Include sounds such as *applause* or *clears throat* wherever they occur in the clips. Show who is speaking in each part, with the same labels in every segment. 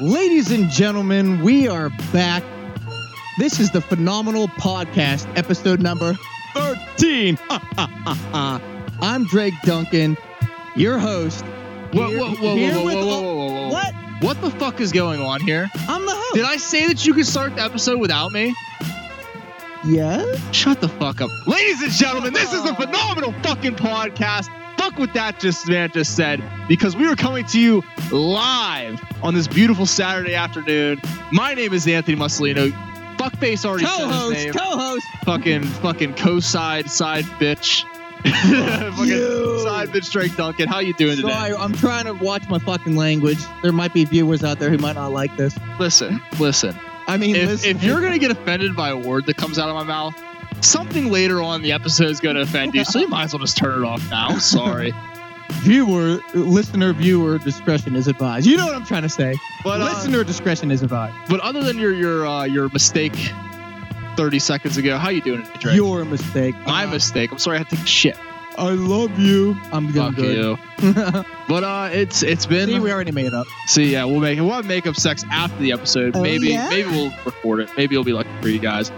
Speaker 1: Ladies and gentlemen, we are back. This is the Phenomenal Podcast, episode number 13. *laughs* I'm Drake Duncan, your host.
Speaker 2: Whoa,
Speaker 1: Here-
Speaker 2: whoa, whoa, whoa,
Speaker 1: here
Speaker 2: whoa,
Speaker 1: with
Speaker 2: whoa,
Speaker 1: all-
Speaker 2: whoa, whoa, whoa.
Speaker 1: What?
Speaker 2: What the fuck is going on here?
Speaker 1: I'm the host.
Speaker 2: Did I say that you could start the episode without me?
Speaker 1: Yeah?
Speaker 2: Shut the fuck up. Ladies and gentlemen, this is the phenomenal fucking podcast. Fuck what that just man just said, because we are coming to you live on this beautiful Saturday afternoon. My name is Anthony Mussolino. Fuckface already said his
Speaker 1: Co-host,
Speaker 2: name.
Speaker 1: co-host.
Speaker 2: fucking fucking co-side side bitch. *laughs* fucking
Speaker 1: you.
Speaker 2: side bitch Drake Duncan. How you doing today?
Speaker 1: Sorry, I'm trying to watch my fucking language. There might be viewers out there who might not like this.
Speaker 2: Listen, listen.
Speaker 1: I mean,
Speaker 2: if,
Speaker 1: listen.
Speaker 2: if you're gonna get offended by a word that comes out of my mouth, something later on in the episode is gonna offend you. So you might as well just turn it off
Speaker 1: *laughs*
Speaker 2: now. Sorry,
Speaker 1: viewer, listener, viewer discretion is advised. You know what I'm trying to say.
Speaker 2: but uh,
Speaker 1: listener discretion is advised.
Speaker 2: but other than your your uh, your mistake thirty seconds ago, how you doing, today, Drake?
Speaker 1: Your mistake.
Speaker 2: my
Speaker 1: Uh,
Speaker 2: mistake. I'm sorry, I had to take a shit.
Speaker 1: I love you. I'm doing
Speaker 2: Fuck
Speaker 1: good.
Speaker 2: you.
Speaker 1: *laughs*
Speaker 2: But uh, it's it's been.
Speaker 1: See,
Speaker 2: See,
Speaker 1: we already made it up.
Speaker 2: yeah, we'll make we'll have makeup sex after the episode.
Speaker 1: Oh,
Speaker 2: maybe
Speaker 1: yeah?
Speaker 2: maybe we'll record it. Maybe it'll be lucky for you guys.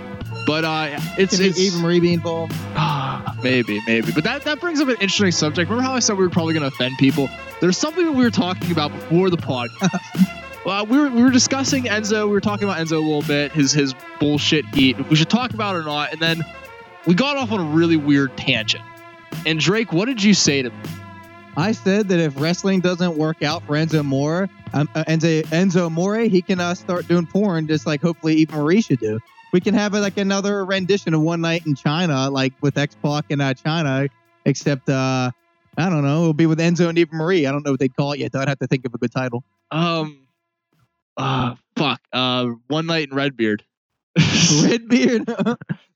Speaker 2: But uh, it's
Speaker 1: Can
Speaker 2: it's
Speaker 1: Eve Marie be involved?
Speaker 2: Ah, *gasps* maybe, maybe. But that, that brings up an interesting subject. Remember how I said we were probably going to offend people? There's something that we were talking about before the podcast. well, we were, we were discussing Enzo. We were talking about Enzo a little bit, his his bullshit heat, if we should talk about it or not. And then we got off on a really weird tangent. And Drake, what did you say to me?
Speaker 1: I said that if wrestling doesn't work out for Enzo More, um, uh, Enzo, Enzo More, he can uh, start doing porn, just like hopefully Eve Marie should do. We can have uh, like another rendition of One Night in China, like with X Pac and uh, China, except uh, I don't know, it'll be with Enzo and Eve Marie. I don't know what they'd call it yet. Though I'd have to think of a good title.
Speaker 2: Um, uh, fuck. Uh, one night in Redbeard. *laughs*
Speaker 1: Redbeard.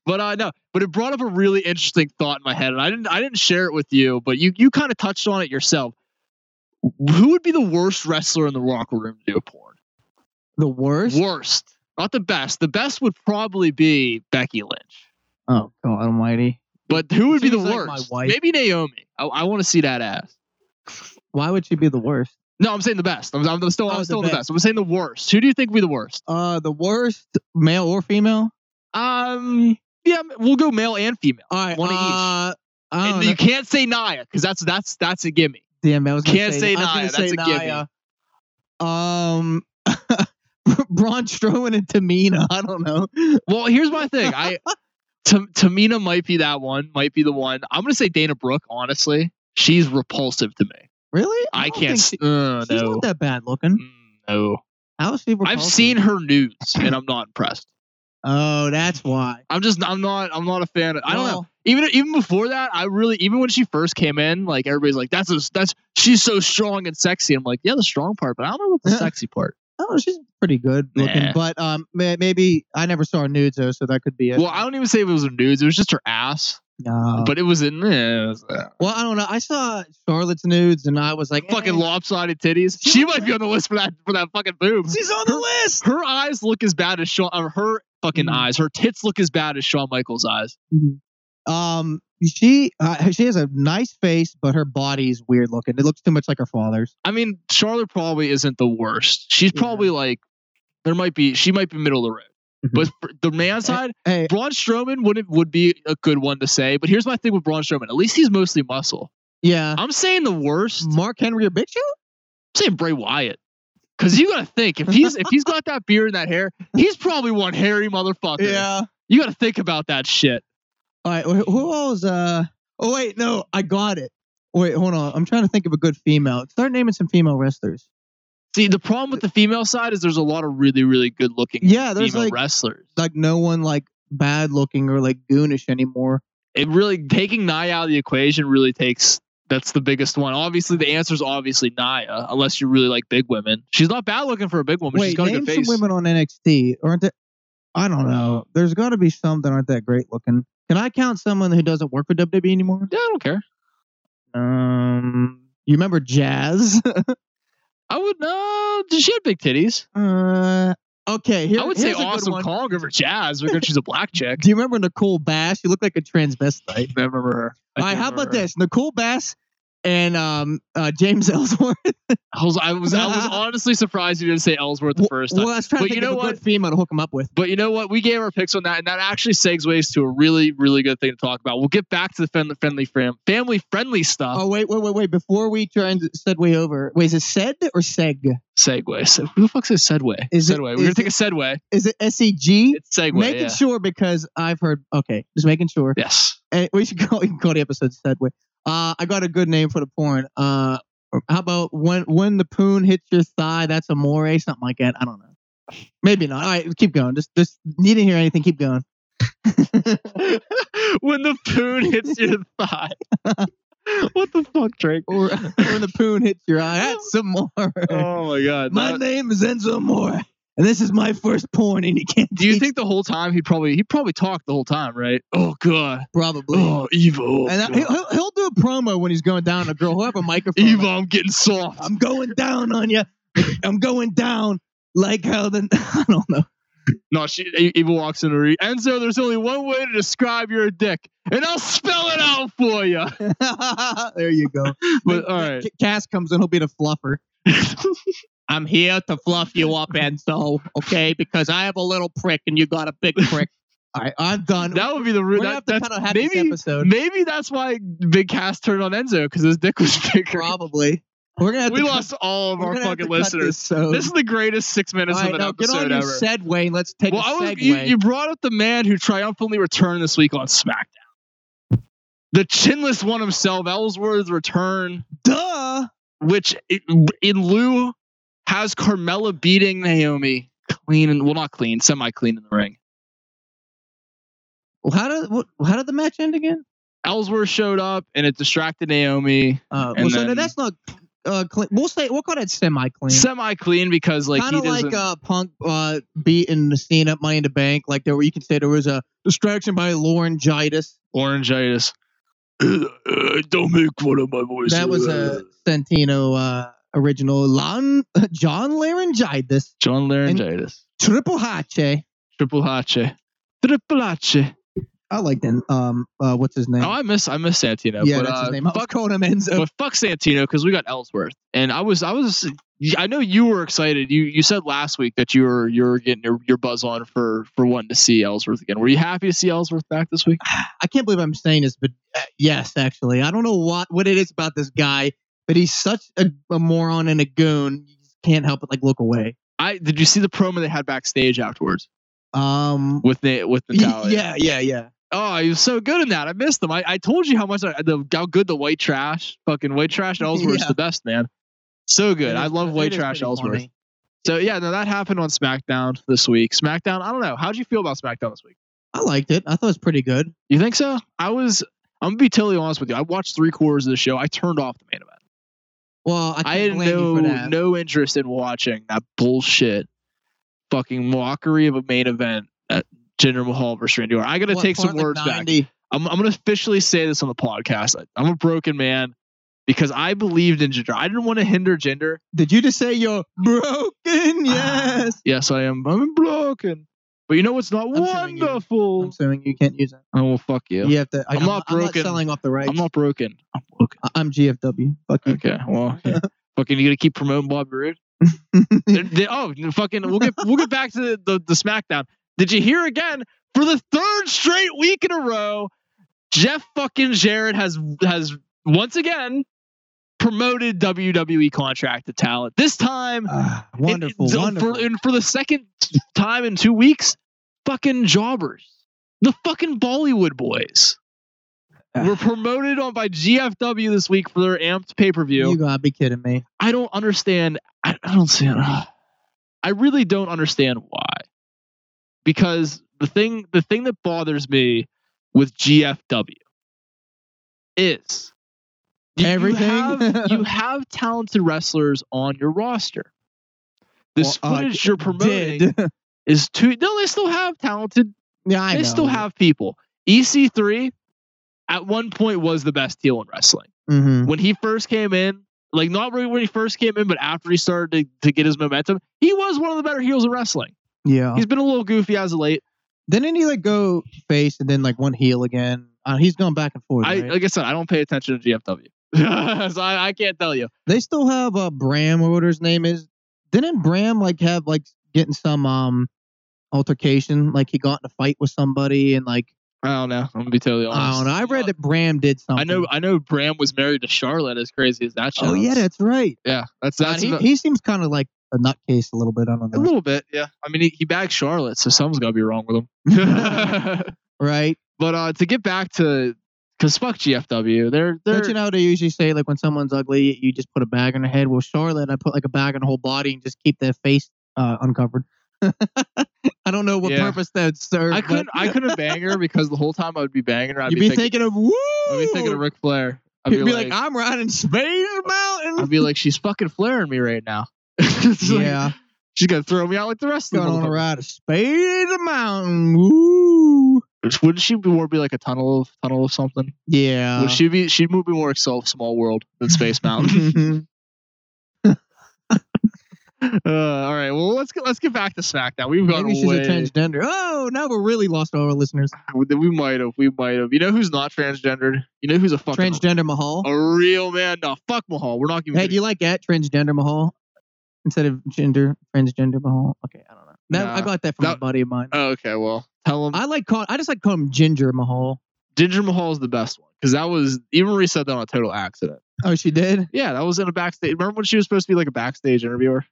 Speaker 2: But uh, no, but it brought up a really interesting thought in my head, and I didn't I didn't share it with you, but you you kind of touched on it yourself. Who would be the worst wrestler in the locker room to do a porn?
Speaker 1: the worst.
Speaker 2: Worst, not the best. The best would probably be Becky Lynch,
Speaker 1: Oh God Almighty!
Speaker 2: but who would be the
Speaker 1: Seems like my
Speaker 2: worst?
Speaker 1: wife.
Speaker 2: Maybe Naomi. I, I want to see that ass.
Speaker 1: Why would she be the worst?
Speaker 2: No, I'm saying the best. I'm, I'm still
Speaker 1: Oh,
Speaker 2: I'm
Speaker 1: the
Speaker 2: still the
Speaker 1: best.
Speaker 2: best. I'm saying the worst. Who do you think would be the worst?
Speaker 1: Uh, the worst, male or female?
Speaker 2: Um, yeah, we'll go male and female.
Speaker 1: All right,
Speaker 2: One
Speaker 1: uh,
Speaker 2: of each.
Speaker 1: I
Speaker 2: And
Speaker 1: don't
Speaker 2: you
Speaker 1: know.
Speaker 2: can't say Naya because that's that's that's a gimme.
Speaker 1: Damn, I was gonna
Speaker 2: can't say
Speaker 1: I was gonna
Speaker 2: Nia, that's a gimme.
Speaker 1: Um, *laughs* Braun Strowman and Tamina. I don't know.
Speaker 2: Well, here's my thing. I
Speaker 1: *laughs*
Speaker 2: Tam- Tamina might be that one, might be the one. I'm gonna say Dana Brooke. Honestly, she's repulsive to me.
Speaker 1: Really?
Speaker 2: I,
Speaker 1: don't
Speaker 2: can't.
Speaker 1: think
Speaker 2: She,
Speaker 1: She,
Speaker 2: uh,
Speaker 1: she's
Speaker 2: no,
Speaker 1: not that bad looking.
Speaker 2: Mm, no.
Speaker 1: How is she?
Speaker 2: I've
Speaker 1: repulsive?
Speaker 2: seen her nudes, and I'm not impressed.
Speaker 1: Oh, that's why.
Speaker 2: I'm just. I'm not. I'm not a fan. Of, I don't know.
Speaker 1: Well,
Speaker 2: Even even before that, I really. Even when she first came in, like everybody's like, "That's a, that's she's so strong and sexy." I'm like, "Yeah, the strong part, but I don't know about the sexy part."
Speaker 1: I don't know. She's pretty good looking,
Speaker 2: Nah.
Speaker 1: but um, may- maybe I never saw her nudes though, so that could be it.
Speaker 2: Well, I don't even say it was her nudes. It was just her ass,
Speaker 1: No.
Speaker 2: but it was in. eh, it was, uh,
Speaker 1: well, I don't know. I saw Charlotte's nudes, and I was like,
Speaker 2: fucking
Speaker 1: eh.
Speaker 2: lopsided titties. She might be on the list for that for that fucking boob.
Speaker 1: She's on
Speaker 2: the
Speaker 1: list.
Speaker 2: Her eyes look as bad as Shawn. Or her fucking
Speaker 1: Mm.
Speaker 2: eyes. Her tits look as bad as Shawn Michaels' eyes.
Speaker 1: *laughs* Um, she uh, she has a nice face, but her body's weird looking. It looks too much like her father's.
Speaker 2: I mean, Charlotte probably isn't the worst. She's
Speaker 1: Yeah.
Speaker 2: probably like there might be she might be middle of the road.
Speaker 1: Mhm.
Speaker 2: But for the man side,
Speaker 1: Hey,
Speaker 2: Braun Strowman would would be a good one to say. But here's my thing with Braun Strowman. At least he's mostly muscle.
Speaker 1: yeah,
Speaker 2: I'm saying the worst. I'm
Speaker 1: Mark Henry or Big Show?
Speaker 2: saying Bray Wyatt. Cause you gotta think if he's if he's got that beard and that hair, he's probably one hairy motherfucker. You gotta think about that shit.
Speaker 1: All right. wh- Who else? Uh. Oh wait, no, I got it. Wait, hold on. I'm trying to think of a good female. Start naming some female wrestlers.
Speaker 2: See, the problem with the female side is there's a lot of really, really good looking
Speaker 1: Yeah, there's
Speaker 2: female
Speaker 1: like
Speaker 2: wrestlers.
Speaker 1: like no one like bad looking or like goonish anymore.
Speaker 2: It really taking Nia out of the equation really takes that's the biggest one. Obviously, the answer is obviously Nia, unless you really like big women. She's not bad looking for a big woman. She's
Speaker 1: wait,
Speaker 2: got a
Speaker 1: name
Speaker 2: good
Speaker 1: some
Speaker 2: face.
Speaker 1: women on NXT. Aren't they? I don't know. There's got to be some that aren't that great looking. Can I count someone who doesn't work for WWE anymore?
Speaker 2: Yeah, I don't care.
Speaker 1: Um, you remember Jazz? *laughs*
Speaker 2: I would no. Uh, she had big titties.
Speaker 1: uh, okay, here,
Speaker 2: I would say
Speaker 1: here's a good
Speaker 2: awesome
Speaker 1: one.
Speaker 2: Kong over
Speaker 1: *laughs*
Speaker 2: Jazz because she's a black chick.
Speaker 1: Do you remember Nicole Bass? You look like a transvestite.
Speaker 2: I remember her. I
Speaker 1: All right,
Speaker 2: do
Speaker 1: how
Speaker 2: remember
Speaker 1: about
Speaker 2: her.
Speaker 1: this? Nicole Bass and um, uh, James *laughs* Ellsworth.
Speaker 2: I was, I was
Speaker 1: *laughs*
Speaker 2: I was honestly surprised you didn't say Ellsworth the first time.
Speaker 1: Well, I was trying
Speaker 2: But
Speaker 1: to
Speaker 2: you
Speaker 1: think of
Speaker 2: know
Speaker 1: a
Speaker 2: what?
Speaker 1: good female to hook him up with.
Speaker 2: But you know what? We gave our picks on that, and that actually segues to a really, really good thing to talk about. We'll get back to the family friendly, fam- family friendly stuff.
Speaker 1: Oh wait, wait, wait, wait! Before we turn segue over, wait, is it said or seg?
Speaker 2: Segway. Se- who the fuck says Segway?
Speaker 1: Is it-
Speaker 2: Segway. We're
Speaker 1: is
Speaker 2: gonna take
Speaker 1: it-
Speaker 2: a Segway.
Speaker 1: Is it S E G?
Speaker 2: It's Segway.
Speaker 1: Making
Speaker 2: yeah.
Speaker 1: sure because I've heard. Okay, just making sure.
Speaker 2: yes. *laughs*
Speaker 1: And we should *laughs* call, we can call the episode Segway. Uh, I got a good name for the porn. Uh, how about when when the poon hits your thigh? That's amore, something like that. I don't know. Maybe not. All right, keep going. Just just need to hear anything. Keep going.
Speaker 2: when the poon hits your *laughs* thigh. *laughs* what the fuck, Drake?
Speaker 1: Or *laughs* when the poon hits your eye,
Speaker 2: *laughs*
Speaker 1: that's some more.
Speaker 2: Oh my god.
Speaker 1: my
Speaker 2: That-
Speaker 1: name is Enzo Moore, and this is my first porn, and you can't.
Speaker 2: do you
Speaker 1: teach-
Speaker 2: think the whole time he probably he probably talked the whole time, right? Oh god.
Speaker 1: probably?
Speaker 2: Oh evil.
Speaker 1: And I, *laughs* he'll, he'll do a promo when he's going down on a girl. He'll
Speaker 2: *laughs*
Speaker 1: have a microphone.
Speaker 2: evil.
Speaker 1: like,
Speaker 2: I'm getting soft.
Speaker 1: I'm going down on you. I'm going down like how the *laughs* I don't know.
Speaker 2: No, she E- Eva walks in the re- Enzo. There's only one way to describe your dick, and I'll spell it out for you.
Speaker 1: there you go.
Speaker 2: But all right,
Speaker 1: C- Cass comes in. He'll be the
Speaker 2: *laughs*
Speaker 1: fluffer. I'm here to fluff you up, Enzo. Okay, because I have a little prick and you got a big prick. *laughs* All right, I'm done.
Speaker 2: that would be the root.
Speaker 1: We're gonna
Speaker 2: That,
Speaker 1: have to
Speaker 2: that's,
Speaker 1: cut out half this
Speaker 2: maybe
Speaker 1: episode.
Speaker 2: maybe that's why Big Cass turned on Enzo because his dick was bigger.
Speaker 1: Probably. We're gonna have
Speaker 2: We
Speaker 1: to
Speaker 2: lost all
Speaker 1: cut,
Speaker 2: of
Speaker 1: we're
Speaker 2: our
Speaker 1: gonna have
Speaker 2: fucking
Speaker 1: to cut
Speaker 2: listeners.
Speaker 1: This, so.
Speaker 2: This, is the greatest six
Speaker 1: All
Speaker 2: minutes
Speaker 1: right,
Speaker 2: of an
Speaker 1: now get on
Speaker 2: episode
Speaker 1: your
Speaker 2: ever.
Speaker 1: segue and let's take
Speaker 2: well,
Speaker 1: a
Speaker 2: I was,
Speaker 1: segue.
Speaker 2: you, you brought up the man who triumphantly returned this week on SmackDown. The chinless one himself, Ellsworth's return.
Speaker 1: Duh.
Speaker 2: which i- in lieu has Carmella beating Naomi clean and well not clean, semi clean in the ring.
Speaker 1: Well, how did what, how did the match end again?
Speaker 2: Ellsworth showed up and it distracted Naomi
Speaker 1: Uh,
Speaker 2: And
Speaker 1: well, so
Speaker 2: then-
Speaker 1: no, that's not. Uh, clean. We'll say we'll call that semi clean.
Speaker 2: semi clean because like
Speaker 1: kind of
Speaker 2: he doesn't
Speaker 1: like uh, Punk uh, beating Cena at Money in the Bank. Like there, were, you can say there was a distraction by laryngitis.
Speaker 2: orangitis. *coughs* Don't make fun of my voice.
Speaker 1: That was a Santino uh, original. Lon, John laryngitis,
Speaker 2: *laughs* John laryngitis.
Speaker 1: triple hache.
Speaker 2: Triple Hache. Triple Hache.
Speaker 1: I like that. Um, uh, what's his name?
Speaker 2: Oh, I miss I miss Santino.
Speaker 1: yeah,
Speaker 2: but,
Speaker 1: that's
Speaker 2: uh,
Speaker 1: his name. I was
Speaker 2: fuck-
Speaker 1: calling him Enzo.
Speaker 2: *laughs* but fuck Santino because we got Ellsworth, and I was I was I know you were excited. You you said last week that you were you were getting your, your buzz on for for wanting to see Ellsworth again. Were you happy to see Ellsworth back this week?
Speaker 1: I can't believe I'm saying this, but uh, yes, actually, I don't know what what it is about this guy, but he's such a, a moron and a goon. You just can't help but like look away.
Speaker 2: I did you see the promo they had backstage afterwards
Speaker 1: Um,
Speaker 2: with Na- with Natalia?
Speaker 1: *laughs* yeah, yeah, yeah.
Speaker 2: Oh, he was so good in that. I missed him. I, I told you how much I, the how good the white trash fucking white
Speaker 1: *laughs*
Speaker 2: trash Ellsworth's
Speaker 1: Yeah.
Speaker 2: the best man. So good.
Speaker 1: It
Speaker 2: I
Speaker 1: is-
Speaker 2: love
Speaker 1: it
Speaker 2: white
Speaker 1: is
Speaker 2: trash
Speaker 1: pretty
Speaker 2: Ellsworth.
Speaker 1: funny.
Speaker 2: So yeah, no, that happened on SmackDown this week. SmackDown. I don't know. How'd you feel about SmackDown this week?
Speaker 1: I liked it. I thought it was pretty good.
Speaker 2: You think so? I was. I'm gonna be totally honest with you. I watched three quarters of the show. I turned off the main event.
Speaker 1: Well, I, can't
Speaker 2: I, had
Speaker 1: blame you for
Speaker 2: no
Speaker 1: that.
Speaker 2: no interest in watching that bullshit, fucking mockery of a main event at Jinder Mahal versus Randy Orton. I gotta
Speaker 1: What,
Speaker 2: take some
Speaker 1: part, like,
Speaker 2: words back.
Speaker 1: 90?
Speaker 2: I'm, I'm gonna officially say this on the podcast. I, I'm a broken man because I believed in Jinder. I didn't want to hinder Jinder.
Speaker 1: Did you just say
Speaker 2: *laughs*
Speaker 1: you're
Speaker 2: Ah.
Speaker 1: broken? *laughs* Yes.
Speaker 2: Yes, I am. I'm broken. But you know what's not
Speaker 1: telling you. I'm
Speaker 2: wonderful?
Speaker 1: assuming you can't use that.
Speaker 2: Oh well, fuck you.
Speaker 1: You have to. I,
Speaker 2: I'm not broken.
Speaker 1: selling off the rights.
Speaker 2: I'm not broken. I'm broken.
Speaker 1: I- I'm GFW. Fuck you.
Speaker 2: Okay. Well, yeah. fucking, you gonna keep promoting Bobby Roode? They- they- oh, no, fucking, we'll get we'll get back to the, the the SmackDown. Did you hear again for the third straight week in a row? Jeff fucking Jarrett has has once again promoted WWE contract to talent. This time,
Speaker 1: Ah, wonderful.
Speaker 2: and, and
Speaker 1: wonderful.
Speaker 2: For, and for the second time in two weeks, fucking jobbers, the fucking Bollywood
Speaker 1: *sighs*
Speaker 2: boys.
Speaker 1: Ah.
Speaker 2: were promoted on by GFW this week for their amped pay per view.
Speaker 1: you gotta be kidding me.
Speaker 2: I don't understand. I, I don't see. uh, I really don't understand why. Because the thing, the thing that bothers me with GFW is you-
Speaker 1: Everything?
Speaker 2: You have,
Speaker 1: *laughs*
Speaker 2: you have talented wrestlers on your roster. This
Speaker 1: Well, uh,
Speaker 2: footage you're promoting
Speaker 1: Did. *laughs*
Speaker 2: is too. No, they still have talented.
Speaker 1: yeah, I
Speaker 2: they
Speaker 1: know.
Speaker 2: still have people. EC3 at one point was the best heel in wrestling
Speaker 1: Mhm.
Speaker 2: when he first came in, like not really when he first came in, but after he started to, to get his momentum, he was one of the better heels in wrestling.
Speaker 1: Yeah.
Speaker 2: He's been a little goofy as of late.
Speaker 1: Didn't he like go face and then like one heel again? Uh, he's going back and forth.
Speaker 2: I
Speaker 1: right?
Speaker 2: like I said, I don't pay attention to GFW. *laughs* so I, I can't tell you.
Speaker 1: They still have uh, Bram or whatever his name is. Didn't Bram like have like getting some um altercation? Like he got in a fight with somebody and like
Speaker 2: I don't know. I'm gonna be totally honest.
Speaker 1: I don't know. I read that Bram did something.
Speaker 2: Oh, I know. I know. Bram was married to Charlotte. As crazy as that.
Speaker 1: Oh
Speaker 2: sounds.
Speaker 1: yeah, that's right.
Speaker 2: yeah. That's
Speaker 1: God,
Speaker 2: that's
Speaker 1: he,
Speaker 2: about-
Speaker 1: he seems kind of like a nutcase a little bit. I don't
Speaker 2: a
Speaker 1: know.
Speaker 2: little bit. Yeah. I mean, he, he bagged Charlotte, so something's gotta be wrong with him. *laughs*
Speaker 1: Right?
Speaker 2: but uh, to get back to, cause fuck GFW. They're they're
Speaker 1: Don't you know they usually say like when someone's ugly, you just put a bag on the head. Well, Charlotte, I put like a bag on the whole body and just keep their face uh, uncovered. *laughs* I don't know what
Speaker 2: Yeah.
Speaker 1: purpose that would serve.
Speaker 2: I
Speaker 1: but
Speaker 2: couldn't I couldn't bang her because the whole time I would be banging her. I'd
Speaker 1: You'd
Speaker 2: be,
Speaker 1: be
Speaker 2: thinking,
Speaker 1: thinking of woo.
Speaker 2: I'd be thinking of Ric Flair. I'd
Speaker 1: You'd be like, "Ah." I'm riding Space Mountain.
Speaker 2: I'd be like, she's fucking flaring me right now. *laughs* It's like,
Speaker 1: yeah,
Speaker 2: she's gonna throw me out like the rest of
Speaker 1: going
Speaker 2: them.
Speaker 1: on a ride of Space Mountain. Woo.
Speaker 2: Wouldn't she be more be like a tunnel of tunnel of something?
Speaker 1: Yeah. *laughs*
Speaker 2: Would she be? She'd be more Excel Small World than Space *laughs* Mountain. uh, all right, well let's get let's get back to SmackDown. We've gone
Speaker 1: Maybe she's
Speaker 2: way.
Speaker 1: a transgender. Oh, now we're really lost all our listeners.
Speaker 2: we might have. We might have. You know who's not transgendered? You know who's a fucking
Speaker 1: Transgender Mahal.
Speaker 2: a real man? No, fuck Mahal. We're not giving.
Speaker 1: Hey, do you like at transgender Mahal instead of gender transgender Mahal? Okay, I don't know. That,
Speaker 2: Nah.
Speaker 1: I got that from
Speaker 2: That-
Speaker 1: a buddy of mine.
Speaker 2: oh, okay, well tell him.
Speaker 1: I like call. I just like call him Ginger Mahal.
Speaker 2: Ginger Mahal is the best one because that was even Marie said that on a total accident.
Speaker 1: Oh, she did.
Speaker 2: Yeah, that was in a backstage. Remember when she was supposed to be like a backstage interviewer?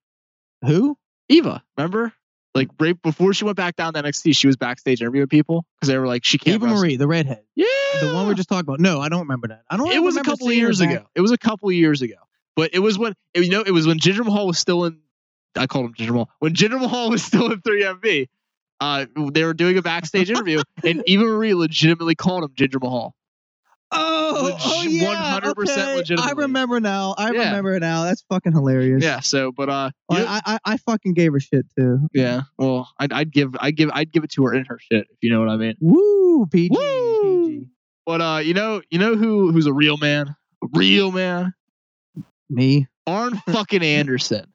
Speaker 1: Who?
Speaker 2: Eva, remember? Like right before she went back down to NXT, she was backstage interviewing people because they were like, she can't.
Speaker 1: Eva
Speaker 2: wrestle.
Speaker 1: Marie, the redhead,
Speaker 2: Yeah,
Speaker 1: the one we are just talking about. No, I don't remember that. I don't.
Speaker 2: It was a
Speaker 1: remember
Speaker 2: couple of
Speaker 1: seeing her
Speaker 2: years
Speaker 1: back-
Speaker 2: ago. It was a couple of years ago, but it was when you know it was when Ginger Mahal was still in. I called him Ginger Mahal when Ginger Mahal was still in 3MB. Uh, they were doing a backstage interview, and Eva Marie legitimately called him Ginger Mahal.
Speaker 1: Oh,
Speaker 2: Leg-
Speaker 1: oh yeah,
Speaker 2: 100%
Speaker 1: okay.
Speaker 2: legitimately.
Speaker 1: I remember now. I
Speaker 2: Yeah.
Speaker 1: remember now. That's fucking hilarious.
Speaker 2: Yeah. So, but uh,
Speaker 1: Like,
Speaker 2: you-
Speaker 1: I, I I fucking gave her shit too.
Speaker 2: yeah. Well, I'd, I'd give I would give I'd give it to her in her shit if you know what I mean.
Speaker 1: Woo, PG.
Speaker 2: Woo!
Speaker 1: PG.
Speaker 2: But uh, you know, you know who who's a real man, a real man,
Speaker 1: Me. *laughs*
Speaker 2: Arn fucking Anderson,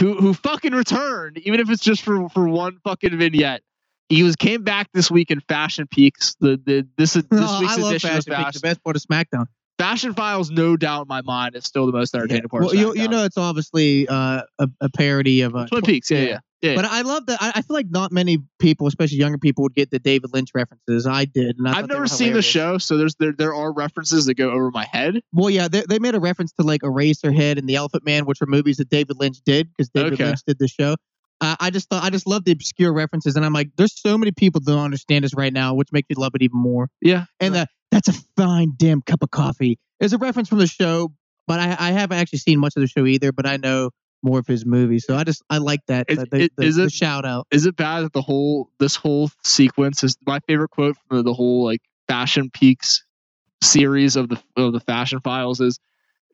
Speaker 2: who who fucking returned, even if it's just for for one fucking vignette. He was came back this week in Fashion Peaks. The the this is this
Speaker 1: Oh, I
Speaker 2: week's
Speaker 1: love
Speaker 2: edition
Speaker 1: Fashion
Speaker 2: of
Speaker 1: Week,
Speaker 2: Fashion
Speaker 1: The best part of SmackDown.
Speaker 2: Fashion Files, no doubt in my mind, is still the most entertaining part.
Speaker 1: Well,
Speaker 2: of
Speaker 1: you, you
Speaker 2: SmackDown.
Speaker 1: know, it's obviously uh, a, a parody of uh,
Speaker 2: Twin Peaks, yeah, yeah. yeah. yeah.
Speaker 1: But I love that. I, I feel like not many people, especially younger people, would get the David Lynch references. I did. And I
Speaker 2: I've
Speaker 1: thought they
Speaker 2: never
Speaker 1: were
Speaker 2: seen the
Speaker 1: hilarious.
Speaker 2: show, so there's there there are references that go over my head.
Speaker 1: Well, yeah, they, they made a reference to like Eraserhead and The Elephant Man, which are movies that David Lynch did because David
Speaker 2: Okay.
Speaker 1: Lynch did the show. Uh, I just thought I just love the obscure references, and I'm like, there's so many people that don't understand this right now, which makes me love it even more.
Speaker 2: Yeah,
Speaker 1: And the, that's a fine damn cup of coffee is a reference from the show, but I, I haven't actually seen much of the show either. But I know more of his movies, so I just I like that
Speaker 2: Is-
Speaker 1: uh, the,
Speaker 2: it-
Speaker 1: the,
Speaker 2: is
Speaker 1: the
Speaker 2: it-
Speaker 1: shout
Speaker 2: *laughs*
Speaker 1: out.
Speaker 2: is it bad that the whole this whole sequence is my favorite quote from the, the whole like fashion peaks series of the of the fashion files is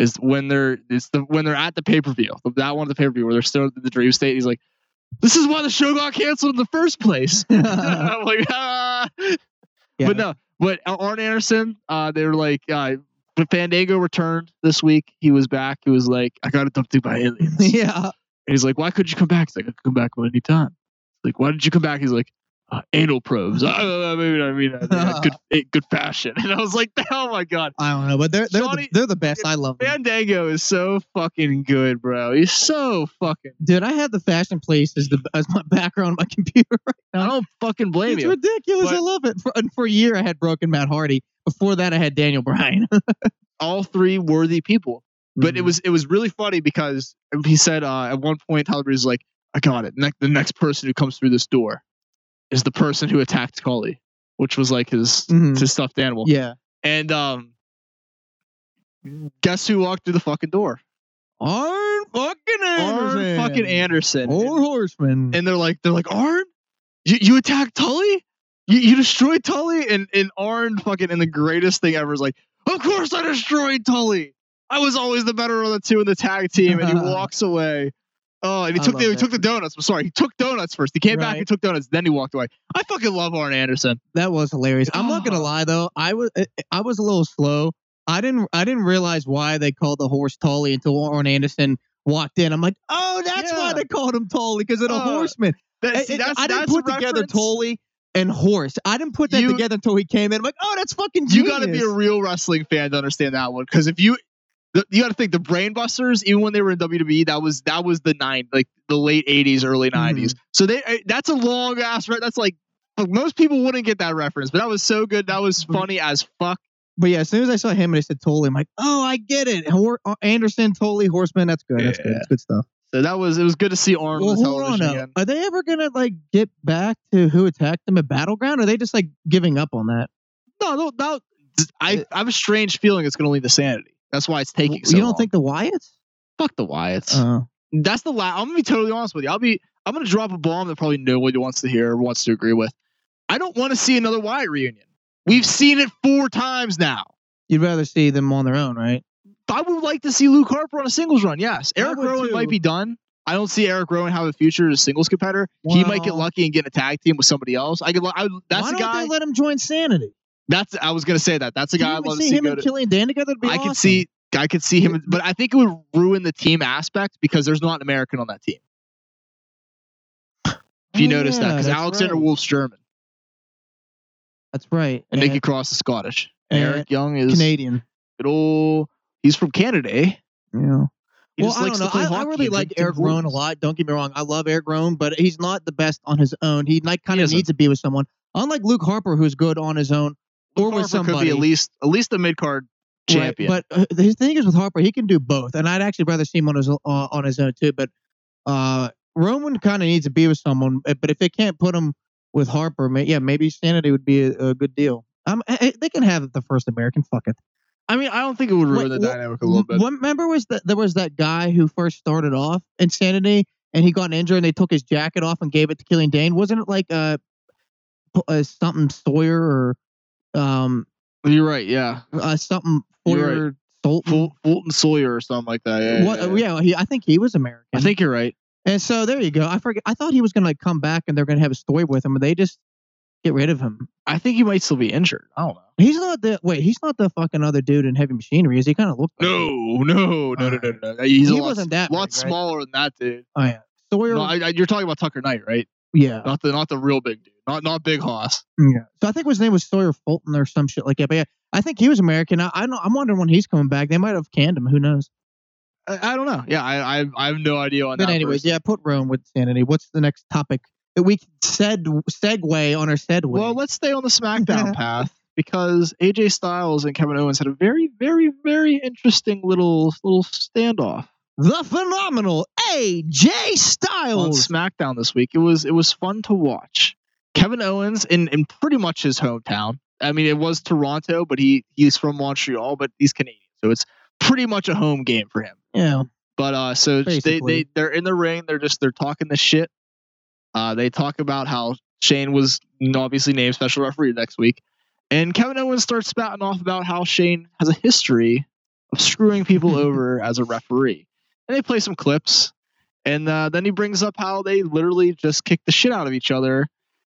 Speaker 2: is when they're it's the when they're at the pay per view that one at the pay per view where they're still in the dream state he's like this is why the show got canceled in the first place *laughs* I'm like *laughs* ah.
Speaker 1: *laughs* Yeah.
Speaker 2: but no but Arn Anderson uh they were like uh but Fandango returned this week he was back he was like I got abducted by aliens
Speaker 1: *laughs* yeah.
Speaker 2: and he's like, "Why could you come back?" He's like, "I could come back at any time." Like, "Why did you come back?" He's like, uh, "Anal probes." *laughs* Uh, uh, maybe I mean uh, uh, *laughs* good, eh, good fashion. And I was like, *laughs* "Oh my god,
Speaker 1: I don't know, but they're they're,
Speaker 2: Johnny-
Speaker 1: the, they're the best. I love them.
Speaker 2: Fandango is so fucking good, bro. He's so fucking.
Speaker 1: Dude, I have the fashion police as the as my background on my *laughs* computer.
Speaker 2: I don't fucking blame
Speaker 1: it's
Speaker 2: you."
Speaker 1: ridiculous.
Speaker 2: But-
Speaker 1: I love it. *laughs* For, and for a year, I had broken Matt Hardy. Before that, I had Daniel Bryan. *laughs*
Speaker 2: All three worthy people, but it was it was really funny because he said uh, at one point, Halliburton's like, "I got it. Ne- the next person who comes through this door is the person who attacked Cully." Which was like his
Speaker 1: Mhm.
Speaker 2: his stuffed animal.
Speaker 1: yeah.
Speaker 2: And um, guess who walked through the fucking door?
Speaker 1: Arn fucking
Speaker 2: Arn
Speaker 1: Anderson.
Speaker 2: fucking Anderson.
Speaker 1: Or Horseman.
Speaker 2: And they're like, they're like, Arn, you, you attacked Tully? You, you destroyed Tully? And and Arn fucking and the greatest thing ever is like, of course I destroyed Tully. I was always the better of the two in the tag team,
Speaker 1: *laughs*
Speaker 2: and he walks away. Oh, and he
Speaker 1: I
Speaker 2: took the
Speaker 1: love
Speaker 2: he
Speaker 1: that.
Speaker 2: took the donuts. I'm sorry, he took donuts first. He came back,
Speaker 1: Right.
Speaker 2: he took donuts, then he walked away. I fucking love Arn Anderson.
Speaker 1: that was hilarious. I'm not gonna
Speaker 2: Oh.
Speaker 1: lie though, I was I- I was a little slow. I didn't I didn't realize why they called the horse Tully until Arn Anderson walked in. I'm like, oh, that's
Speaker 2: Yeah.
Speaker 1: why they called him Tully because of the
Speaker 2: Oh,
Speaker 1: horseman.
Speaker 2: That-
Speaker 1: It-
Speaker 2: see,
Speaker 1: it-
Speaker 2: that's-
Speaker 1: I didn't
Speaker 2: that's
Speaker 1: put
Speaker 2: a
Speaker 1: together
Speaker 2: reference.
Speaker 1: Tully and Horse. I didn't put that
Speaker 2: You-
Speaker 1: together until he came in. I'm like, oh, that's fucking
Speaker 2: You
Speaker 1: genius.
Speaker 2: got to be a real wrestling fan to understand that one. Because if you the, you got to think the brainbusters, even when they were in WWE, that was that was the nine, like the late '80s, early
Speaker 1: Mhm.
Speaker 2: '90s. So they eh, that's a long ass. Right, that's like like, most people wouldn't get that reference, but that was so good. That
Speaker 1: Mm-hmm.
Speaker 2: was funny as fuck.
Speaker 1: But yeah, as soon as I saw him and I said Tolley, I'm like, oh, I get it. Hor- uh, Anderson, Tolley, Horseman. That's good. That's good.
Speaker 2: Yeah.
Speaker 1: That's good stuff.
Speaker 2: So that was it was good to see Arn
Speaker 1: Well,
Speaker 2: on the
Speaker 1: hold on.
Speaker 2: television
Speaker 1: Though.
Speaker 2: again.
Speaker 1: Are they ever gonna like get back to who attacked them at Battleground? Are they just like giving up on that?
Speaker 2: No, no, no. I, I have a strange feeling it's going to lead to sanity. That's why it's taking.
Speaker 1: you
Speaker 2: so
Speaker 1: don't
Speaker 2: long.
Speaker 1: think the Wyatts?
Speaker 2: fuck the Wyatts?
Speaker 1: Oh,
Speaker 2: That's the last. I'm gonna be totally honest with you. I'll be. I'm gonna drop a bomb that probably nobody wants to hear or wants to agree with. I don't want to see another Wyatt reunion. We've seen it four times now.
Speaker 1: you'd rather see them on their own, right?
Speaker 2: I would like to see Luke Harper on a singles run. Yes,
Speaker 1: I
Speaker 2: Eric
Speaker 1: would
Speaker 2: Rowan
Speaker 1: too.
Speaker 2: might be done. I don't see Eric Rowan have a future as a singles competitor. He might get
Speaker 1: Well-
Speaker 2: lucky and get in a tag team with somebody else. I could. li- I, that's
Speaker 1: Why
Speaker 2: the
Speaker 1: don't
Speaker 2: guy.
Speaker 1: they let him join Sanity?
Speaker 2: that's. I was gonna say that. That's the guy.
Speaker 1: you
Speaker 2: I
Speaker 1: would
Speaker 2: love
Speaker 1: see
Speaker 2: to see
Speaker 1: him
Speaker 2: go
Speaker 1: and
Speaker 2: to-
Speaker 1: Killian Dan together. It'd be
Speaker 2: I
Speaker 1: awesome.
Speaker 2: could see I could see him, but I think it would ruin the team aspect because there's not an American on that team. If you
Speaker 1: Oh,
Speaker 2: notice that,
Speaker 1: yeah,
Speaker 2: because
Speaker 1: that's
Speaker 2: Alexander
Speaker 1: right.
Speaker 2: Wolf's German
Speaker 1: That's right.
Speaker 2: and Nikki Cross is Scottish.
Speaker 1: and
Speaker 2: Eric Young is
Speaker 1: Canadian.
Speaker 2: good old. He's from Canada. Eh?
Speaker 1: Yeah.
Speaker 2: He
Speaker 1: well,
Speaker 2: just
Speaker 1: I don't
Speaker 2: likes to
Speaker 1: know.
Speaker 2: play
Speaker 1: I, I
Speaker 2: hockey
Speaker 1: really
Speaker 2: and
Speaker 1: like
Speaker 2: drink
Speaker 1: Eric
Speaker 2: Tim Hortons.
Speaker 1: Rowan a lot. Don't get me wrong. I love Eric Rowan, but he's not the best on his own. He like kind
Speaker 2: He
Speaker 1: of
Speaker 2: isn't.
Speaker 1: needs to be with someone. Unlike Luke Harper, who's good on his own or
Speaker 2: Harper
Speaker 1: with somebody.
Speaker 2: could be at least at least the mid card
Speaker 1: Right,
Speaker 2: champion.
Speaker 1: But uh, his thing is with Harper, he can do both, and I'd actually rather see him on his uh, on his own too. But uh, Roman kind of needs to be with someone. uh, But if they can't put him with Harper, may, yeah, maybe Sanity would be a, a good deal. Um, eh, eh, they can have the first American. Fuck it.
Speaker 2: I mean, I don't think it would ruin
Speaker 1: Wait,
Speaker 2: the
Speaker 1: what-
Speaker 2: dynamic a little bit.
Speaker 1: What- remember was that there was that guy who first started off in Sanity, and he got injured, and they took his jacket off and gave it to Killian Dane. Wasn't it like uh, p- uh something Sawyer or um
Speaker 2: You're right. Yeah,
Speaker 1: uh, something
Speaker 2: You're
Speaker 1: Sawyer Fulton?
Speaker 2: Ful- Fulton Sawyer or something like that. Yeah,
Speaker 1: what,
Speaker 2: Mm-hmm.
Speaker 1: uh,
Speaker 2: yeah, yeah.
Speaker 1: yeah, he, I think he was American.
Speaker 2: I think you're right.
Speaker 1: and so there you go. I forget. I thought he was gonna like come back and they're gonna have a story with him, but they just get rid of him.
Speaker 2: I think he might still be injured. I don't know.
Speaker 1: He's not the wait. He's not the fucking other dude in heavy machinery. Is he kind of looked? like-
Speaker 2: No, no, no, no, no,
Speaker 1: Alright.
Speaker 2: no. He's a
Speaker 1: He
Speaker 2: lot,
Speaker 1: wasn't that
Speaker 2: lot
Speaker 1: big, right?
Speaker 2: smaller than that dude.
Speaker 1: Oh yeah, Sawyer.
Speaker 2: No, I, I, you're talking about Tucker Knight, right?
Speaker 1: yeah,
Speaker 2: Not the not the real big dude. Not not Big Hoss.
Speaker 1: yeah. So I think his name was Sawyer Fulton or some shit like that. But yeah, I think he was American. I, I know. I'm wondering when he's coming back. They might have canned him. Who knows?
Speaker 2: I, I don't know. Yeah, I, I I have no idea on
Speaker 1: But
Speaker 2: that.
Speaker 1: anyways,
Speaker 2: person.
Speaker 1: yeah. Put Rome with sanity. What's the next topic that we can sed segue on our segue?
Speaker 2: Well, let's stay on the SmackDown path because AJ Styles and Kevin Owens had a very, very, very interesting little little standoff
Speaker 1: the phenomenal AJ
Speaker 2: on
Speaker 1: Styles.
Speaker 2: SmackDown this week. It was it was fun to watch. Kevin Owens in in pretty much his hometown. I mean, it was Toronto, but he he's from Montreal, but he's Canadian, so it's pretty much a home game for him.
Speaker 1: yeah.
Speaker 2: But uh, so it's- they, they
Speaker 1: Basically.
Speaker 2: they're in the ring. They're just they're talking the shit. Uh, they talk about how Shane was obviously named special referee next week, and Kevin Owens starts spouting off about how Shane has a history of
Speaker 1: *laughs*
Speaker 2: screwing people over as a referee, and they play some clips, and uh, then he brings up how they literally just kicked the shit out of each other,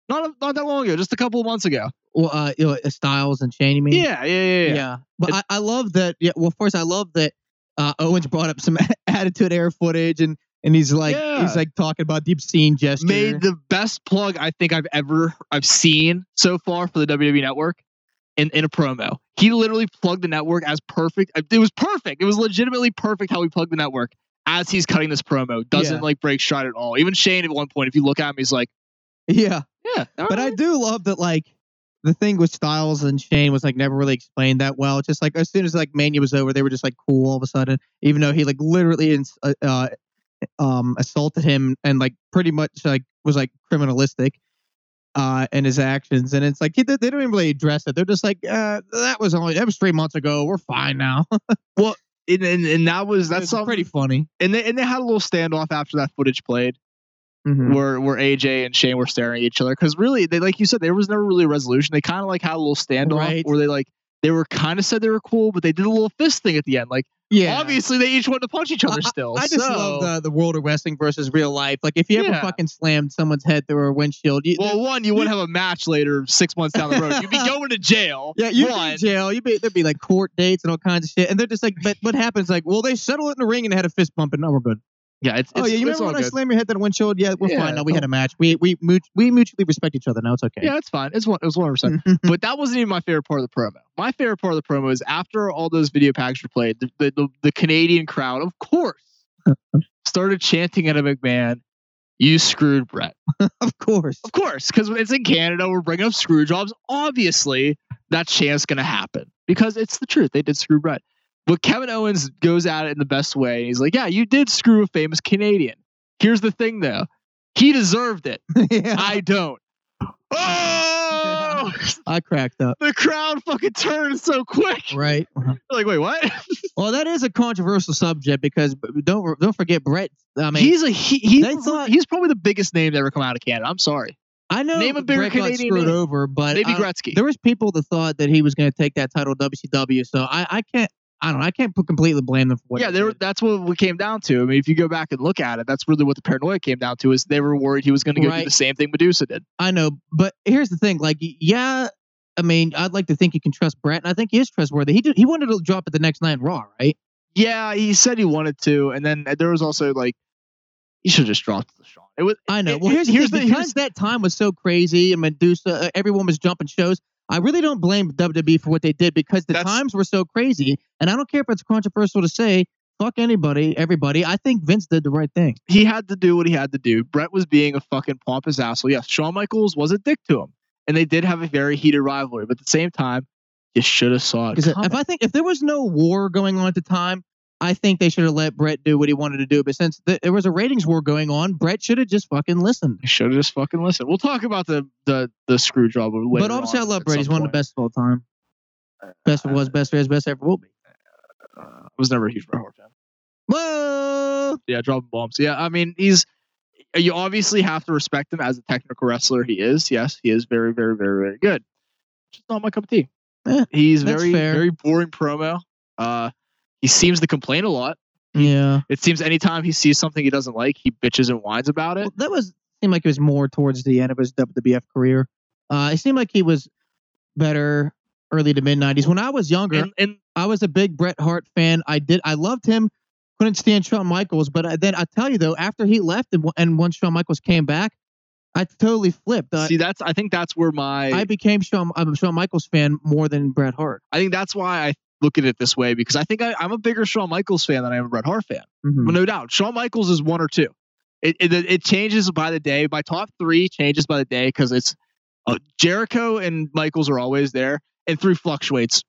Speaker 2: not not that long ago, just a couple of months ago.
Speaker 1: Well, uh, you know, Styles and Shane, you mean?
Speaker 2: Yeah, yeah, yeah, yeah.
Speaker 1: But
Speaker 2: It-
Speaker 1: I, I love that. Yeah. Well, first, I love that uh, Owens brought up some *laughs* attitude air footage, and and he's like,
Speaker 2: Yeah.
Speaker 1: he's like talking about deep scene gesture.
Speaker 2: made the best plug I think I've ever I've seen so far for the WWE network in, in a promo. He literally plugged the network as perfect. Uh, It was perfect. It was legitimately perfect how he plugged the network as he's cutting this promo. Doesn't
Speaker 1: Yeah.
Speaker 2: like break stride at all. Even Shane at one point, if you look at him, he's like,
Speaker 1: yeah.
Speaker 2: Yeah.
Speaker 1: But I do love that, like. The thing with Styles and Shane was like never really explained that well. It's just like as soon as like Mania was over, they were just like cool all of a sudden. Even though he like literally ins- uh, uh, um, assaulted him and like pretty much like was like criminalistic uh, in his actions, and it's like he, they don't even really address it. They're just like uh, that was only that was three months ago. We're fine now.
Speaker 2: and, and, and that was
Speaker 1: *laughs*
Speaker 2: that's
Speaker 1: It's
Speaker 2: something
Speaker 1: pretty funny.
Speaker 2: and they and they had a little standoff after that footage played.
Speaker 1: Hmm.
Speaker 2: where where AJ and Shane were staring at each other because really they like you said there was never really a resolution. They kind of like had a little standoff
Speaker 1: Right.
Speaker 2: where they like they were kind of said they were cool, but they did a little fist thing at the end. Like
Speaker 1: Yeah,
Speaker 2: obviously they each wanted to punch each other still.
Speaker 1: I just
Speaker 2: so-
Speaker 1: love the the world of wrestling versus real life. Like if you ever
Speaker 2: Yeah.
Speaker 1: fucking slammed someone's head through a windshield, you,
Speaker 2: Well, one you wouldn't have a match later six months down the road. You'd
Speaker 1: *laughs*
Speaker 2: be going to jail.
Speaker 1: Yeah, you'd be
Speaker 2: one.
Speaker 1: in jail. You'd be there'd be like court dates and all kinds of shit. And they're just like, but what happens? Like, well, they settle it in the ring and had a fist bump, and now we're good.
Speaker 2: Yeah, it's,
Speaker 1: oh
Speaker 2: it's-
Speaker 1: yeah, you
Speaker 2: it's
Speaker 1: remember
Speaker 2: all
Speaker 1: when I
Speaker 2: good.
Speaker 1: slammed your head that windshield? Yeah, we're
Speaker 2: Yeah,
Speaker 1: fine. Now we
Speaker 2: no.
Speaker 1: had a match. We we mut- we mutually respect each other. Now it's okay.
Speaker 2: Yeah, it's fine. It's one. It was one percent. but that wasn't even my favorite part of the promo. My favorite part of the promo is after all those video packs were played, the, the, the, the Canadian crowd, of course, started chanting at a McMahon, You screwed Brett.
Speaker 1: of
Speaker 2: *laughs*
Speaker 1: course. *laughs*
Speaker 2: Of course, because it's in Canada, we're bringing up screw jobs. Obviously, that chant's going to happen because it's the truth. They did screw Brett. But Kevin Owens goes at it in the best way. He's like, Yeah, you did screw a famous Canadian. Here's the thing, though. He deserved it.
Speaker 1: yeah, I,
Speaker 2: I don't. Oh!
Speaker 1: cracked up.
Speaker 2: the crowd fucking turned so
Speaker 1: *laughs*
Speaker 2: quick.
Speaker 1: Right. Uh-huh.
Speaker 2: Like, wait, what? *laughs*
Speaker 1: Well, that is a controversial subject because b- don't don't forget Brett. I mean,
Speaker 2: he's a he, he's,
Speaker 1: They thought-
Speaker 2: he's probably the biggest name to ever come out of Canada. I'm sorry,
Speaker 1: I know
Speaker 2: name a bigger
Speaker 1: Brett got
Speaker 2: Canadian
Speaker 1: screwed
Speaker 2: name.
Speaker 1: over, but
Speaker 2: maybe
Speaker 1: I-
Speaker 2: Gretzky.
Speaker 1: there was people that thought that he was going to take that title WCW. So I I can't I don't know, I can't p- completely blame them for what.
Speaker 2: yeah,
Speaker 1: they
Speaker 2: they were,
Speaker 1: did.
Speaker 2: that's what we came down to. I mean, if you go back and look at it, that's really what the paranoia came down to. Is they were worried he was going to go do
Speaker 1: Right.
Speaker 2: the same thing Medusa did.
Speaker 1: I know, but here's the thing. Like, yeah, I mean, I'd like to think you can trust Brett, and I think he is trustworthy. He did, he wanted to drop it the next night Raw, right?
Speaker 2: Yeah, he said he wanted to, and then there was also like he should just dropped the Sean. It was
Speaker 1: I know.
Speaker 2: It-
Speaker 1: Well, here's
Speaker 2: it-
Speaker 1: the
Speaker 2: here's
Speaker 1: thing.
Speaker 2: the-
Speaker 1: because
Speaker 2: here's-
Speaker 1: that time was so crazy, and Medusa, uh, everyone was jumping shows. I really don't blame WWE for what they did because the
Speaker 2: That's-
Speaker 1: times were so crazy, and I don't care if it's controversial to say. Fuck anybody, everybody. I think Vince did the right thing.
Speaker 2: he had to do what he had to do. Brett was being a fucking pompous asshole. Yes, Shawn Michaels was a dick to him, and they did have a very heated rivalry. But at the same time, you should have saw it.
Speaker 1: Because
Speaker 2: coming.
Speaker 1: if I think if there was no war going on at the time, I think they should have let Brett do what he wanted to do. But since th- there was a ratings war going on, Brett should have just fucking listened.
Speaker 2: You should have just fucking listened. We'll talk about the the the screw job later.
Speaker 1: but obviously, I
Speaker 2: on
Speaker 1: love
Speaker 2: at
Speaker 1: Brett. He's
Speaker 2: some
Speaker 1: one of the
Speaker 2: point.
Speaker 1: best of all time. Best of was, best there is, best ever will be.
Speaker 2: Uh, I was never a huge Bret Hart fan.
Speaker 1: Whoa!
Speaker 2: Yeah, dropping bombs. Yeah, I mean he's. You obviously have to respect him as a technical wrestler. He is. Yes, he is very, very, very, very good. Just not my cup of tea.
Speaker 1: Eh,
Speaker 2: he's
Speaker 1: that's
Speaker 2: very,
Speaker 1: fair.
Speaker 2: very boring promo. Uh, he seems to complain a lot.
Speaker 1: Yeah.
Speaker 2: It seems anytime he sees something he doesn't like, he bitches and whines about it.
Speaker 1: Well, that was seemed like it was more towards the end of his WWF career. Uh, it seemed like he was better early to mid '90s. When I was younger,
Speaker 2: And, and
Speaker 1: I was a big Bret Hart fan. I did. I loved him. Couldn't stand Shawn Michaels. But I, then I tell you though, after he left and and once Shawn Michaels came back, I totally flipped. I,
Speaker 2: see, that's I think that's where my
Speaker 1: I became Shawn. I'm a Shawn Michaels fan more than Bret Hart.
Speaker 2: I think that's why I look at it this way because I think I, I'm a bigger Shawn Michaels fan than I am a Bret Hart fan.
Speaker 1: Mhm.
Speaker 2: Well, no doubt, Shawn Michaels is one or two. It it, it changes by the day. My top three changes by the day because it's uh, Jericho and Michaels are always there, and three fluctuates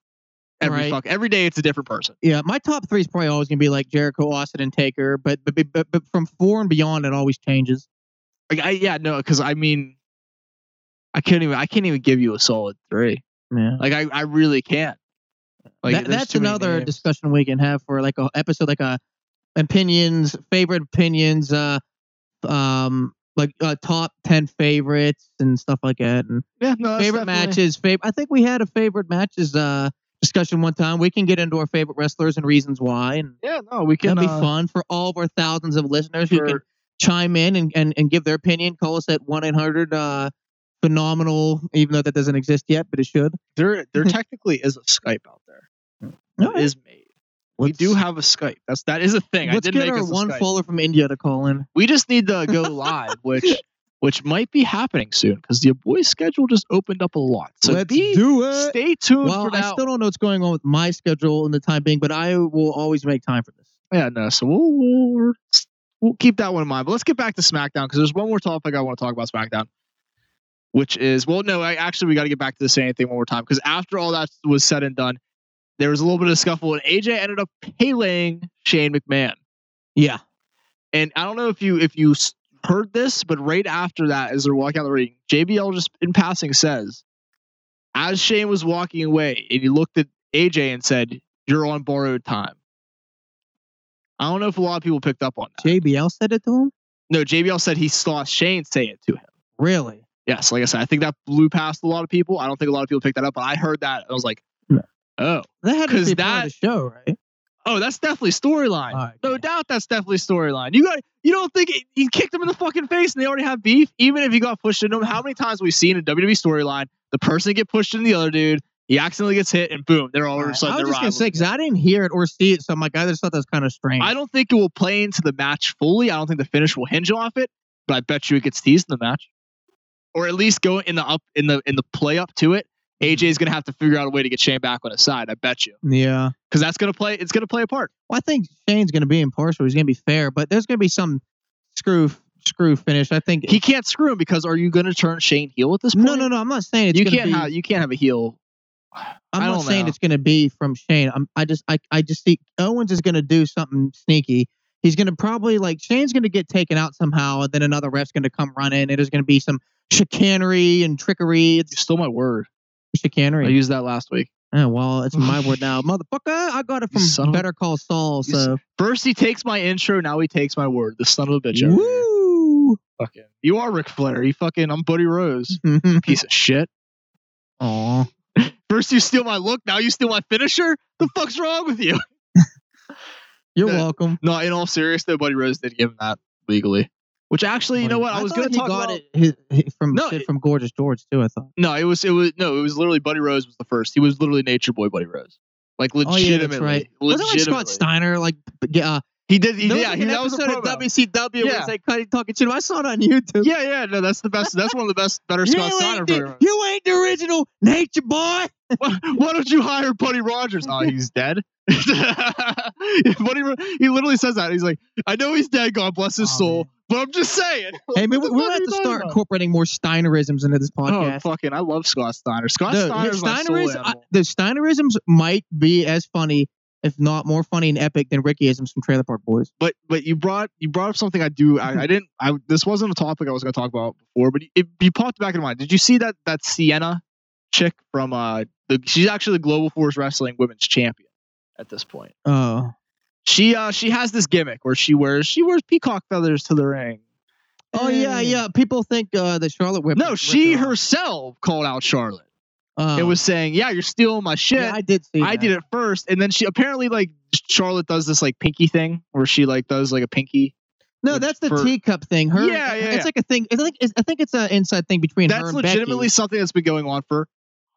Speaker 2: every
Speaker 1: Right.
Speaker 2: fuck every day. It's a different person.
Speaker 1: Yeah, my top three is probably always gonna be like Jericho, Austin, and Taker. But but but, but, but from four and beyond, it always changes.
Speaker 2: Like I yeah no because I mean I can't even I can't even give you a solid three.
Speaker 1: Yeah.
Speaker 2: Like I I really can't. Like
Speaker 1: that,
Speaker 2: there's
Speaker 1: that's
Speaker 2: too many
Speaker 1: another
Speaker 2: names.
Speaker 1: discussion we can have for like a episode, like a opinions, favorite opinions, uh, um, like uh, top ten favorites and stuff like that, and
Speaker 2: yeah, no, that's
Speaker 1: favorite
Speaker 2: Uh, definitely-
Speaker 1: matches. Favorite. I think we had a favorite matches uh discussion one time. We can get into our favorite wrestlers and reasons why, and
Speaker 2: Yeah, no, we can
Speaker 1: that'd be
Speaker 2: uh,
Speaker 1: fun for all of our thousands of listeners who
Speaker 2: for-
Speaker 1: can chime in and, and, and give their opinion. Call us at one eight hundred uh phenomenal, even though that doesn't exist yet, but it should.
Speaker 2: *laughs* There,
Speaker 1: *laughs*
Speaker 2: there technically is a Skype out there.
Speaker 1: All
Speaker 2: It
Speaker 1: right.
Speaker 2: is made. we do have a Skype. That's that is a thing. I
Speaker 1: Let's
Speaker 2: did
Speaker 1: get
Speaker 2: make
Speaker 1: our
Speaker 2: us a
Speaker 1: one
Speaker 2: Skype.
Speaker 1: follower from India to call in.
Speaker 2: We just need to
Speaker 1: *laughs*
Speaker 2: go live, which which might be happening soon because the boys' schedule just opened up a lot. So
Speaker 1: Let's
Speaker 2: be,
Speaker 1: do it.
Speaker 2: stay tuned
Speaker 1: Well,
Speaker 2: for
Speaker 1: I
Speaker 2: that.
Speaker 1: still don't know what's going on with my schedule in the time being, but I will always make time for this.
Speaker 2: yeah, no. So we'll, we'll we're- we'll keep that one in mind. But let's get back to SmackDown because there's one more topic I want to talk about SmackDown, which is well, no, I, actually we got to get back to the same thing one more time because after all that was said and done, there was a little bit of scuffle and AJ ended up paylaying Shane McMahon.
Speaker 1: Yeah.
Speaker 2: And I don't know if you if you s- heard this, but right after that, as they're walking out the ring, JBL just in passing says, as Shane was walking away, and he looked at AJ and said, "You're on borrowed time." I don't know if a lot of people picked up on that.
Speaker 1: JBL said it to him?
Speaker 2: No, JBL said he saw Shane say it to him.
Speaker 1: Really?
Speaker 2: Yes, like I said, I think that blew past a lot of people. I don't think a lot of people picked that up, but I heard that. I was like,
Speaker 1: No.
Speaker 2: "Oh,
Speaker 1: That had to
Speaker 2: 'Cause
Speaker 1: be part of the show, right?
Speaker 2: oh, that's definitely storyline."
Speaker 1: All right,
Speaker 2: No
Speaker 1: yeah.
Speaker 2: doubt that's definitely storyline. You got you don't think it, he kicked him in the fucking face and they already have E beef, even if he got pushed into him. How many times we've seen in WWE storyline the person get pushed in the other dude He accidentally gets hit, and boom, they're all of a
Speaker 1: I
Speaker 2: sudden
Speaker 1: was
Speaker 2: they're
Speaker 1: just gonna
Speaker 2: rivals.
Speaker 1: say because I didn't hear it or see it, so I'm like, I just thought that's kind of strange.
Speaker 2: I don't think it will play into the match fully. I don't think the finish will hinge off it, but I bet you it gets teased in the match, or at least go in the up in the in the play up to it.
Speaker 1: Mm-hmm.
Speaker 2: AJ's gonna have to figure out a way to get Shane back on his side. I bet you,
Speaker 1: yeah.
Speaker 2: because that's gonna play. It's gonna play a part.
Speaker 1: Well, I think Shane's gonna be impartial. He's gonna be fair, but there's gonna be some screw screw finish. I think.
Speaker 2: He can't screw him because are you gonna turn Shane heel at this point?
Speaker 1: no, no, no. I'm not saying it's
Speaker 2: you
Speaker 1: gonna
Speaker 2: can't
Speaker 1: be-
Speaker 2: have you can't have a heel.
Speaker 1: I'm
Speaker 2: I
Speaker 1: not
Speaker 2: don't
Speaker 1: saying
Speaker 2: know.
Speaker 1: it's going to be from Shane. I'm, I just, I, I just think Owens is going to do something sneaky. He's going to probably like Shane's going to get taken out somehow, and then another ref's going to come running. and There's going to be some chicanery and trickery.
Speaker 2: You
Speaker 1: It's
Speaker 2: stole my word. I
Speaker 1: chicanery.
Speaker 2: used that last week.
Speaker 1: oh, well, it's my
Speaker 2: *laughs*
Speaker 1: word now, motherfucker. I got it
Speaker 2: You son
Speaker 1: from
Speaker 2: of a-
Speaker 1: Better Call Saul.
Speaker 2: You son
Speaker 1: So
Speaker 2: First he takes my intro, now he takes my word. The son of a bitch. Over here.
Speaker 1: woo.
Speaker 2: Fucking, you are Ric Flair. You fucking, I'm Buddy
Speaker 1: *laughs*
Speaker 2: Rose. Piece of shit.
Speaker 1: Aw.
Speaker 2: First you steal my look, now you steal my finisher. The fuck's wrong with you? *laughs*
Speaker 1: You're
Speaker 2: Yeah.
Speaker 1: welcome.
Speaker 2: No, in all seriousness, though, Buddy Rose did give him that legally. Which actually, you know what? I, was
Speaker 1: thought
Speaker 2: gonna
Speaker 1: he
Speaker 2: talk
Speaker 1: got
Speaker 2: about
Speaker 1: it his, his- from
Speaker 2: No,
Speaker 1: shit
Speaker 2: it-
Speaker 1: from Gorgeous George too. I thought.
Speaker 2: No, it was it was no, it was literally Buddy Rose was the first. He was literally Nature Boy Buddy Rose. Like
Speaker 1: Oh yeah,
Speaker 2: legitimately,
Speaker 1: that's right. Wasn't it like
Speaker 2: legitimately.
Speaker 1: Scott Steiner like uh,
Speaker 2: He did. He,
Speaker 1: There
Speaker 2: yeah,
Speaker 1: was
Speaker 2: he,
Speaker 1: an
Speaker 2: that was a
Speaker 1: episode of
Speaker 2: promo.
Speaker 1: WCW where
Speaker 2: Yeah.
Speaker 1: it's like Cuddy talking shit. I saw it on *laughs* YouTube.
Speaker 2: Yeah, yeah, no, that's the best. That's one of the best, better
Speaker 1: You
Speaker 2: Scott
Speaker 1: ain't,
Speaker 2: Steiner.
Speaker 1: the,
Speaker 2: programs.
Speaker 1: you ain't the original nature boy.
Speaker 2: why, why don't you hire Buddy Rogers? Oh, he's dead. *laughs* Buddy, Ro- he literally says that. He's like, I know he's dead. God bless his
Speaker 1: Oh,
Speaker 2: soul. But I'm just saying.
Speaker 1: Hey, man,
Speaker 2: What
Speaker 1: we-
Speaker 2: the
Speaker 1: we're
Speaker 2: fuck
Speaker 1: gonna
Speaker 2: are
Speaker 1: have
Speaker 2: you
Speaker 1: to
Speaker 2: talking
Speaker 1: start
Speaker 2: about?
Speaker 1: incorporating more Steinerisms into this
Speaker 2: Oh,
Speaker 1: podcast.
Speaker 2: fucking! I love Scott Steiner. Scott
Speaker 1: Dude,
Speaker 2: Steiner's my soul
Speaker 1: Steinerism- I-
Speaker 2: animal.
Speaker 1: the Steinerisms might be as funny, if not more funny and epic, than Rickyisms from Trailer Park Boys.
Speaker 2: but but you brought you brought up something I do. I, I didn't. I this wasn't a topic I was going to talk about before, but it, you popped back in mind. Did you see that that Sienna chick from uh? The, she's actually the Global Force Wrestling Women's Champion at this point.
Speaker 1: Oh,
Speaker 2: She uh she has this gimmick where she wears she wears peacock feathers to the ring.
Speaker 1: oh yeah,
Speaker 2: Eh.
Speaker 1: yeah. People think uh, that Charlotte Whip.
Speaker 2: No,
Speaker 1: ripped
Speaker 2: she
Speaker 1: her off.
Speaker 2: herself called out Charlotte.
Speaker 1: Oh.
Speaker 2: It was saying, Uh, "Yeah, you're stealing my shit."
Speaker 1: Yeah, I did see.
Speaker 2: I did it first, and then she apparently like Charlotte does this like pinky thing where she like does like a pinky.
Speaker 1: No, that's the
Speaker 2: for-
Speaker 1: teacup thing. Her.
Speaker 2: Yeah, yeah, yeah.
Speaker 1: It's like a thing. I think. It's, I think it's an inside thing between her
Speaker 2: That's
Speaker 1: and
Speaker 2: legitimately
Speaker 1: Becky.
Speaker 2: something that's been going on for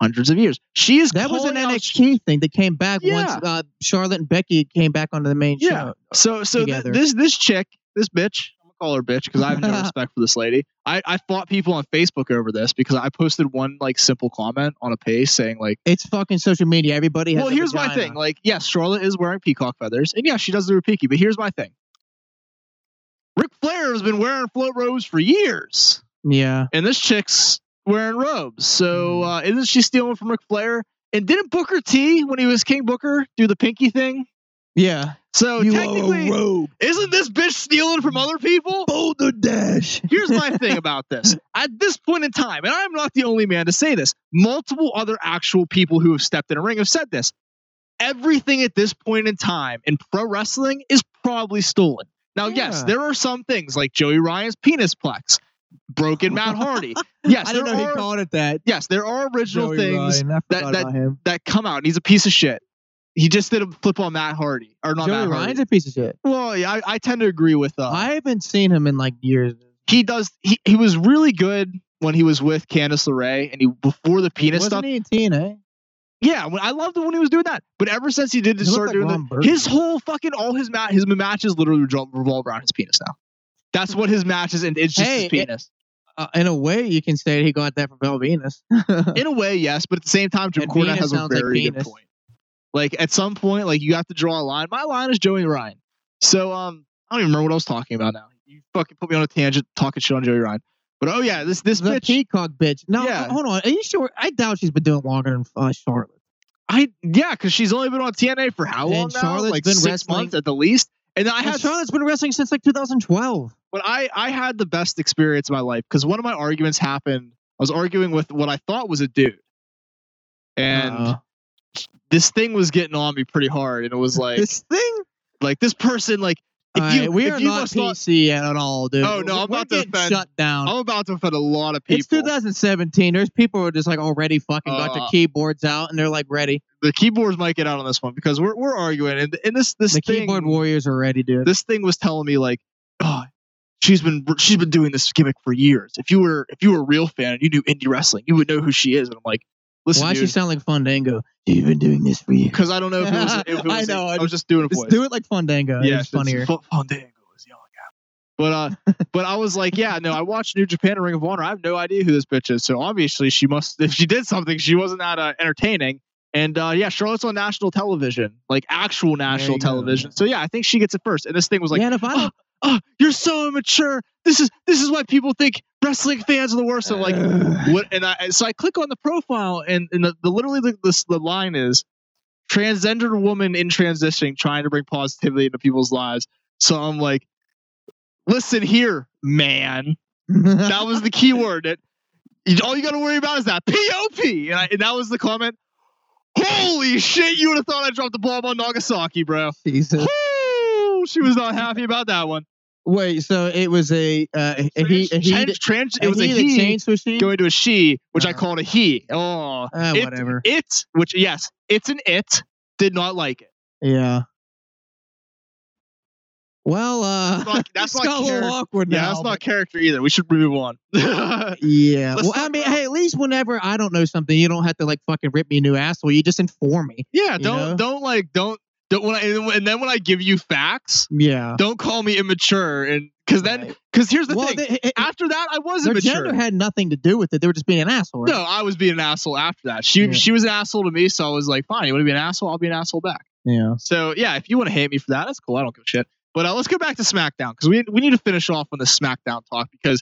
Speaker 2: hundreds of years. She is
Speaker 1: That was an
Speaker 2: calling out-
Speaker 1: NXT thing that came back
Speaker 2: Yeah.
Speaker 1: once uh, Charlotte and Becky came back onto the main
Speaker 2: Yeah.
Speaker 1: show.
Speaker 2: So so th-
Speaker 1: together.
Speaker 2: this this chick, this bitch, I'm gonna call her bitch because I have
Speaker 1: *laughs*
Speaker 2: no respect for this lady. I, I fought people on Facebook over this because I posted one like simple comment on a page saying like
Speaker 1: It's fucking social media. Everybody has.
Speaker 2: Well,
Speaker 1: a
Speaker 2: here's my
Speaker 1: vagina.
Speaker 2: thing. Like, yes, Charlotte is wearing peacock feathers, and yeah, she does do her peaky. But here's my thing. Ric Flair has been wearing float robes for years,
Speaker 1: yeah.
Speaker 2: and this chick's wearing robes.
Speaker 1: Hmm.
Speaker 2: So uh, isn't she stealing from Ric Flair? And didn't Booker T, when he was King Booker, do the pinky thing?
Speaker 1: Yeah.
Speaker 2: So
Speaker 1: you
Speaker 2: technically,
Speaker 1: are a rogue.
Speaker 2: isn't this bitch stealing from other people?
Speaker 1: Boulder Dash. *laughs*
Speaker 2: Here's my thing about this. At this point in time, and I'm not the only man to say this, multiple other actual people who have stepped in a ring have said this. Everything at this point in time in pro wrestling is probably stolen. Now, yes,
Speaker 1: Yeah.
Speaker 2: there are some things like Joey Ryan's penis plex, broken
Speaker 1: *laughs*
Speaker 2: Matt Hardy. Yes,
Speaker 1: I
Speaker 2: there
Speaker 1: didn't know
Speaker 2: are,
Speaker 1: he called it that.
Speaker 2: yes, there are original
Speaker 1: Joey
Speaker 2: things
Speaker 1: Ryan. I forgot
Speaker 2: that- that-
Speaker 1: about him.
Speaker 2: that come out. And he's a piece of shit. He just did a flip on Matt Hardy. Or not
Speaker 1: Joey
Speaker 2: Matt Hardy.
Speaker 1: Ryan's a piece of shit.
Speaker 2: well, yeah, I, I tend to agree with uh,
Speaker 1: I haven't seen him in like years.
Speaker 2: he does he, he was really good when he was with Candice LeRae and he before the penis
Speaker 1: Wasn't
Speaker 2: stuff.
Speaker 1: he in TNA?
Speaker 2: Yeah, when, I loved it when he was doing that. But ever since he did
Speaker 1: He looked
Speaker 2: start
Speaker 1: like
Speaker 2: doing
Speaker 1: Ron
Speaker 2: that,
Speaker 1: Burgundy.
Speaker 2: his whole fucking all his mat his matches literally revolve, revolve around his penis now. That's what his matches and it's just
Speaker 1: Hey,
Speaker 2: his
Speaker 1: it-
Speaker 2: penis.
Speaker 1: Uh, in a way, you can say he got that from Val Venus.
Speaker 2: In a way, yes, but at the same time, Jim
Speaker 1: And
Speaker 2: Cornette
Speaker 1: penis
Speaker 2: has a
Speaker 1: sounds like
Speaker 2: very good
Speaker 1: penis.
Speaker 2: point. Like at some point, like you have to draw a line. My line is Joey Ryan. So um, I don't even remember what I was talking about now. You fucking put me on a tangent talking shit on Joey Ryan. But oh yeah, this this
Speaker 1: the
Speaker 2: bitch.
Speaker 1: peacock bitch. No,
Speaker 2: Yeah.
Speaker 1: hold on. Are you sure? I doubt she's been doing longer than uh, Charlotte.
Speaker 2: I yeah, because she's only been on TNA for how
Speaker 1: And
Speaker 2: long now?
Speaker 1: Charlotte's
Speaker 2: like
Speaker 1: been
Speaker 2: six
Speaker 1: wrestling-
Speaker 2: months at the least. And I
Speaker 1: And
Speaker 2: had,
Speaker 1: Charlotte's been wrestling since like 2012.
Speaker 2: but I I had the best experience of my life because one of my arguments happened. I was arguing with what I thought was a dude, and
Speaker 1: Uh,
Speaker 2: this thing was getting on me pretty hard. And it was like,
Speaker 1: this thing.
Speaker 2: like this person, like if
Speaker 1: All
Speaker 2: you,
Speaker 1: right, we
Speaker 2: if
Speaker 1: are
Speaker 2: you
Speaker 1: not
Speaker 2: must not,
Speaker 1: PC at all, dude.
Speaker 2: Oh, no, I'm
Speaker 1: We're
Speaker 2: about to
Speaker 1: getting
Speaker 2: offend
Speaker 1: shut down.
Speaker 2: I'm about to offend a lot of
Speaker 1: it's
Speaker 2: people.
Speaker 1: 2017. There's people who are just like already fucking got their
Speaker 2: Uh,
Speaker 1: keyboards out and they're like ready.
Speaker 2: the keyboards might get out on this one because we're we're arguing, and and this this
Speaker 1: The
Speaker 2: thing,
Speaker 1: keyboard warriors are ready, dude.
Speaker 2: this thing was telling me like, oh, she's been she's been doing this gimmick for years. If you were if you were a real fan and you knew indie wrestling, you would know who she is. And I'm like, Listen,
Speaker 1: Why does she
Speaker 2: *laughs* dude,
Speaker 1: sound like Fandango? You've been doing this for years.
Speaker 2: because I don't know if it
Speaker 1: *laughs*
Speaker 2: was. If it was
Speaker 1: I know, I
Speaker 2: I was just doing a voice.
Speaker 1: Just do it like Fandango. Yeah, it's
Speaker 2: that's-
Speaker 1: funnier.
Speaker 2: Fa- Fandango is yelling at me.
Speaker 1: *laughs*
Speaker 2: But uh, but I was like, yeah, no, I watched New Japan and Ring of Honor. I have no idea who this bitch is. So obviously, she must. If she did something, she wasn't that uh, entertaining. And uh, yeah, Charlotte's on national television, like actual national
Speaker 1: you go.
Speaker 2: television. So yeah, I think she gets it first. And this thing was like,
Speaker 1: yeah, and if I
Speaker 2: *laughs*
Speaker 1: don't,
Speaker 2: oh, you're so immature. This is this is why people think wrestling fans are the worst. I'm like, what? And I so I click on the profile, and, and the, the literally the, the the line is transgender woman in transitioning trying to bring positivity into people's lives. So I'm like, listen here, man. That was the key word. It, you- all you got to worry about is that pop, and, I, and that was the comment. Holy shit! You would have thought I dropped the bomb on Nagasaki, bro.
Speaker 1: *laughs* Jesus.
Speaker 2: Woo! She was not happy about that one.
Speaker 1: Wait, so it was a uh, a, a he a
Speaker 2: Trans-
Speaker 1: he
Speaker 2: trans- trans- it was a
Speaker 1: he
Speaker 2: he
Speaker 1: that changed machine.
Speaker 2: going to a she, which I
Speaker 1: Uh.
Speaker 2: called a he. Oh,
Speaker 1: Ah,
Speaker 2: it-
Speaker 1: whatever.
Speaker 2: it, which yes, it's an it. Did not like it.
Speaker 1: yeah. Well, uh, *laughs*
Speaker 2: Fuck,
Speaker 1: it's
Speaker 2: that's not
Speaker 1: got a
Speaker 2: character.
Speaker 1: little awkward
Speaker 2: Yeah,
Speaker 1: now.
Speaker 2: that's
Speaker 1: but-
Speaker 2: not character either. We should move on. *laughs*
Speaker 1: Yeah.
Speaker 2: Let's
Speaker 1: well, I
Speaker 2: talk
Speaker 1: mean,
Speaker 2: about-
Speaker 1: hey, at least whenever I don't know something, you don't have to like fucking rip me a new asshole. You just inform me.
Speaker 2: yeah,
Speaker 1: You
Speaker 2: don't
Speaker 1: know?
Speaker 2: don't like don't don't when I and then when I give you facts,
Speaker 1: Yeah.
Speaker 2: don't call me immature and because then because here's the
Speaker 1: well,
Speaker 2: thing.
Speaker 1: they- it- it-
Speaker 2: After that, I was
Speaker 1: their
Speaker 2: immature.
Speaker 1: gender had nothing to do with it. They were just being an asshole. Right?
Speaker 2: no, I was being an asshole after that. She
Speaker 1: Yeah.
Speaker 2: she was an asshole to me, so I was like, fine, you want to be an asshole? I'll be an asshole back.
Speaker 1: Yeah.
Speaker 2: So yeah, if you want to hate me for that, that's cool. I don't give a shit. But uh, let's go back to SmackDown because we we need to finish off on this SmackDown talk because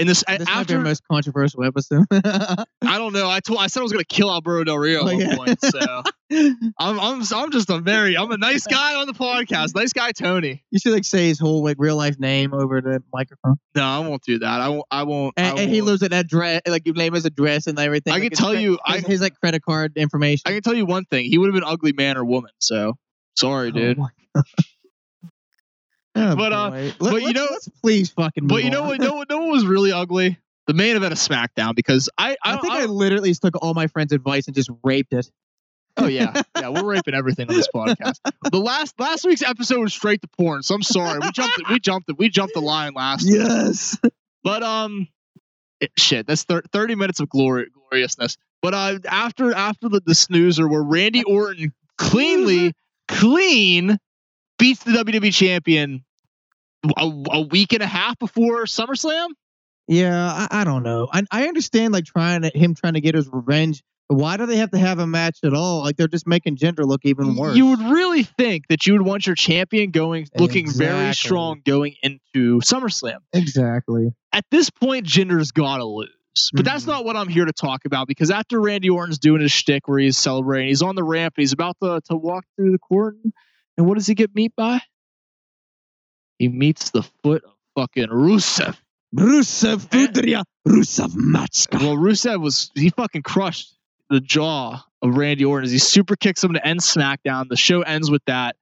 Speaker 2: in this,
Speaker 1: This might be
Speaker 2: after
Speaker 1: our most controversial episode. *laughs*
Speaker 2: I don't know I told I said I was gonna kill Alberto Del
Speaker 1: Oh,
Speaker 2: Rio at one
Speaker 1: yeah.
Speaker 2: point.
Speaker 1: *laughs*
Speaker 2: So
Speaker 1: you
Speaker 2: I'm I'm I'm just a very I'm
Speaker 1: *laughs*
Speaker 2: a nice guy on the podcast. Nice guy Tony.
Speaker 1: should like say his whole like real life name over the microphone.
Speaker 2: No, I won't do that. I won't. I won't. I,
Speaker 1: And, and he
Speaker 2: won't.
Speaker 1: lives at that address, like you name his address and everything.
Speaker 2: I
Speaker 1: like
Speaker 2: can
Speaker 1: his
Speaker 2: tell
Speaker 1: cre-
Speaker 2: you-
Speaker 1: his,
Speaker 2: I-
Speaker 1: his, like credit card information.
Speaker 2: I can tell you one thing. He would have been ugly man or woman. So sorry, dude.
Speaker 1: Oh my God. *laughs* Oh,
Speaker 2: But, uh,
Speaker 1: boy. Let-
Speaker 2: but you
Speaker 1: let's-
Speaker 2: know-
Speaker 1: let's please fucking.
Speaker 2: but
Speaker 1: move
Speaker 2: you know
Speaker 1: on.
Speaker 2: what? No, no one was really ugly. The main event of SmackDown because I I,
Speaker 1: I,
Speaker 2: don't-
Speaker 1: think
Speaker 2: I
Speaker 1: I,
Speaker 2: don't-
Speaker 1: literally just took all my friends' advice and just raped it. *laughs*
Speaker 2: Oh yeah, yeah, we're raping everything on this podcast. The last last week's episode was straight to porn, so I'm sorry. We jumped it. We jumped it. We jumped the line last.
Speaker 1: Yes.
Speaker 2: But um, it- shit, that's thir- 30 minutes of glory gloriousness. But uh, after after the, the snoozer, where Randy Orton cleanly
Speaker 1: Mm-hmm.
Speaker 2: clean beats the WWE champion a, a week and a half before SummerSlam.
Speaker 1: Yeah, I, I don't know. I, I understand like trying to, him trying to get his revenge. but Why do they have to have a match at all? Like they're just making gender look even worse.
Speaker 2: You would really think that you would want your champion going looking very
Speaker 1: Exactly.
Speaker 2: strong going into SummerSlam.
Speaker 1: exactly.
Speaker 2: at this point, gender's gotta lose. But that's
Speaker 1: Mhm.
Speaker 2: not what I'm here to talk about because after Randy Orton's doing his shtick where he's celebrating, he's on the ramp and he's about to, to walk through the cordon. And what does he get meet by? He meets the foot of fucking Rusev.
Speaker 1: Rusev Fudria, Rusev Matska.
Speaker 2: Well, Rusev was, he fucking crushed the jaw of Randy Orton as he super kicks him to end SmackDown. The show ends with that.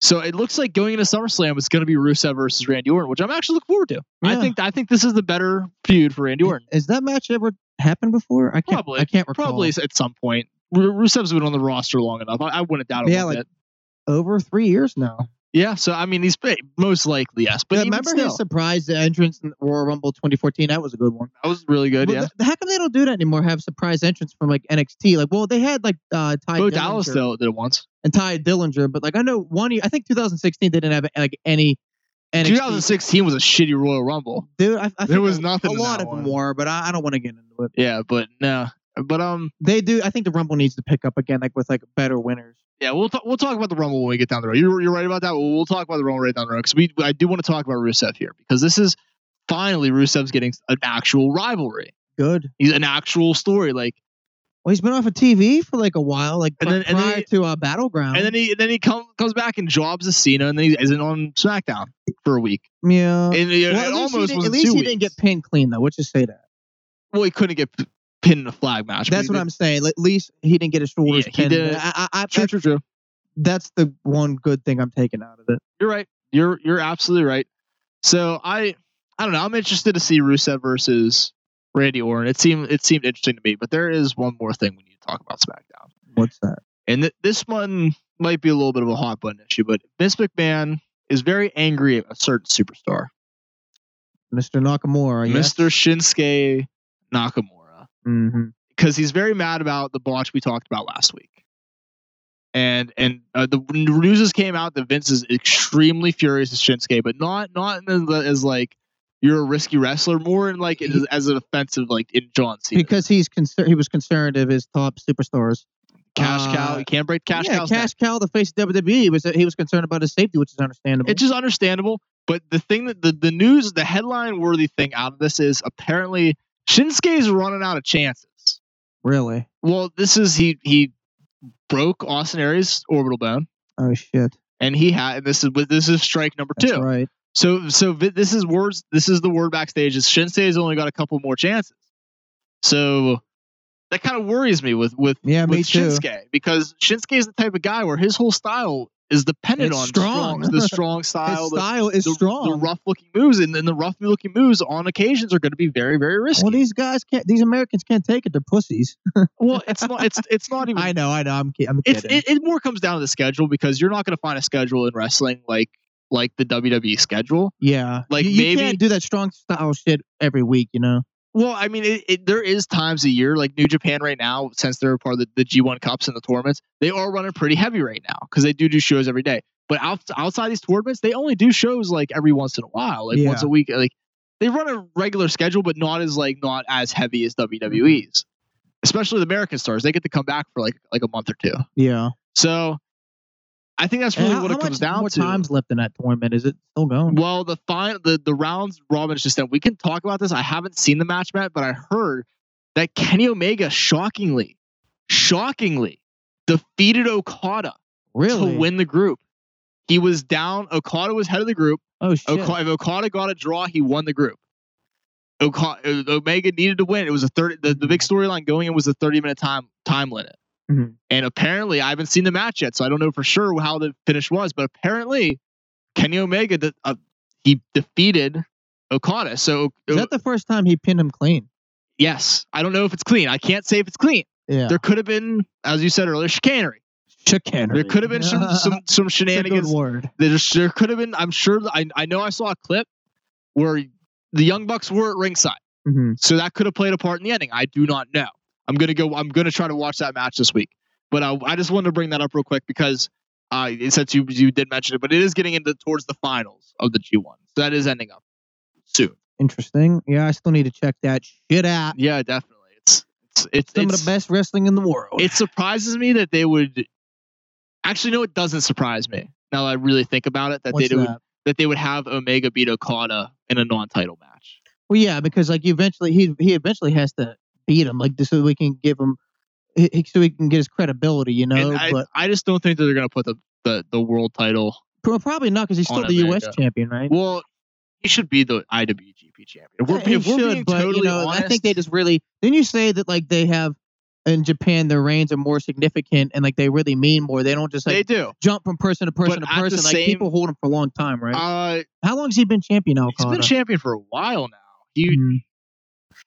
Speaker 2: So it looks like going into SummerSlam, it's going to be Rusev versus Randy Orton, which I'm actually looking forward to. I
Speaker 1: Yeah.
Speaker 2: think I think this is the better feud for Randy Orton.
Speaker 1: Has that match ever happened before? I can't.
Speaker 2: Probably.
Speaker 1: I can't recall.
Speaker 2: Probably at some point. Ru- Rusev's been on the roster long enough. I, I wouldn't doubt it.
Speaker 1: Yeah,
Speaker 2: one
Speaker 1: like-
Speaker 2: bit.
Speaker 1: over three years now.
Speaker 2: yeah. So I mean, he's been- most likely yes, but
Speaker 1: Yeah,
Speaker 2: even
Speaker 1: remember
Speaker 2: still,
Speaker 1: his surprise entrance in Royal Rumble 2014? That was a good one.
Speaker 2: that was really good.
Speaker 1: Well,
Speaker 2: yeah,
Speaker 1: th- how come they don't do that anymore? Have surprise entrance from like NXT? Like, well, they had like uh, Ty
Speaker 2: Bo
Speaker 1: Dillinger
Speaker 2: Dallas though did it once.
Speaker 1: and Ty Dillinger, but like I know one. year- I think 2016 they didn't have like any. NXT.
Speaker 2: 2016 was a shitty Royal Rumble.
Speaker 1: Dude, I, I
Speaker 2: There
Speaker 1: think
Speaker 2: was
Speaker 1: a-
Speaker 2: nothing
Speaker 1: A
Speaker 2: in
Speaker 1: lot
Speaker 2: that
Speaker 1: of them
Speaker 2: one.
Speaker 1: were, but I, I don't want to get into it.
Speaker 2: Yeah, but no, but um,
Speaker 1: They do. I think the Rumble needs to pick up again, like with like better winners.
Speaker 2: yeah, we'll talk. We'll talk about the Rumble when we get down the road. You're, you're right about that. We'll, we'll talk about the Rumble right down the road because we I do want to talk about Rusev here because this is finally Rusev's getting an actual rivalry.
Speaker 1: Good.
Speaker 2: He's an actual story. Like
Speaker 1: Well, he's been off of TV for like a while, like
Speaker 2: And
Speaker 1: pri-
Speaker 2: then- and then
Speaker 1: prior
Speaker 2: he-
Speaker 1: to uh, Battleground.
Speaker 2: And then he then he come, comes back and jobs a Cena, and then he isn't on SmackDown for a week.
Speaker 1: yeah.
Speaker 2: And it,
Speaker 1: Uh, Well, at
Speaker 2: it
Speaker 1: least he
Speaker 2: almost
Speaker 1: didn't-
Speaker 2: was
Speaker 1: At least
Speaker 2: two
Speaker 1: he
Speaker 2: weeks.
Speaker 1: didn't get pinned clean though. Let's just say that.
Speaker 2: well, he couldn't get p- pinned in a flag match.
Speaker 1: That's what I'm saying. At least he didn't get his shoulders
Speaker 2: Yeah, he
Speaker 1: pinned.
Speaker 2: did.
Speaker 1: I, I, I,
Speaker 2: True,
Speaker 1: that's,
Speaker 2: true, true.
Speaker 1: that's the one good thing I'm taking out of it.
Speaker 2: You're right. You're you're absolutely right. So I I don't know. I'm interested to see Rusev versus Randy Orton. It seemed it seemed interesting to me, but there is one more thing we need to talk about SmackDown.
Speaker 1: What's that?
Speaker 2: And th- this one might be a little bit of a hot button issue, but Vince McMahon is very angry at a certain superstar,
Speaker 1: Mr. Nakamura.
Speaker 2: Mr. Shinsuke Nakamura.
Speaker 1: Mm-hmm.
Speaker 2: because he's very mad about the botch we talked about last week. And and uh, the news just came out that Vince is extremely furious at Shinsuke, but not not in the, as like you're a risky wrestler, more in like as, as an offensive like in John Cena.
Speaker 1: because he's concerned. He was concerned of his top superstars.
Speaker 2: cash cow,
Speaker 1: uh,
Speaker 2: you can't break cash
Speaker 1: yeah,
Speaker 2: cows.
Speaker 1: Cash Cow, the face of WWE, was he was concerned about his safety, which is understandable.
Speaker 2: It's just understandable. But the thing that the, the news, the headline worthy thing out of this is apparently Shinsuke's running out of chances.
Speaker 1: really.
Speaker 2: Well, this is he he broke Austin Aries' orbital bone,
Speaker 1: Oh shit.
Speaker 2: and he had and this is this is strike number
Speaker 1: That's
Speaker 2: two.
Speaker 1: right.
Speaker 2: So so vi- this is words. This is the word backstage is Shinsuke's only got a couple more chances. So that kind of worries me with with
Speaker 1: Yeah, me
Speaker 2: with
Speaker 1: too.
Speaker 2: Shinsuke because Shinsuke is the type of guy where his whole style is dependent
Speaker 1: It's
Speaker 2: on
Speaker 1: strong. *laughs*
Speaker 2: the strong style,
Speaker 1: His
Speaker 2: the-
Speaker 1: style is
Speaker 2: the,
Speaker 1: strong.
Speaker 2: the rough looking moves, and then the rough looking moves on occasions are going to be very, very risky.
Speaker 1: well, these guys can't. These Americans can't take it. They're pussies.
Speaker 2: Well, it's not. It's it's *laughs* not even.
Speaker 1: I know. I know. I'm, ki- I'm
Speaker 2: it's
Speaker 1: kidding.
Speaker 2: it, it more comes down to the schedule because you're not going to find a schedule in wrestling like like the WWE schedule.
Speaker 1: yeah.
Speaker 2: like,
Speaker 1: you, you
Speaker 2: maybe-
Speaker 1: can't do that strong style shit every week. You know.
Speaker 2: Well, I mean, it, it, there is times a year like New Japan right now, since they're part of the, the G1 Cups and the tournaments, they are running pretty heavy right now because they do do shows every day. But out, outside these tournaments, they only do shows like every once in a while, like
Speaker 1: Yeah.
Speaker 2: once a week. Like they run a regular schedule, but not as like not as heavy
Speaker 1: Mm-hmm.
Speaker 2: as WWE's. Especially the American stars, they get to come back for like like a month or two.
Speaker 1: Yeah.
Speaker 2: So I think that's
Speaker 1: And
Speaker 2: really
Speaker 1: how,
Speaker 2: what
Speaker 1: how
Speaker 2: it comes
Speaker 1: much
Speaker 2: down
Speaker 1: more
Speaker 2: to.
Speaker 1: times left in that tournament? Is it still going?
Speaker 2: Well, the fine the the rounds Robin just said we can talk about this. I haven't seen the match, Matt, but I heard that Kenny Omega shockingly, shockingly defeated Okada
Speaker 1: really?
Speaker 2: to win the group. He was down. Okada was head of the group.
Speaker 1: oh shit.
Speaker 2: Oka- if Okada got a draw, he won the group. Oka- uh, Omega needed to win. It was a thirty. The, the big storyline going in was a thirty minute time time limit.
Speaker 1: Mhm.
Speaker 2: And apparently, I haven't seen the match yet, so I don't know for sure how the finish was. But apparently, Kenny Omega de- uh, he defeated Okada. So
Speaker 1: Is that the first time he pinned him clean?
Speaker 2: yes, I don't know if it's clean. I can't say if it's clean.
Speaker 1: Yeah.
Speaker 2: There could have been, as you said earlier, chicanery.
Speaker 1: Chicanery.
Speaker 2: There could have
Speaker 1: *laughs*
Speaker 2: been some some some
Speaker 1: That's a good
Speaker 2: shenanigans
Speaker 1: word.
Speaker 2: there's there could have been I'm sure I I know I saw a clip where the Young Bucks were at ringside.
Speaker 1: hmm
Speaker 2: So that could have played a part in the ending. I do not know. I'm gonna go I'm gonna try to watch that match this week. But I, I just wanted to bring that up real quick because uh since you you did mention it, but it is getting into towards the finals of the G1. So that is ending up soon.
Speaker 1: Interesting. Yeah, I still need to check that shit out.
Speaker 2: Yeah, definitely. It's it's it's
Speaker 1: Some
Speaker 2: it's,
Speaker 1: of the best wrestling in the world.
Speaker 2: it surprises me that they would actually no it doesn't surprise me now that I really think about it that
Speaker 1: What's
Speaker 2: they would
Speaker 1: that?
Speaker 2: that they would have Omega beat Okada in a non-title match.
Speaker 1: Well, yeah, because like eventually he he eventually has to beat him like so we can give him he, he- so he can get his credibility, you know.
Speaker 2: and I,
Speaker 1: but
Speaker 2: I just don't think that they're gonna put the the, the world title.
Speaker 1: pro- probably not because he's still
Speaker 2: on
Speaker 1: the U.S.
Speaker 2: America.
Speaker 1: champion, right?
Speaker 2: Well, he should be the IWGP champion. If we're,
Speaker 1: Yeah, he
Speaker 2: if we're
Speaker 1: should,
Speaker 2: being
Speaker 1: but
Speaker 2: totally
Speaker 1: you know,
Speaker 2: honest,
Speaker 1: I think they just really. Didn't you say that like they have in Japan their reigns are more significant and like they really mean more? They don't just like
Speaker 2: they do.
Speaker 1: jump from person to person
Speaker 2: But
Speaker 1: to
Speaker 2: at the
Speaker 1: person. Like
Speaker 2: same-
Speaker 1: people hold him for a long time, right?
Speaker 2: Uh,
Speaker 1: How long has he been champion,
Speaker 2: he's
Speaker 1: Alcala?
Speaker 2: been champion for a while now. He
Speaker 1: Mhm.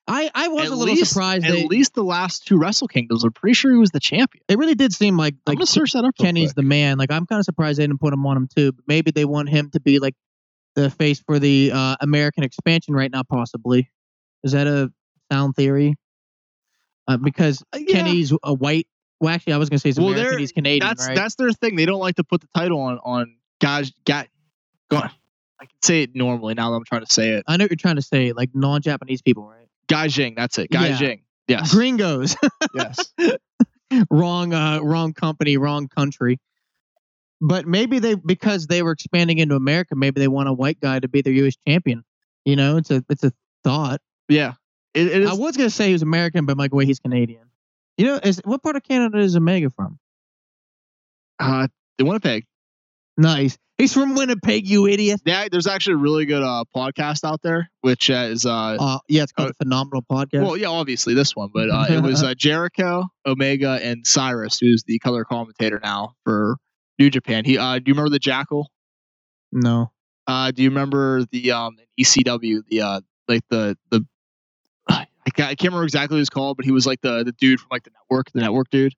Speaker 1: I Hmm. I was
Speaker 2: at
Speaker 1: a little
Speaker 2: least-
Speaker 1: surprised.
Speaker 2: at
Speaker 1: They,
Speaker 2: least the last two Wrestle Kingdoms. I'm pretty sure he was the champion.
Speaker 1: it really did seem like
Speaker 2: I'm
Speaker 1: like
Speaker 2: gonna search that up. real
Speaker 1: Kenny's
Speaker 2: quick.
Speaker 1: the man. Like I'm kind of surprised they didn't put him on him too. But maybe they want him to be like the face for the uh, American expansion right now. Possibly is that a sound theory? Uh, because
Speaker 2: Uh, yeah,
Speaker 1: Kenny's a white. Well, actually, I was gonna say he's
Speaker 2: Well,
Speaker 1: American.
Speaker 2: they're-
Speaker 1: he's Canadian,
Speaker 2: that's
Speaker 1: right?
Speaker 2: that's their thing. They don't like to put the title on on guys. Got gone. I can say it normally now that I'm trying to say it.
Speaker 1: I know what you're trying to say, like non-Japanese people, right?
Speaker 2: Gai Jing, that's it. Gai
Speaker 1: Yeah.
Speaker 2: Jing. Yes.
Speaker 1: Gringos.
Speaker 2: *laughs*
Speaker 1: *laughs*
Speaker 2: yes.
Speaker 1: wrong uh wrong company wrong country but maybe they because they were expanding into america maybe they want a white guy to be their us champion you know it's a it's a thought
Speaker 2: Yeah. It, it
Speaker 1: i
Speaker 2: is.
Speaker 1: was gonna say he was american but like wait he's canadian you know is what part of canada is omega from
Speaker 2: Uh, the Winnipeg.
Speaker 1: nice he's from winnipeg you idiot
Speaker 2: Yeah, there's actually a really good uh, podcast out there, which uh, is uh,
Speaker 1: uh yeah it's called
Speaker 2: Oh.
Speaker 1: the phenomenal podcast
Speaker 2: well, yeah, obviously this one, but uh, it was uh, Jericho, Omega, and Cyrus, who's the color commentator now for New Japan. He, uh, do you remember the Jackal?
Speaker 1: no
Speaker 2: Uh, do you remember the um, ECW? The uh, like the the I can't, I can't remember exactly what he's called, but he was like the the dude from like the network, the network dude,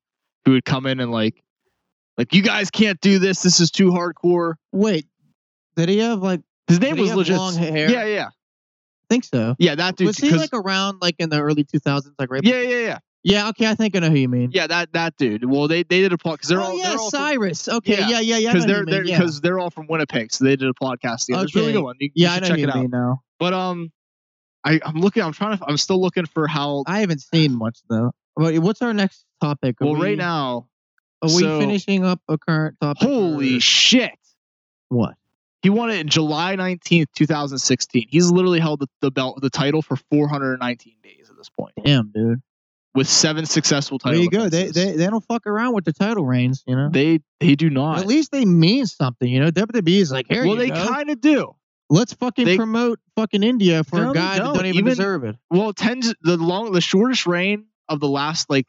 Speaker 2: who would come in and like like you guys can't do this. This is too hardcore.
Speaker 1: wait did he have like
Speaker 2: His
Speaker 1: did
Speaker 2: name
Speaker 1: he
Speaker 2: was
Speaker 1: have
Speaker 2: legit.
Speaker 1: long hair
Speaker 2: Yeah,
Speaker 1: i
Speaker 2: yeah,
Speaker 1: think so
Speaker 2: yeah. That dude.
Speaker 1: was he
Speaker 2: 'cause-
Speaker 1: like around like in the early 2000s like right
Speaker 2: yeah, yeah, yeah.
Speaker 1: Yeah, okay, I think I know who you mean.
Speaker 2: Yeah, that that dude. Well, they they did a podcast. They're
Speaker 1: oh,
Speaker 2: all
Speaker 1: yeah,
Speaker 2: they're all from-
Speaker 1: Cyrus. okay,
Speaker 2: Yeah,
Speaker 1: yeah, yeah, yeah. I
Speaker 2: because
Speaker 1: know who
Speaker 2: they're
Speaker 1: you
Speaker 2: they're
Speaker 1: mean, yeah.
Speaker 2: because they're all from Winnipeg, so they did a podcast together. It's a really
Speaker 1: Okay.
Speaker 2: good one. You, you
Speaker 1: yeah, I
Speaker 2: should
Speaker 1: know
Speaker 2: check
Speaker 1: who
Speaker 2: it
Speaker 1: you
Speaker 2: out.
Speaker 1: mean now.
Speaker 2: But um, I I'm looking. I'm trying to. I'm still looking for how.
Speaker 1: I haven't seen much though. But what's our next topic? Are
Speaker 2: well,
Speaker 1: we-
Speaker 2: right now,
Speaker 1: are we
Speaker 2: so-
Speaker 1: finishing up a current topic?
Speaker 2: holy
Speaker 1: or-
Speaker 2: shit!
Speaker 1: what?
Speaker 2: He won it in July 19th, 2016. He's literally held the, the belt, the title for 419 days at this point,
Speaker 1: Damn, dude.
Speaker 2: with seven successful
Speaker 1: There
Speaker 2: titles.
Speaker 1: you go. They, they they don't fuck around with the title reigns, you know.
Speaker 2: they they do not.
Speaker 1: At least they mean something, you know. WWE is like, here
Speaker 2: well,
Speaker 1: you
Speaker 2: they
Speaker 1: go.
Speaker 2: kind of do.
Speaker 1: Let's fucking
Speaker 2: they-
Speaker 1: promote fucking India for
Speaker 2: No,
Speaker 1: a
Speaker 2: they
Speaker 1: guy
Speaker 2: don't.
Speaker 1: that don't even,
Speaker 2: Even-
Speaker 1: deserve it.
Speaker 2: Well, ten the long the shortest reign of the last like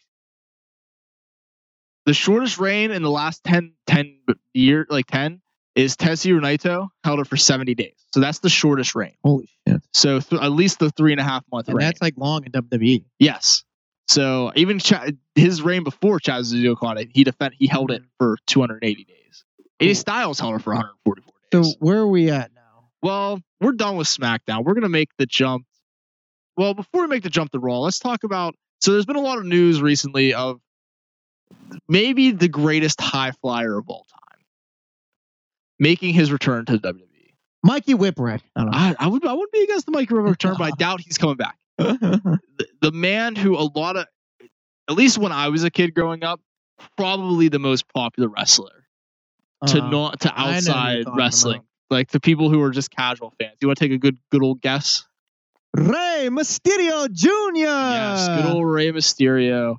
Speaker 2: the shortest reign in the last 10, 10 year like ten is Tetsuya Naito held it for seventy days. So that's the shortest reign.
Speaker 1: Holy shit!
Speaker 2: So th- at least the three and a half month
Speaker 1: And
Speaker 2: reign.
Speaker 1: that's like long in E. WWE.
Speaker 2: yes. So even Cha- his reign before Chazuzuko caught it, he defend he held it for two hundred eighty days. AJ Styles held it for one hundred forty four
Speaker 1: So
Speaker 2: days.
Speaker 1: where are we at now?
Speaker 2: Well, we're done with SmackDown. We're gonna make the jump. Well, before we make the jump to Raw, let's talk about. So there's been a lot of news recently of maybe the greatest high flyer of all time making his return to WWE.
Speaker 1: Mikey Whipwreck. I don't
Speaker 2: I, I would I would be against the Mike Rivera return, but I doubt he's coming back.
Speaker 1: know.
Speaker 2: The, the man who a lot of, at least when I was a kid growing up, probably the most popular wrestler *laughs* to
Speaker 1: Uh,
Speaker 2: not to
Speaker 1: I know who you're
Speaker 2: outside
Speaker 1: talking
Speaker 2: wrestling, like to people who are just casual fans. You want to take a good good old guess?
Speaker 1: about. Rey Mysterio Jr.
Speaker 2: Yes, good
Speaker 1: Ah.
Speaker 2: old Rey Mysterio.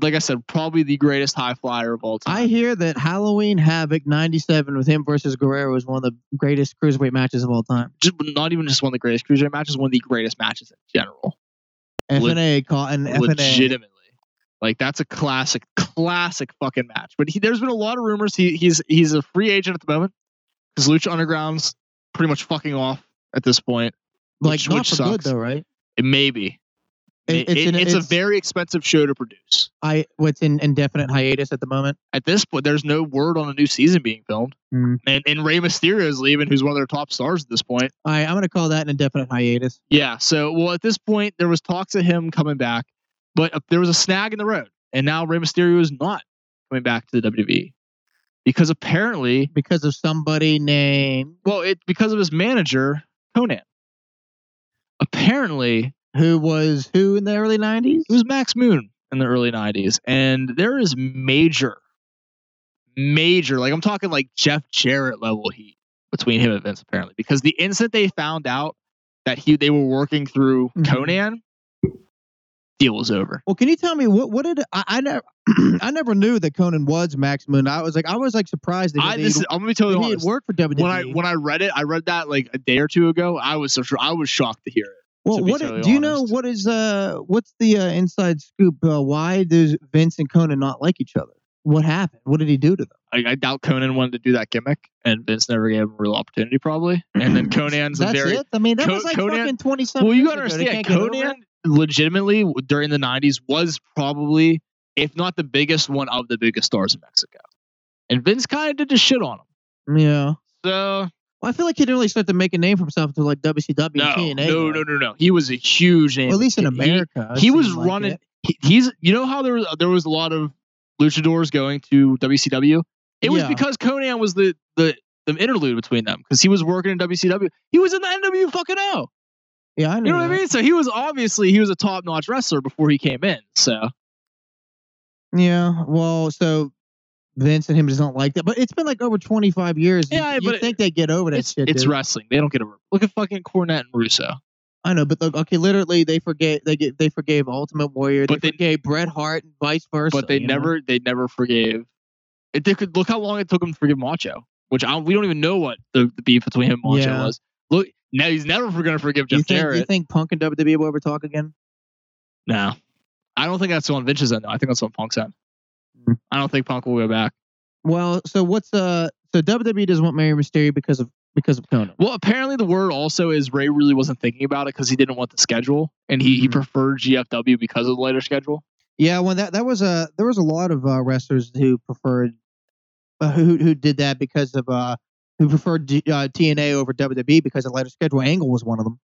Speaker 2: Like I said, probably the greatest high flyer of all time.
Speaker 1: I hear that Halloween Havoc '97 with him versus Guerrero was one of the greatest cruiserweight matches of all time.
Speaker 2: just, not even just one of the greatest cruiserweight matches, one of the greatest matches in general. Leg-
Speaker 1: FNA caught an FNA.
Speaker 2: Legitimately, like that's a classic, classic fucking match. But he, there's been a lot of rumors. He, he's he's a free agent at the moment because Lucha Underground's pretty much fucking off at this point.
Speaker 1: Like
Speaker 2: which-
Speaker 1: not
Speaker 2: which
Speaker 1: for good
Speaker 2: sucks.
Speaker 1: though, right?
Speaker 2: It may be. It- it- it's,
Speaker 1: an-
Speaker 2: a very expensive show to produce.
Speaker 1: I what's in indefinite hiatus at the moment.
Speaker 2: At this point, there's no word on a new season being filmed,
Speaker 1: Mm.
Speaker 2: and and Rey Mysterio is leaving, who's one of their top stars at this point.
Speaker 1: All right, I'm gonna call that an indefinite hiatus.
Speaker 2: Yeah. So, well, at this point, there was talks of him coming back, but uh, there was a snag in the road, and now Rey Mysterio is not coming back to the WWE because apparently,
Speaker 1: because of somebody named
Speaker 2: well, it because of his manager Conan. Apparently,
Speaker 1: who was who in the early 90s?
Speaker 2: it was Max Moon in the early '90s, and there is major, major, like I'm talking like Jeff Jarrett level heat between him and Vince apparently, because the instant they found out that he they were working through
Speaker 1: Mhm.
Speaker 2: Conan, deal was over.
Speaker 1: Well, can you tell me what what did I, I never *clears throat* I never knew that Conan was Max Moon. I was like I was like surprised that
Speaker 2: I
Speaker 1: he
Speaker 2: this is, I'm gonna be totally
Speaker 1: he had
Speaker 2: honest.
Speaker 1: worked for WWE.
Speaker 2: When I when I read it, I read that like a day or two ago. I was so I was shocked to hear it.
Speaker 1: well,
Speaker 2: to be
Speaker 1: what
Speaker 2: totally
Speaker 1: do you know?
Speaker 2: honest.
Speaker 1: What is uh what's the uh, inside scoop? Uh, why does Vince and Conan not like each other? What happened? What did he do to them?
Speaker 2: I, I doubt Conan wanted to do that gimmick, and Vince never gave him a real opportunity, probably.
Speaker 1: *clears throat*
Speaker 2: And then Conan's a
Speaker 1: That's
Speaker 2: very
Speaker 1: it. I mean, that
Speaker 2: Co-
Speaker 1: was like
Speaker 2: Conan-
Speaker 1: fucking twenty something.
Speaker 2: well. You gotta understand, Conan legitimately during the '90s was probably, if not the biggest, one of the biggest stars in Mexico. And Vince kind of did just shit on him.
Speaker 1: Yeah.
Speaker 2: So
Speaker 1: Well, I feel like he didn't really start to make a name for himself until like WCW,
Speaker 2: no,
Speaker 1: TNA.
Speaker 2: no, no, no, no. He was a huge name.
Speaker 1: Well, at least in
Speaker 2: He-
Speaker 1: America, it
Speaker 2: he was
Speaker 1: seemed like
Speaker 2: running.
Speaker 1: it.
Speaker 2: He, he's you know how there was there was a lot of luchadors going to WCW. It was
Speaker 1: Yeah.
Speaker 2: because Conan was the the the interlude between them because he was working in WCW. He was in the NW fucking O.
Speaker 1: Yeah, I
Speaker 2: You know what I
Speaker 1: that.
Speaker 2: mean? So he was obviously he was a top notch wrestler before he came in. So
Speaker 1: Yeah. Well, so Vince and him just don't like that, but it's been like over 25 years. You-
Speaker 2: Yeah,
Speaker 1: you,
Speaker 2: but it-
Speaker 1: think they get over that
Speaker 2: it's
Speaker 1: shit?
Speaker 2: it's
Speaker 1: dude.
Speaker 2: wrestling. They don't get a look at fucking Cornette and Russo.
Speaker 1: I know, but look, okay, literally they forget they get they forgave Ultimate Warrior,
Speaker 2: But
Speaker 1: they,
Speaker 2: they-
Speaker 1: forgave Bret Hart, and vice versa.
Speaker 2: but they
Speaker 1: you know?
Speaker 2: never they never forgave. It, they could look how long it took him to forgive Macho, which I, we don't even know what the, the beef between him and Macho
Speaker 1: Yeah.
Speaker 2: was. Look, now he's never going to forgive
Speaker 1: You
Speaker 2: Jeff
Speaker 1: think,
Speaker 2: Jarrett.
Speaker 1: you think Punk and WWE will ever talk again?
Speaker 2: No. I don't think that's on Vince's end, though. I think that's on Punk's end.
Speaker 1: Hmm.
Speaker 2: I don't think Punk will go back.
Speaker 1: Well, so what's uh so WWE doesn't want Mary Mysterio because of because of Conan.
Speaker 2: Well, apparently the word also is Ray really wasn't thinking about it because he didn't want the schedule, and he, he
Speaker 1: Mhm.
Speaker 2: preferred GFW because of the later schedule.
Speaker 1: Yeah, when that that was a there was a lot of uh, wrestlers who preferred uh, who who did that because of uh who E preferred D, uh, TNA over WWE because of lighter schedule. Angle was one of them.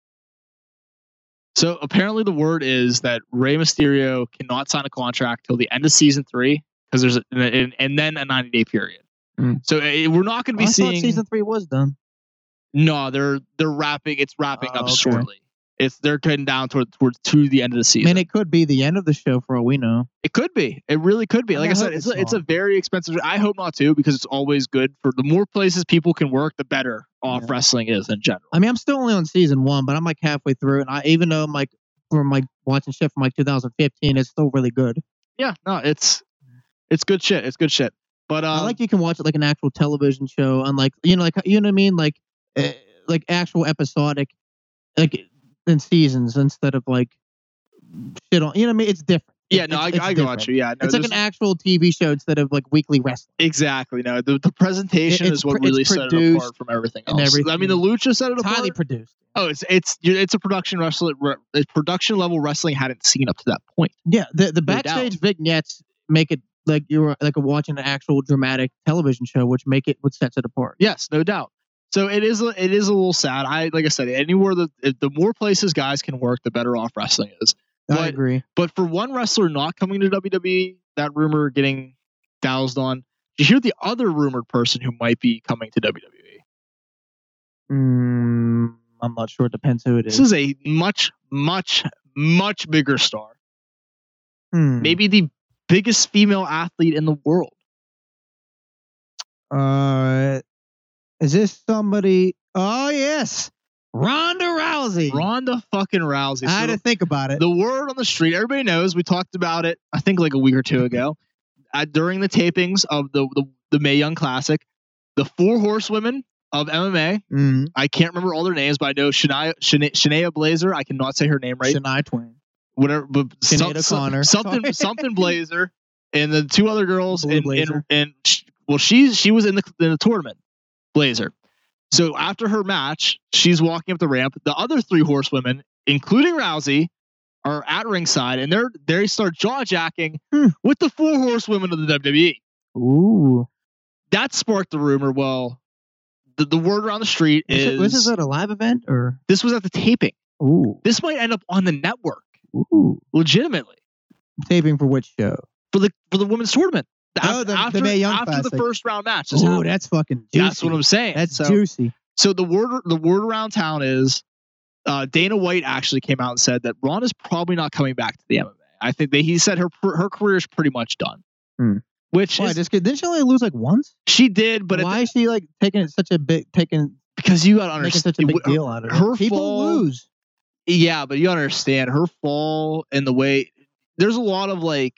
Speaker 2: So apparently, the word is that Rey Mysterio cannot sign a contract till the end of season three because there's a, and, and then a 90 day period.
Speaker 3: Mm.
Speaker 2: So eh, we're not going to be
Speaker 1: Hmm. I thought
Speaker 2: seeing.
Speaker 1: season three was done.
Speaker 2: no, they're they're wrapping. It's wrapping
Speaker 1: Oh,
Speaker 2: up
Speaker 1: okay.
Speaker 2: shortly. It's they're cutting down toward towards to the end of the
Speaker 1: I
Speaker 2: season.
Speaker 1: mean, it could be the end of the show for all we know.
Speaker 2: It could be. It really could be.
Speaker 1: I
Speaker 2: Like I
Speaker 1: hope
Speaker 2: said,
Speaker 1: it's
Speaker 2: it's a, it's a
Speaker 1: not.
Speaker 2: very expensive. I hope not too, because it's always good for the more places people can work, the better off
Speaker 1: Yeah.
Speaker 2: wrestling is in general.
Speaker 1: I mean, I'm still only on season one, but I'm like halfway through, and I even though I'm like from like watching shit from like 2015, it's still really good.
Speaker 2: Yeah, no, it's it's good shit. It's good shit. But um,
Speaker 1: I like you can watch it like an actual television show, unlike you know, like you know what I mean, like uh, like actual episodic, like in seasons instead of like shit on. You know what I mean? It's different.
Speaker 2: yeah,
Speaker 1: It-
Speaker 2: no, I,
Speaker 1: it's-
Speaker 2: I
Speaker 1: it's
Speaker 2: got
Speaker 1: different.
Speaker 2: you. Yeah, no,
Speaker 1: it's like
Speaker 2: there's-
Speaker 1: an actual TV show instead of like weekly wrestling.
Speaker 2: exactly no. The, the presentation
Speaker 1: It- it's
Speaker 2: is what
Speaker 1: pr- it's
Speaker 2: really set it
Speaker 1: produced
Speaker 2: apart from everything else.
Speaker 1: and
Speaker 2: I mean, the Lucha set it
Speaker 1: It's
Speaker 2: apart.
Speaker 1: highly produced.
Speaker 2: oh, it's it's it's a production wrestling. It's production level wrestling hadn't seen up to that point.
Speaker 1: Yeah, the the
Speaker 2: doubt.
Speaker 1: backstage vignettes make it like you're like watching an actual dramatic television show, which make it what sets it apart.
Speaker 2: Yes, no doubt. So it is a, it is a little sad. I like I said, anywhere the the more places guys can work, the better off wrestling is.
Speaker 1: I
Speaker 2: But-
Speaker 1: agree.
Speaker 2: But for one wrestler not coming to WWE, that rumor getting doused on. Did you hear the other rumored person who might be coming to E. WWE?
Speaker 1: Mm, I'm not sure. It depends who it is.
Speaker 2: This is a much, much, much bigger star.
Speaker 1: Hmm.
Speaker 2: Maybe the biggest female athlete in the world.
Speaker 1: Uh, is this somebody? Oh yes, Ronda Rousey.
Speaker 2: Ronda fucking Rousey.
Speaker 1: I had
Speaker 2: So
Speaker 1: to think about it.
Speaker 2: the word on the street, everybody knows. We talked about it, I think, like a week or two ago, uh, during the tapings of the the, the May Young Classic. The four horsewomen of MMA,
Speaker 1: mm,
Speaker 2: I can't remember all their names, but I know Shania, Shania, Shania Blazer. I cannot say her name right.
Speaker 1: Shania Twain.
Speaker 2: Whatever, but some,
Speaker 1: Sinead
Speaker 2: some-
Speaker 1: O'Connor.
Speaker 2: something,
Speaker 1: Sorry. *laughs*
Speaker 2: something Blazer, and the two other girls,
Speaker 1: Blue
Speaker 2: and, and
Speaker 1: Blazer.
Speaker 2: and sh- well, she's she was in the in the tournament, Blazer. So after her match, she's walking up the ramp. The other three horsewomen, including Rousey, are at ringside, and they're they start jaw jacking
Speaker 1: Hmm.
Speaker 2: with the four horsewomen of the WWE
Speaker 1: Ooh,
Speaker 2: that sparked the rumor. Well, the, the word around the street
Speaker 1: Is
Speaker 2: is
Speaker 1: it- this is at a live event or?
Speaker 2: this was at the taping.
Speaker 1: Ooh,
Speaker 2: This might end up on the network,
Speaker 1: ooh.
Speaker 2: legitimately,
Speaker 1: Taping for which show?
Speaker 2: for the for the women's tournament.
Speaker 1: Oh,
Speaker 2: Af-
Speaker 1: the- the Mae Young
Speaker 2: after the
Speaker 1: Classic.
Speaker 2: first round match. this
Speaker 1: Ooh,
Speaker 2: happened.
Speaker 1: that's fucking. Juicy.
Speaker 2: that's what I'm saying.
Speaker 1: That's
Speaker 2: so,
Speaker 1: juicy.
Speaker 2: so the word the word around town is uh, Dana White actually came out and said that Ron is probably not coming back to the MMA. I think that he said her her career is pretty much done,
Speaker 1: Hmm.
Speaker 2: which
Speaker 1: Why
Speaker 2: is-
Speaker 1: this kid? Didn't she only lose like once?
Speaker 2: she did, but
Speaker 1: But
Speaker 2: at
Speaker 1: why
Speaker 2: the-
Speaker 1: is she like taking it such a big taking
Speaker 2: because you got to
Speaker 1: making
Speaker 2: understand,
Speaker 1: such a big deal out of it?
Speaker 2: her
Speaker 1: People
Speaker 2: fall-
Speaker 1: lose.
Speaker 2: Yeah, but you understand her fall and the way there's a lot of like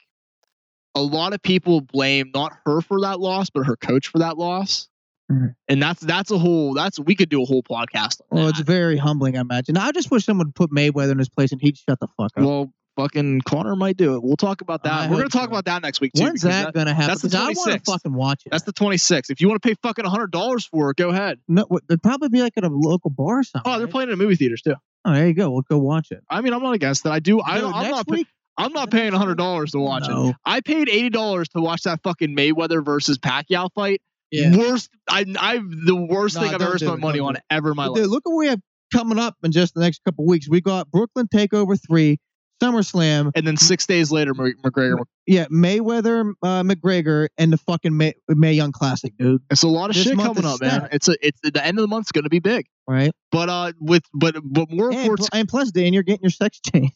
Speaker 2: a lot of people blame not her for that loss, but her coach for that loss.
Speaker 1: Mhm.
Speaker 2: And that's that's a whole that's we could do a whole podcast on
Speaker 1: Well,
Speaker 2: that.
Speaker 1: Oh, it's very humbling. I imagine. I just wish someone put Mayweather in his place and he'd shut the fuck up.
Speaker 2: well, fucking Connor might do it. We'll talk about that.
Speaker 1: I
Speaker 2: We're gonna
Speaker 1: hope
Speaker 2: talk
Speaker 1: so.
Speaker 2: about that next week too.
Speaker 1: When's
Speaker 2: because
Speaker 1: that, gonna happen?
Speaker 2: that's the
Speaker 1: Because I want
Speaker 2: 26th.
Speaker 1: to fucking watch it.
Speaker 2: that's the 26th. If you want to pay fucking hundred dollars for it, go ahead.
Speaker 1: no, what- it'd probably be like at a local bar or something.
Speaker 2: Oh, they're
Speaker 1: right?
Speaker 2: playing in movie theaters too.
Speaker 1: Oh, there you go. We'll go watch it.
Speaker 2: I mean, I'm not against that. I do. I,
Speaker 1: Dude,
Speaker 2: I'm
Speaker 1: next
Speaker 2: not. pay-
Speaker 1: week.
Speaker 2: I'm not paying hundred dollars to watch it.
Speaker 1: no.
Speaker 2: I paid eighty dollars to watch that fucking Mayweather versus Pacquiao fight.
Speaker 1: Yeah.
Speaker 2: Worst, I, I've the worst
Speaker 1: No,
Speaker 2: thing I've
Speaker 1: don't
Speaker 2: ever
Speaker 1: do
Speaker 2: spent
Speaker 1: it,
Speaker 2: money
Speaker 1: don't
Speaker 2: on
Speaker 1: do
Speaker 2: ever in my
Speaker 1: But
Speaker 2: life.
Speaker 1: dude, look at what we have coming up in just the next couple weeks. We got Brooklyn Takeover three, SummerSlam.
Speaker 2: And then six days later, Mc- McGregor.
Speaker 1: Yeah, Mayweather, uh, McGregor, and the fucking May, May Young Classic, dude.
Speaker 2: It's a lot of
Speaker 1: This
Speaker 2: shit
Speaker 1: month
Speaker 2: coming
Speaker 1: is
Speaker 2: up, man.
Speaker 1: stacked.
Speaker 2: It's a, it's the end of the month's going to be big.
Speaker 1: Right.
Speaker 2: But uh, with but but more
Speaker 1: And,
Speaker 2: reports.
Speaker 1: pl- and plus, Dan, you're getting your sex *laughs* change.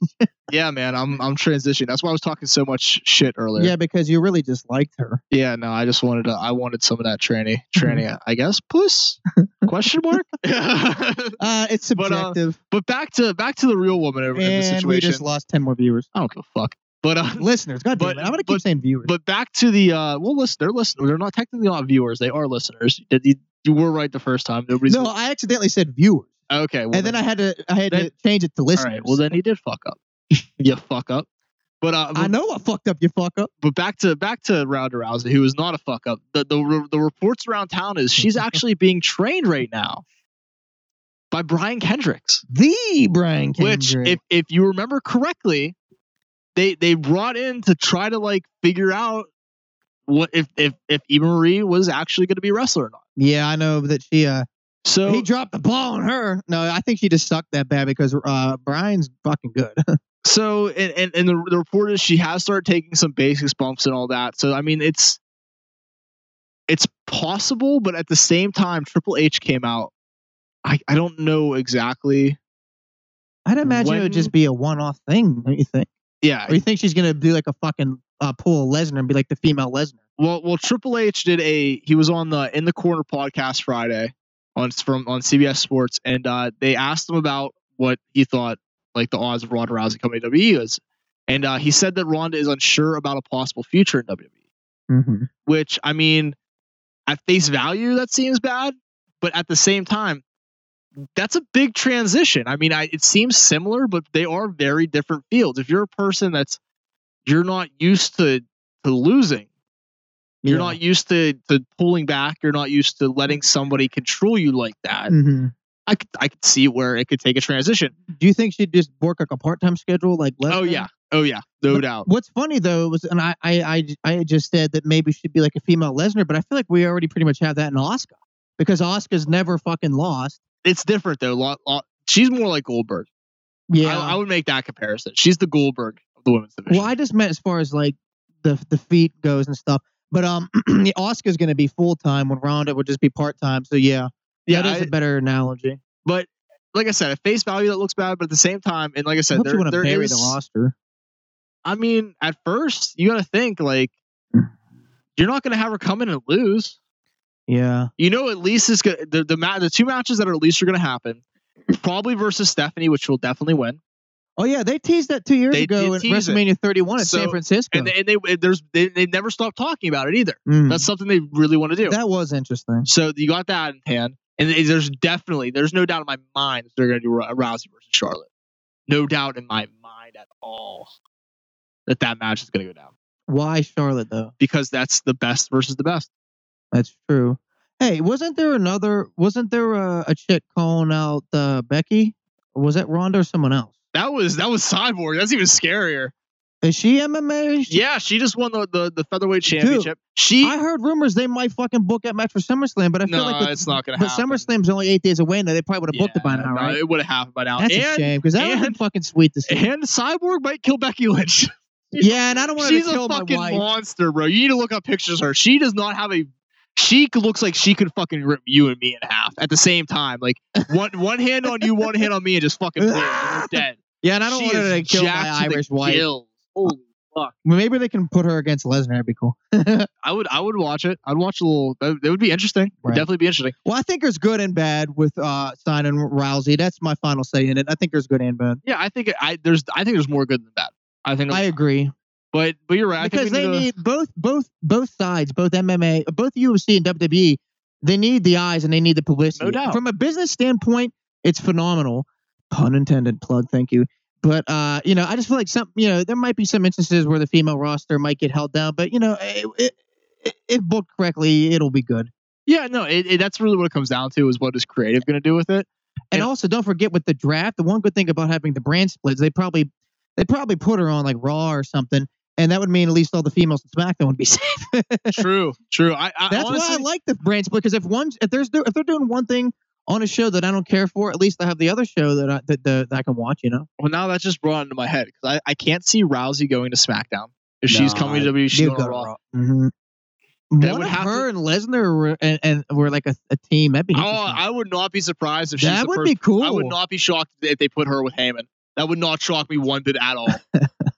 Speaker 2: Yeah, man, I'm I'm transitioning. That's why I was talking so much shit earlier.
Speaker 1: yeah, because you really just liked her.
Speaker 2: Yeah, no, I just wanted to. I wanted some of that tranny,
Speaker 1: *laughs*
Speaker 2: tranny. I guess puss question mark. *laughs*
Speaker 1: Uh, it's
Speaker 2: But, uh,
Speaker 1: subjective.
Speaker 2: but back to back to the real woman over in the
Speaker 1: and we
Speaker 2: situation.
Speaker 1: just lost ten more viewers,
Speaker 2: I don't give a fuck. But uh,
Speaker 1: listeners. God damn
Speaker 2: But-
Speaker 1: it! I'm gonna keep
Speaker 2: but-
Speaker 1: saying viewers.
Speaker 2: But back to the uh, well, listen, they're listeners. They're not technically not viewers. They are listeners. You, you- you were right the first time. Nobody's
Speaker 1: no, I accidentally said viewers.
Speaker 2: okay. Well,
Speaker 1: and then I had to I had
Speaker 2: then-
Speaker 1: to change it to
Speaker 2: all
Speaker 1: listeners.
Speaker 2: right. Well, then he did fuck up. *laughs* you fuck up. But uh,
Speaker 1: I
Speaker 2: but,
Speaker 1: know I fucked up, you fuck up.
Speaker 2: but back to back to Ronda Rousey, who is not a fuck up. The the re- the reports around town is
Speaker 1: *laughs*
Speaker 2: she's actually being trained right now by Brian Kendricks,
Speaker 1: The Brian
Speaker 2: which
Speaker 1: Kendrick.
Speaker 2: if if you remember correctly, they they brought in to try to like figure out what if if if Eva Marie was actually going to be a wrestler or not.
Speaker 1: yeah, I know that she uh
Speaker 2: So
Speaker 1: he dropped the ball on her. No, I think she just sucked that bad because uh, Brian's fucking good. *laughs*
Speaker 2: So and and, and the, the report is she has started taking some basics bumps and all that. So I mean it's it's possible, but at the same time, Triple H came out. I, I don't know exactly.
Speaker 1: I'd imagine it
Speaker 2: When-
Speaker 1: would just be a one-off thing. Don't you think?
Speaker 2: Yeah.
Speaker 1: Or you think she's gonna do like a fucking uh, pull a Lesnar and be like the female Lesnar?
Speaker 2: Well well Triple H did a he was on the In the Corner podcast Friday on from on CBS Sports and uh they asked him about what he thought like the odds of Ronda Rousey coming to WWE is. And uh, he said that Ronda is unsure about a possible future in E. WWE.
Speaker 1: Mm-hmm.
Speaker 2: which I mean, at face value, that seems bad, but at the same time, that's a big transition. I mean, I, it seems similar, but they are very different fields. If you're a person that's you're not used to to losing, you're not used to to pulling back, you're not used to letting somebody control you like
Speaker 1: Mm.
Speaker 2: that.
Speaker 1: Mm-hmm.
Speaker 2: I could, I could see where it could take a transition.
Speaker 1: Do you think she'd just work like a part-time schedule, like Lesnar?
Speaker 2: Oh yeah, oh yeah, no doubt.
Speaker 1: What's funny though was, and I, I, I, I just said that maybe she'd be like a female Lesnar, but I feel like we already pretty much have that in Oscar because Oscar's never fucking lost.
Speaker 2: It's different though. Lo- lo- She's more like Goldberg.
Speaker 1: Yeah.
Speaker 2: I, I would make that comparison. She's the Goldberg of the women's division.
Speaker 1: well, I just meant as far as like the the feet goes and stuff. But um, *clears throat* Oscar's gonna be full time when Ronda would just be part time. So yeah,
Speaker 2: yeah,
Speaker 1: that is
Speaker 2: I-
Speaker 1: a better analogy.
Speaker 2: But like I said, at face value that looks bad, but at the same time, and like I
Speaker 1: I
Speaker 2: said,
Speaker 1: hope you
Speaker 2: there,
Speaker 1: want to
Speaker 2: there
Speaker 1: bury
Speaker 2: is.
Speaker 1: the roster.
Speaker 2: I mean, at first you got to think like you're not going to have her come in and lose.
Speaker 1: Yeah.
Speaker 2: You know, at least it's gonna, the the ma- the two matches that are at least are going to happen. Probably versus Stephanie, which will definitely win.
Speaker 1: Oh yeah, they teased that two years
Speaker 2: They
Speaker 1: ago
Speaker 2: did
Speaker 1: at
Speaker 2: tease it.
Speaker 1: WrestleMania 31 at
Speaker 2: So-
Speaker 1: San Francisco.
Speaker 2: And they, and they there's they, they never stop talking about it either.
Speaker 1: Mm.
Speaker 2: That's something they really want to
Speaker 1: *laughs*
Speaker 2: do.
Speaker 1: that was interesting.
Speaker 2: so you got that in hand, and they- there's definitely there's no doubt in my mind that they're going to do Rou- Rousey versus Charlotte. No doubt in my mind at all that that match is going to go down.
Speaker 1: Why Charlotte though?
Speaker 2: because that's the best versus the best.
Speaker 1: That's true. Hey, wasn't there another? Wasn't there a, a chick calling out uh, Becky? Or was that Ronda or someone else?
Speaker 2: That was that was Cyborg. That's even scarier.
Speaker 1: Is she MMA? She-
Speaker 2: Yeah, she just won the the, the featherweight championship. she
Speaker 1: I heard rumors they might fucking book that match for SummerSlam, but I feel
Speaker 2: no,
Speaker 1: like with,
Speaker 2: it's not gonna
Speaker 1: but
Speaker 2: happen.
Speaker 1: SummerSlam's only eight days away now. They probably would have
Speaker 2: Yeah,
Speaker 1: booked it by now,
Speaker 2: no,
Speaker 1: right?
Speaker 2: It would have happened by now.
Speaker 1: That's a
Speaker 2: and,
Speaker 1: shame because that would have been
Speaker 2: and-
Speaker 1: fucking sweet to see.
Speaker 2: *laughs* and Cyborg might kill Becky Lynch.
Speaker 1: yeah, and *laughs* I don't want to
Speaker 2: She's
Speaker 1: kill
Speaker 2: a
Speaker 1: my
Speaker 2: fucking
Speaker 1: wife.
Speaker 2: monster, bro. You need to look up pictures of her. She does not have a. She looks like she could fucking rip you and me in half at the same time.
Speaker 1: *laughs*
Speaker 2: Like one one hand on you, one hand on me, and just fucking boom, you're dead.
Speaker 1: Yeah, and I don't
Speaker 2: She
Speaker 1: want her to
Speaker 2: is
Speaker 1: kill my
Speaker 2: jacked to the
Speaker 1: Irish wife.
Speaker 2: gills. Holy
Speaker 1: Well, Maybe they can put her against Lesnar. That'd be cool.
Speaker 2: I would I would watch it. I'd watch a little. That, that would be interesting. Would
Speaker 1: Right.
Speaker 2: Definitely be interesting.
Speaker 1: Well, I think there's good and bad with uh, signing Rousey. That's my final say in it. I think there's good and bad.
Speaker 2: Yeah, I think I there's I think there's more good than bad. I think,
Speaker 1: I agree
Speaker 2: but but you're right. I
Speaker 1: because
Speaker 2: think we
Speaker 1: they
Speaker 2: need to-
Speaker 1: need both both both sides, both MMA, both UFC and WWE. They need the eyes and they need the publicity.
Speaker 2: No doubt.
Speaker 1: From a business standpoint, it's phenomenal. Pun intended. Plug. Thank you. But uh, you know, I just feel like some you know there might be some instances where the female roster might get held down, but you know, it, it, it, if booked correctly, it'll be good.
Speaker 2: yeah, no, it, it, that's really what it comes down to is what is creative going to do
Speaker 1: *laughs*
Speaker 2: with it.
Speaker 1: And
Speaker 2: And-
Speaker 1: also, don't forget with the draft, the one good thing about having the brand splits, they probably they probably put her on like Raw or something, and that would mean at least all the females in SmackDown would be
Speaker 2: *laughs*
Speaker 1: safe.
Speaker 2: True, true. I, I
Speaker 1: That's why I
Speaker 2: honestly-
Speaker 1: like the brand split because if one if there's do- if they're doing one thing on a show that I don't care for, at least I have the other show that I that, that, that I can watch. You know,
Speaker 2: Well, now that's just brought into my head because I, I can't see Rousey going to SmackDown if she's
Speaker 1: Nah,
Speaker 2: coming to WWE. She's
Speaker 1: You
Speaker 2: going
Speaker 1: go *laughs*
Speaker 2: to Raw.
Speaker 1: Mm-hmm.
Speaker 2: That
Speaker 1: One
Speaker 2: would
Speaker 1: of
Speaker 2: have
Speaker 1: her and Lesnar were and, and were like a, a team. That'd be
Speaker 2: Oh,
Speaker 1: interesting.
Speaker 2: I would not be surprised if she's
Speaker 1: that
Speaker 2: the
Speaker 1: would
Speaker 2: first
Speaker 1: be cool.
Speaker 2: I would not be shocked if they put her with Heyman. That would not shock me one bit
Speaker 1: *laughs*
Speaker 2: at all.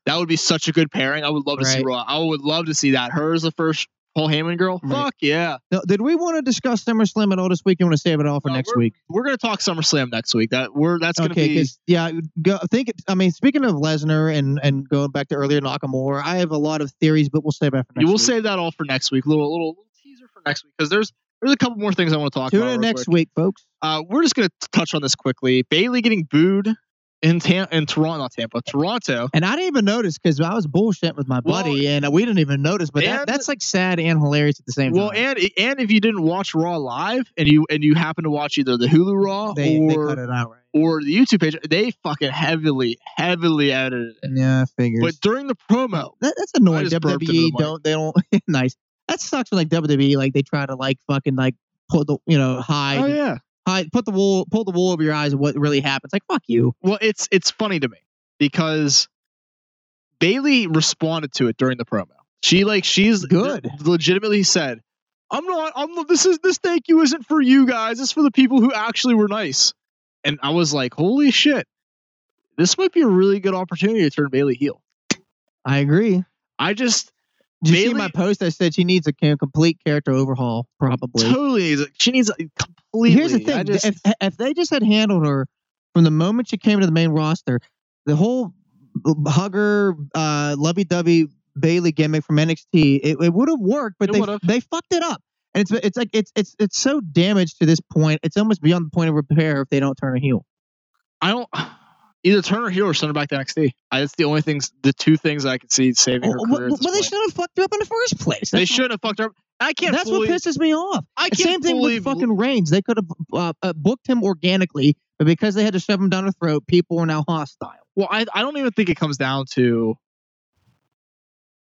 Speaker 2: that would be such a good pairing. I would love to see
Speaker 1: Right.
Speaker 2: Raw. I would love to see that. Her as the first Paul Heyman girl.
Speaker 1: Right.
Speaker 2: Fuck yeah.
Speaker 1: Now, did we want to discuss SummerSlam at all this week? You want to save it all for
Speaker 2: No,
Speaker 1: next week?
Speaker 2: We're gonna talk SummerSlam next week. That we're that's gonna
Speaker 1: okay,
Speaker 2: be
Speaker 1: because yeah, go, I think I mean speaking of Lesnar and and going back to earlier Nakamura, I have a lot of theories, but we'll save that for next.
Speaker 2: you will
Speaker 1: week.
Speaker 2: save that all for next week. Little little, little teaser for next week because there's there's a couple more things I want to talk
Speaker 1: tune
Speaker 2: about.
Speaker 1: in
Speaker 2: real
Speaker 1: next
Speaker 2: quick.
Speaker 1: week, folks.
Speaker 2: Uh, we're just gonna t- touch on this quickly. Bailey getting booed in Tam- in Toronto, not Tampa, Toronto.
Speaker 1: And I didn't even notice because I was bullshitting with my
Speaker 2: Well,
Speaker 1: buddy, and we didn't even notice. But that,
Speaker 2: and-
Speaker 1: that's like sad and hilarious at the same
Speaker 2: Well,
Speaker 1: time.
Speaker 2: and and if you didn't watch Raw live and you and you happen to watch either the Hulu Raw
Speaker 1: they, they
Speaker 2: or
Speaker 1: cut it out, right?
Speaker 2: or the YouTube page, they fucking heavily, heavily edited it.
Speaker 1: Yeah, figures.
Speaker 2: But during the promo,
Speaker 1: That, that's annoying.
Speaker 2: I just burped into the
Speaker 1: WWE
Speaker 2: mic.
Speaker 1: don't they don't *laughs* E, nice. That sucks when like WWE like they try to like fucking like pull the you know hide
Speaker 2: oh yeah,
Speaker 1: hide, put the wool, pull the wool over your eyes. of What really happens? Like fuck you.
Speaker 2: Well, it's it's funny to me because Bailey responded to it during the promo. She like she's
Speaker 1: Good.
Speaker 2: Legitimately said, "I'm not. I'm not- this is this thank you isn't for you guys. It's for the people who actually were nice." And I was like, "Holy shit, this might be a really good opportunity to turn Bailey heel."
Speaker 1: I agree.
Speaker 2: I just
Speaker 1: Did you see
Speaker 2: Bayley-
Speaker 1: my post? I said she needs a ca- complete character overhaul, probably.
Speaker 2: totally needs. it. She needs it completely.
Speaker 1: Here's the
Speaker 2: I
Speaker 1: thing:
Speaker 2: just-
Speaker 1: if if they just had handled her from the moment she came to the main roster, the whole hugger, uh, lovey-dovey Bailey gimmick from NXT, it, it would have worked. But
Speaker 2: It
Speaker 1: they
Speaker 2: would've.
Speaker 1: they fucked it up, and it's it's like it's it's it's so damaged to this point. It's almost beyond the point of repair if they don't turn a heel.
Speaker 2: I don't. Either turn her heel or send her back to NXT. I, that's the only things, the two things I can see saving her
Speaker 1: Well,
Speaker 2: career. at
Speaker 1: well, oh,
Speaker 2: this
Speaker 1: they
Speaker 2: point.
Speaker 1: shouldn't have fucked her up in the first place.
Speaker 2: They
Speaker 1: That's-
Speaker 2: should have fucked her up. I can't.
Speaker 1: That's
Speaker 2: fully,
Speaker 1: what pisses me off.
Speaker 2: I
Speaker 1: The
Speaker 2: can't
Speaker 1: Same thing
Speaker 2: fully
Speaker 1: with fucking Reigns. They could have uh, uh, booked him organically, but because they had to shove him down her throat, people are now hostile.
Speaker 2: Well, I, I don't even think it comes down to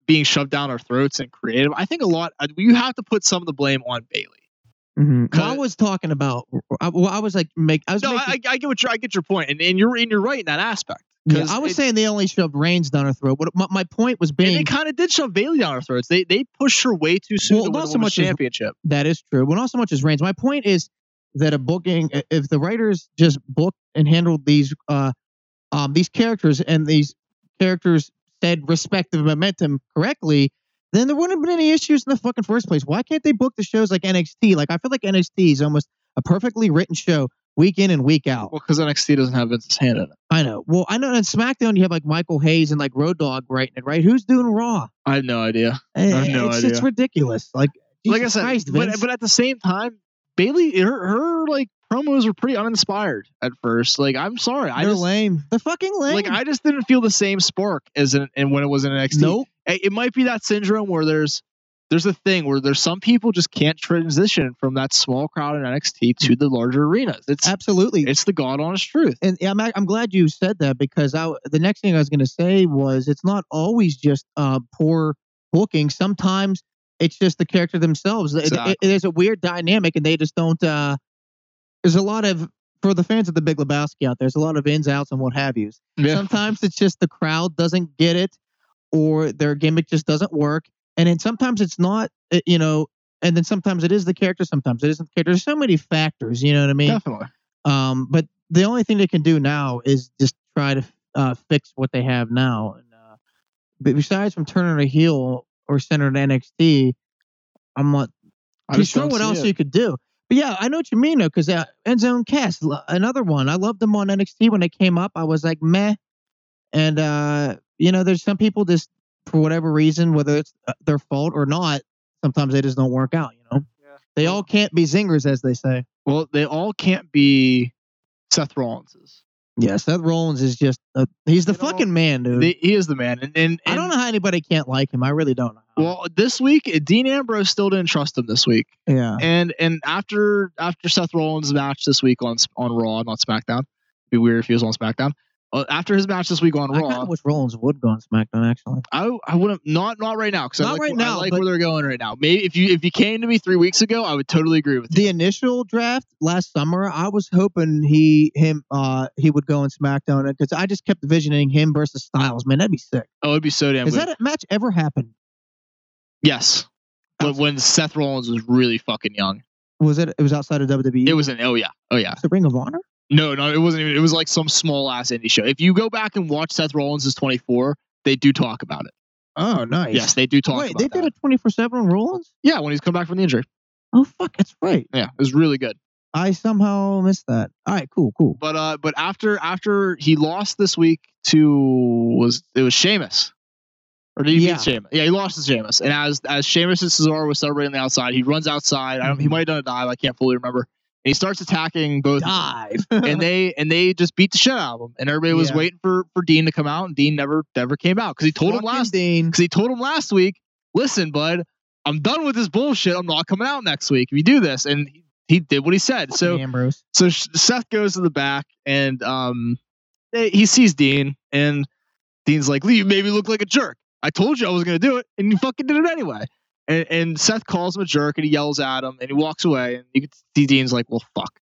Speaker 2: being shoved down our throats and creative. I think a lot. I- You have to put some of the blame on Bailey.
Speaker 1: Well, I was talking about. I, well, I was like, make. I was
Speaker 2: Mm-hmm. No,
Speaker 1: making,
Speaker 2: I, I get what you're, I get your point, and, and you're and you're right in that aspect.
Speaker 1: yeah,
Speaker 2: 'cause
Speaker 1: I was
Speaker 2: it-
Speaker 1: saying they only shoved Reigns down her throat. But my, my point was
Speaker 2: And
Speaker 1: being
Speaker 2: they kind of did shove Bailey down our throats. They they pushed her way too soon
Speaker 1: Well,
Speaker 2: to win
Speaker 1: not
Speaker 2: the
Speaker 1: so
Speaker 2: women's
Speaker 1: much as-
Speaker 2: championship.
Speaker 1: that is true. Well, not so much as Reigns. My point is that a booking, if the writers just booked and handled these, uh, um, these characters and these characters said respective momentum correctly, then there wouldn't have been any issues in the fucking first place. Why can't they book the shows like NXT? Like I feel like NXT is almost a perfectly written show week in and week out.
Speaker 2: Well, because NXT doesn't have Vince's hand in it.
Speaker 1: I know. Well, I know on SmackDown you have like Michael Hayes and like Road Dogg writing it, right? Who's doing Raw?
Speaker 2: I have no idea.
Speaker 1: Eh,
Speaker 2: have no
Speaker 1: it's, it's
Speaker 2: idea.
Speaker 1: ridiculous. Like,
Speaker 2: like I
Speaker 1: Jesus
Speaker 2: said,
Speaker 1: Christ,
Speaker 2: but,
Speaker 1: Vince.
Speaker 2: but at the same time, Bailey her, her like promos were pretty uninspired at first. Like I'm sorry, I
Speaker 1: they're
Speaker 2: just
Speaker 1: lame. They're fucking lame.
Speaker 2: like I just didn't feel the same spark as in, and when it was in NXT.
Speaker 1: nope.
Speaker 2: It it might be that syndrome where there's there's a thing where there's some people just can't transition from that small crowd in NXT to the larger arenas. It's
Speaker 1: Absolutely.
Speaker 2: it's the god honest truth.
Speaker 1: and I'm, ac- I'm glad you said that because I, the next thing I was going to say was it's not always just uh, poor booking. Sometimes it's just the character themselves. It- it-
Speaker 2: Exactly.
Speaker 1: there's a weird dynamic, and they just don't. Uh, there's a lot of for the fans of the Big Lebowski out there. There's a lot of ins, outs, and what have yous. Sometimes it's just the crowd doesn't get it, or their gimmick just doesn't work. And then sometimes it's not, uh, you know. And then sometimes it is the character. Sometimes it isn't the character. There's so many factors. You know what I mean?
Speaker 2: Definitely.
Speaker 1: Um, but the only thing they can do now is just try to uh, fix what they have now. And uh, but besides from turning a heel or center to NXT, I'm not
Speaker 2: I
Speaker 1: too
Speaker 2: just
Speaker 1: sure
Speaker 2: don't
Speaker 1: what
Speaker 2: see
Speaker 1: else
Speaker 2: it.
Speaker 1: you could do. But yeah, I know what you mean though, because uh, Enzo and Cass, lo- another one. I loved them on NXT when they came up. I was like meh, and uh, you know, there's some people just for whatever reason, whether it's uh, their fault or not, sometimes they just don't work out. You know,
Speaker 2: Yeah.
Speaker 1: they all can't be zingers, as they say.
Speaker 2: Well, they all can't be Seth Rollins's.
Speaker 1: Yeah, Seth Rollins is just a, he's the
Speaker 2: They don't-
Speaker 1: fucking man, dude.
Speaker 2: They, he is the man, and, and,
Speaker 1: I
Speaker 2: and
Speaker 1: don't know how anybody can't like him. I really don't. Know.
Speaker 2: Well, this week Dean Ambrose still didn't trust him this week,
Speaker 1: yeah,
Speaker 2: and and after after Seth Rollins' match this week on S- on Raw, not SmackDown. It'd be weird if he was on SmackDown. Uh, after his match this week on
Speaker 1: I kind
Speaker 2: Raw,
Speaker 1: of wish Rollins would go on SmackDown actually.
Speaker 2: I I wouldn't not not right now because I
Speaker 1: Not
Speaker 2: like,
Speaker 1: right
Speaker 2: I
Speaker 1: now,
Speaker 2: like
Speaker 1: but-
Speaker 2: where they're going right now. Maybe if you if you came to me three weeks ago, I would totally agree with you.
Speaker 1: The initial draft last summer, I was hoping he him uh he would go on SmackDown because I just kept envisioning him versus Styles. Man, that'd be sick.
Speaker 2: Oh, it'd be so damn
Speaker 1: Has
Speaker 2: good.
Speaker 1: that a match ever happened?
Speaker 2: yes, but when Seth Rollins was really fucking young,
Speaker 1: Was it? It was outside of WWE.
Speaker 2: it was an oh yeah oh yeah
Speaker 1: Was the Ring of Honor.
Speaker 2: No, no, it wasn't even. It was like some small ass indie show. If you go back and watch Seth Rollins is 24, they do talk about it.
Speaker 1: Oh, nice.
Speaker 2: Yes, they do talk
Speaker 1: Wait,
Speaker 2: about
Speaker 1: they
Speaker 2: that.
Speaker 1: did a twenty four seven on Rollins.
Speaker 2: yeah, when he's come back from the injury.
Speaker 1: Oh fuck, that's right.
Speaker 2: Yeah, it was really good.
Speaker 1: I somehow missed that. All right, cool, cool.
Speaker 2: But uh, but after after he lost this week to was it was Sheamus, or did he
Speaker 1: Yeah.
Speaker 2: beat Sheamus? Yeah, he lost to Sheamus. And as as Sheamus and Cesaro was celebrating on the outside, he runs outside. I don't, he might have done a dive. I can't fully remember. And he starts attacking both. of them.
Speaker 1: Dive. *laughs*
Speaker 2: and they and they just beat the shit out of him. And everybody was
Speaker 1: Yeah.
Speaker 2: waiting for for Dean to come out, and Dean never never came out because he told him
Speaker 1: Fucking
Speaker 2: last
Speaker 1: Dean.
Speaker 2: because he told him last week, listen, bud, I'm done with this bullshit. I'm not coming out next week if you do this. And he, he did what he said. So
Speaker 1: Fucking Ambrose.
Speaker 2: so Sh- Seth goes to the back and um they, he sees Dean and Dean's like, Lee, you made me look like a jerk. I told you I was gonna do it, and you fucking did it anyway. And, and Seth calls him a jerk and he yells at him and he walks away and you can see Dean's like, well, fuck.